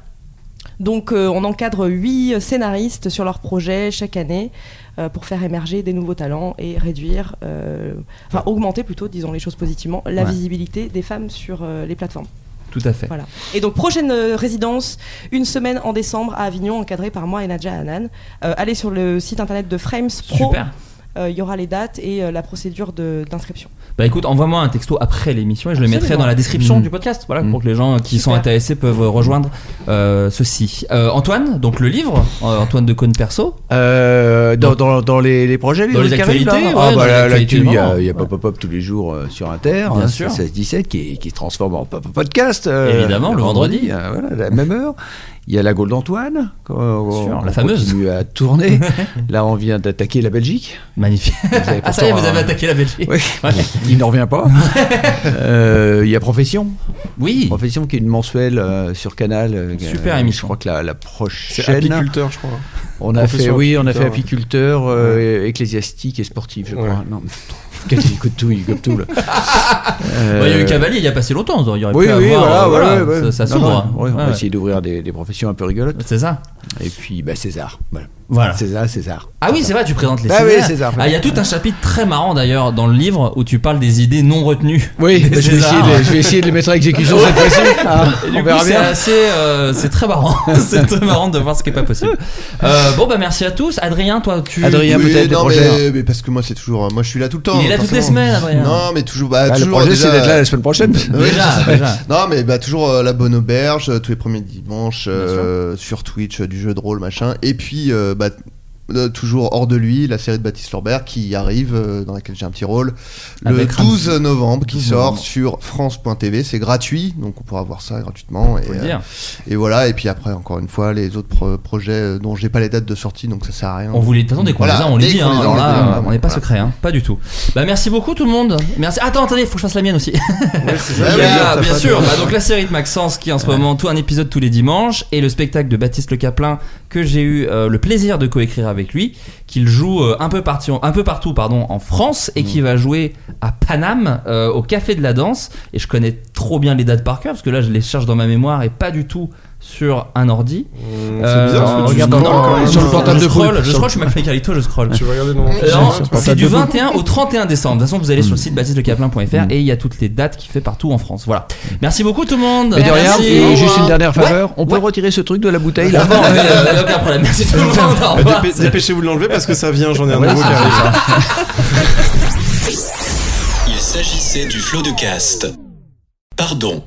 Speaker 7: Donc euh, on encadre 8 scénaristes sur leurs projets chaque année euh, pour faire émerger des nouveaux talents et réduire, euh, enfin augmenter plutôt, disons les choses positivement, la
Speaker 2: Ouais.
Speaker 7: visibilité des femmes sur euh, les plateformes.
Speaker 2: Tout à fait.
Speaker 7: Voilà. Et donc prochaine euh, résidence, une semaine en décembre à Avignon, encadrée par moi et Nadja Hanan. Euh, allez sur le site internet de Frames Pro.
Speaker 2: Super.
Speaker 7: Euh, Il y aura les dates et euh, la procédure de- d'inscription.
Speaker 2: Bah écoute, envoie-moi un texto après l'émission et je
Speaker 7: Absolument.
Speaker 2: le mettrai dans la description
Speaker 7: Mm.
Speaker 2: du podcast, voilà, pour que les gens qui sont intéressés peuvent rejoindre euh, ceci. Euh, Antoine, donc le livre, euh, Antoine de Cône perso.
Speaker 5: Euh, dans, dans, dans les, les projets,
Speaker 2: Dans les
Speaker 5: trucs qui arrivent,
Speaker 2: actualités,
Speaker 5: là
Speaker 2: ouais,
Speaker 5: Ah,
Speaker 2: dans
Speaker 5: bah,
Speaker 2: les
Speaker 5: là,
Speaker 2: actualités
Speaker 5: l'actu,
Speaker 2: du
Speaker 5: il y
Speaker 2: moment.
Speaker 5: a, il y a Pop Pop Pop tous les jours euh, sur Inter,
Speaker 2: Bien
Speaker 5: hein,
Speaker 2: sûr.
Speaker 5: 16-17, qui, qui se transforme en Pop Pop Podcast. euh,
Speaker 2: Évidemment, le vendredi.
Speaker 5: euh, voilà, à la même heure. Il y a la Gaule d'Antoine, qu'on-
Speaker 2: sûr,
Speaker 5: qu'on
Speaker 2: la fameuse.
Speaker 5: euh, continue à tourner. là, on vient d'attaquer la Belgique.
Speaker 2: Magnifique. Ah ça y est, vous avez attaqué la Belgique.
Speaker 5: Oui. Il n'en revient pas. Euh, Il y a Profession.
Speaker 2: Oui.
Speaker 5: Profession qui est une mensuelle euh, sur Canal. euh,
Speaker 2: Super
Speaker 5: euh,
Speaker 2: émission.
Speaker 5: Je crois que la, la prochaine.
Speaker 6: C'est apiculteur, je crois.
Speaker 5: On a fait,
Speaker 6: Profession
Speaker 5: oui, on a fait
Speaker 6: apiculteur,
Speaker 5: apiculteur, euh, ecclésiastique et sportif, je crois. Non, quel il écoute tout, il écoute tout. là.
Speaker 2: Bah, il y a eu
Speaker 5: Euh,
Speaker 2: Cavalier il y a pas si longtemps, il y aurait
Speaker 5: oui,
Speaker 2: pu
Speaker 5: oui,
Speaker 2: avoir,
Speaker 5: voilà,
Speaker 2: euh,
Speaker 5: ouais,
Speaker 2: voilà,
Speaker 5: ouais,
Speaker 2: ça, ça
Speaker 5: Non,
Speaker 2: s'ouvre.
Speaker 5: non, ouais, on
Speaker 2: Ouais,
Speaker 5: va
Speaker 2: ouais.
Speaker 5: essayer d'ouvrir des, des professions un peu rigolotes.
Speaker 2: C'est ça.
Speaker 5: Et puis, bah, César. Voilà.
Speaker 2: Voilà.
Speaker 5: César, César.
Speaker 2: Ah oui, c'est vrai, tu présentes les
Speaker 5: Ah oui,
Speaker 2: Césars.
Speaker 5: César.
Speaker 2: Ah, il y a tout un chapitre très marrant d'ailleurs dans le livre où tu parles des idées non retenues.
Speaker 5: Oui,
Speaker 2: des
Speaker 5: bah, je, vais
Speaker 2: Césars.
Speaker 5: essayer de, les- je vais essayer de les mettre à exécution cette fois-ci. Ah,
Speaker 2: Et
Speaker 5: on
Speaker 2: du coup,
Speaker 5: verra
Speaker 2: c'est
Speaker 5: bien.
Speaker 2: assez, euh, c'est très marrant. c'est très marrant de voir ce qui est pas possible. Euh, bon, bah merci à tous. Adrien, toi, tu.
Speaker 3: Oui, non, mais, mais parce que moi c'est toujours euh, moi je suis là tout le temps
Speaker 2: Il est là toutes les
Speaker 3: forcément.
Speaker 2: semaines, Adrien.
Speaker 3: non mais toujours bah,
Speaker 5: Bah, le
Speaker 3: toujours
Speaker 5: projet,
Speaker 3: déjà,
Speaker 5: c'est d'être là
Speaker 3: euh,
Speaker 5: la semaine prochaine.
Speaker 3: Oui,
Speaker 5: Déjà,
Speaker 3: c'est ça.
Speaker 5: déjà.
Speaker 3: non mais bah toujours euh, la bonne auberge euh, tous les premiers dimanches euh, sur Twitch euh, du jeu de rôle machin et puis euh, bah euh, toujours hors de lui, la série de Baptiste Lorbert qui arrive, euh, dans laquelle j'ai un petit rôle, le
Speaker 2: Avec
Speaker 3: 12
Speaker 2: Ramsey.
Speaker 3: novembre, qui
Speaker 2: 12
Speaker 3: sort
Speaker 2: novembre.
Speaker 3: sur france.tv. C'est gratuit, donc on pourra voir ça gratuitement.
Speaker 2: Faut
Speaker 3: Et, euh,
Speaker 2: le dire.
Speaker 3: et voilà, et puis après, encore une fois, les autres pro- projets euh, dont j'ai pas les dates de sortie, donc ça sert à rien.
Speaker 2: On vous les, de toute façon, dès qu'on
Speaker 3: Voilà,
Speaker 2: les a, on les
Speaker 3: dès
Speaker 2: dit.
Speaker 3: qu'on
Speaker 2: hein.
Speaker 3: les a, on
Speaker 2: Alors
Speaker 3: les dit,
Speaker 2: là,
Speaker 3: hein.
Speaker 2: on n'est pas
Speaker 3: Voilà.
Speaker 2: secret, hein. pas du tout. Bah merci beaucoup tout le monde. Merci. Attends, attendez, faut que je fasse la mienne aussi.
Speaker 6: ça,
Speaker 2: Il y a,
Speaker 6: j'allais dire, Ah t'as
Speaker 2: bien
Speaker 6: pas
Speaker 2: sûr.
Speaker 6: de-
Speaker 2: bah, donc la série de Maxence qui en ce moment tout un épisode tous les dimanches et le spectacle de Baptiste Le Caplin que j'ai eu euh, le plaisir de coécrire avec lui, qu'il joue euh, un peu parti- un peu partout pardon en France
Speaker 6: Mm.
Speaker 2: et qui va jouer à Paname euh, au Café de la Danse et je connais trop bien les dates par cœur parce que là je les cherche dans ma mémoire et pas du tout sur un ordi.
Speaker 5: Euh,
Speaker 2: Euh,
Speaker 6: c'est bizarre, parce que tu
Speaker 2: regarde, non,
Speaker 6: scrolles quand
Speaker 2: non,
Speaker 6: même. hein.
Speaker 2: je
Speaker 6: Sur le portable
Speaker 2: je
Speaker 6: de
Speaker 2: scroll,
Speaker 6: Poulpe.
Speaker 2: je scroll, je suis McFly Carlito, je scroll.
Speaker 6: Tu vas regarder dans-
Speaker 2: Euh,
Speaker 6: Ouais,
Speaker 2: non,
Speaker 6: sur le
Speaker 2: C'est
Speaker 6: portable
Speaker 2: du
Speaker 6: de Poulpe.
Speaker 2: 21 au 31 décembre. De toute façon, vous allez sur
Speaker 5: Mm.
Speaker 2: le site baptistelecaplin.fr et il y a toutes les dates qu'il fait partout en France. Voilà. Merci beaucoup tout le monde.
Speaker 5: Mais de rien,
Speaker 2: Merci.
Speaker 5: et juste une dernière
Speaker 2: Ouais.
Speaker 5: faveur, on peut retirer ce truc de la bouteille là
Speaker 2: Ah bon, mais, euh, aucun problème. Merci tout le monde. Au revoir.
Speaker 6: Dépê- Dépêchez-vous de l'enlever parce que ça vient, j'en ai un
Speaker 5: Ouais,
Speaker 6: nouveau qui
Speaker 5: c'est
Speaker 6: arrive.
Speaker 1: Il s'agissait du flot de caste. Pardon.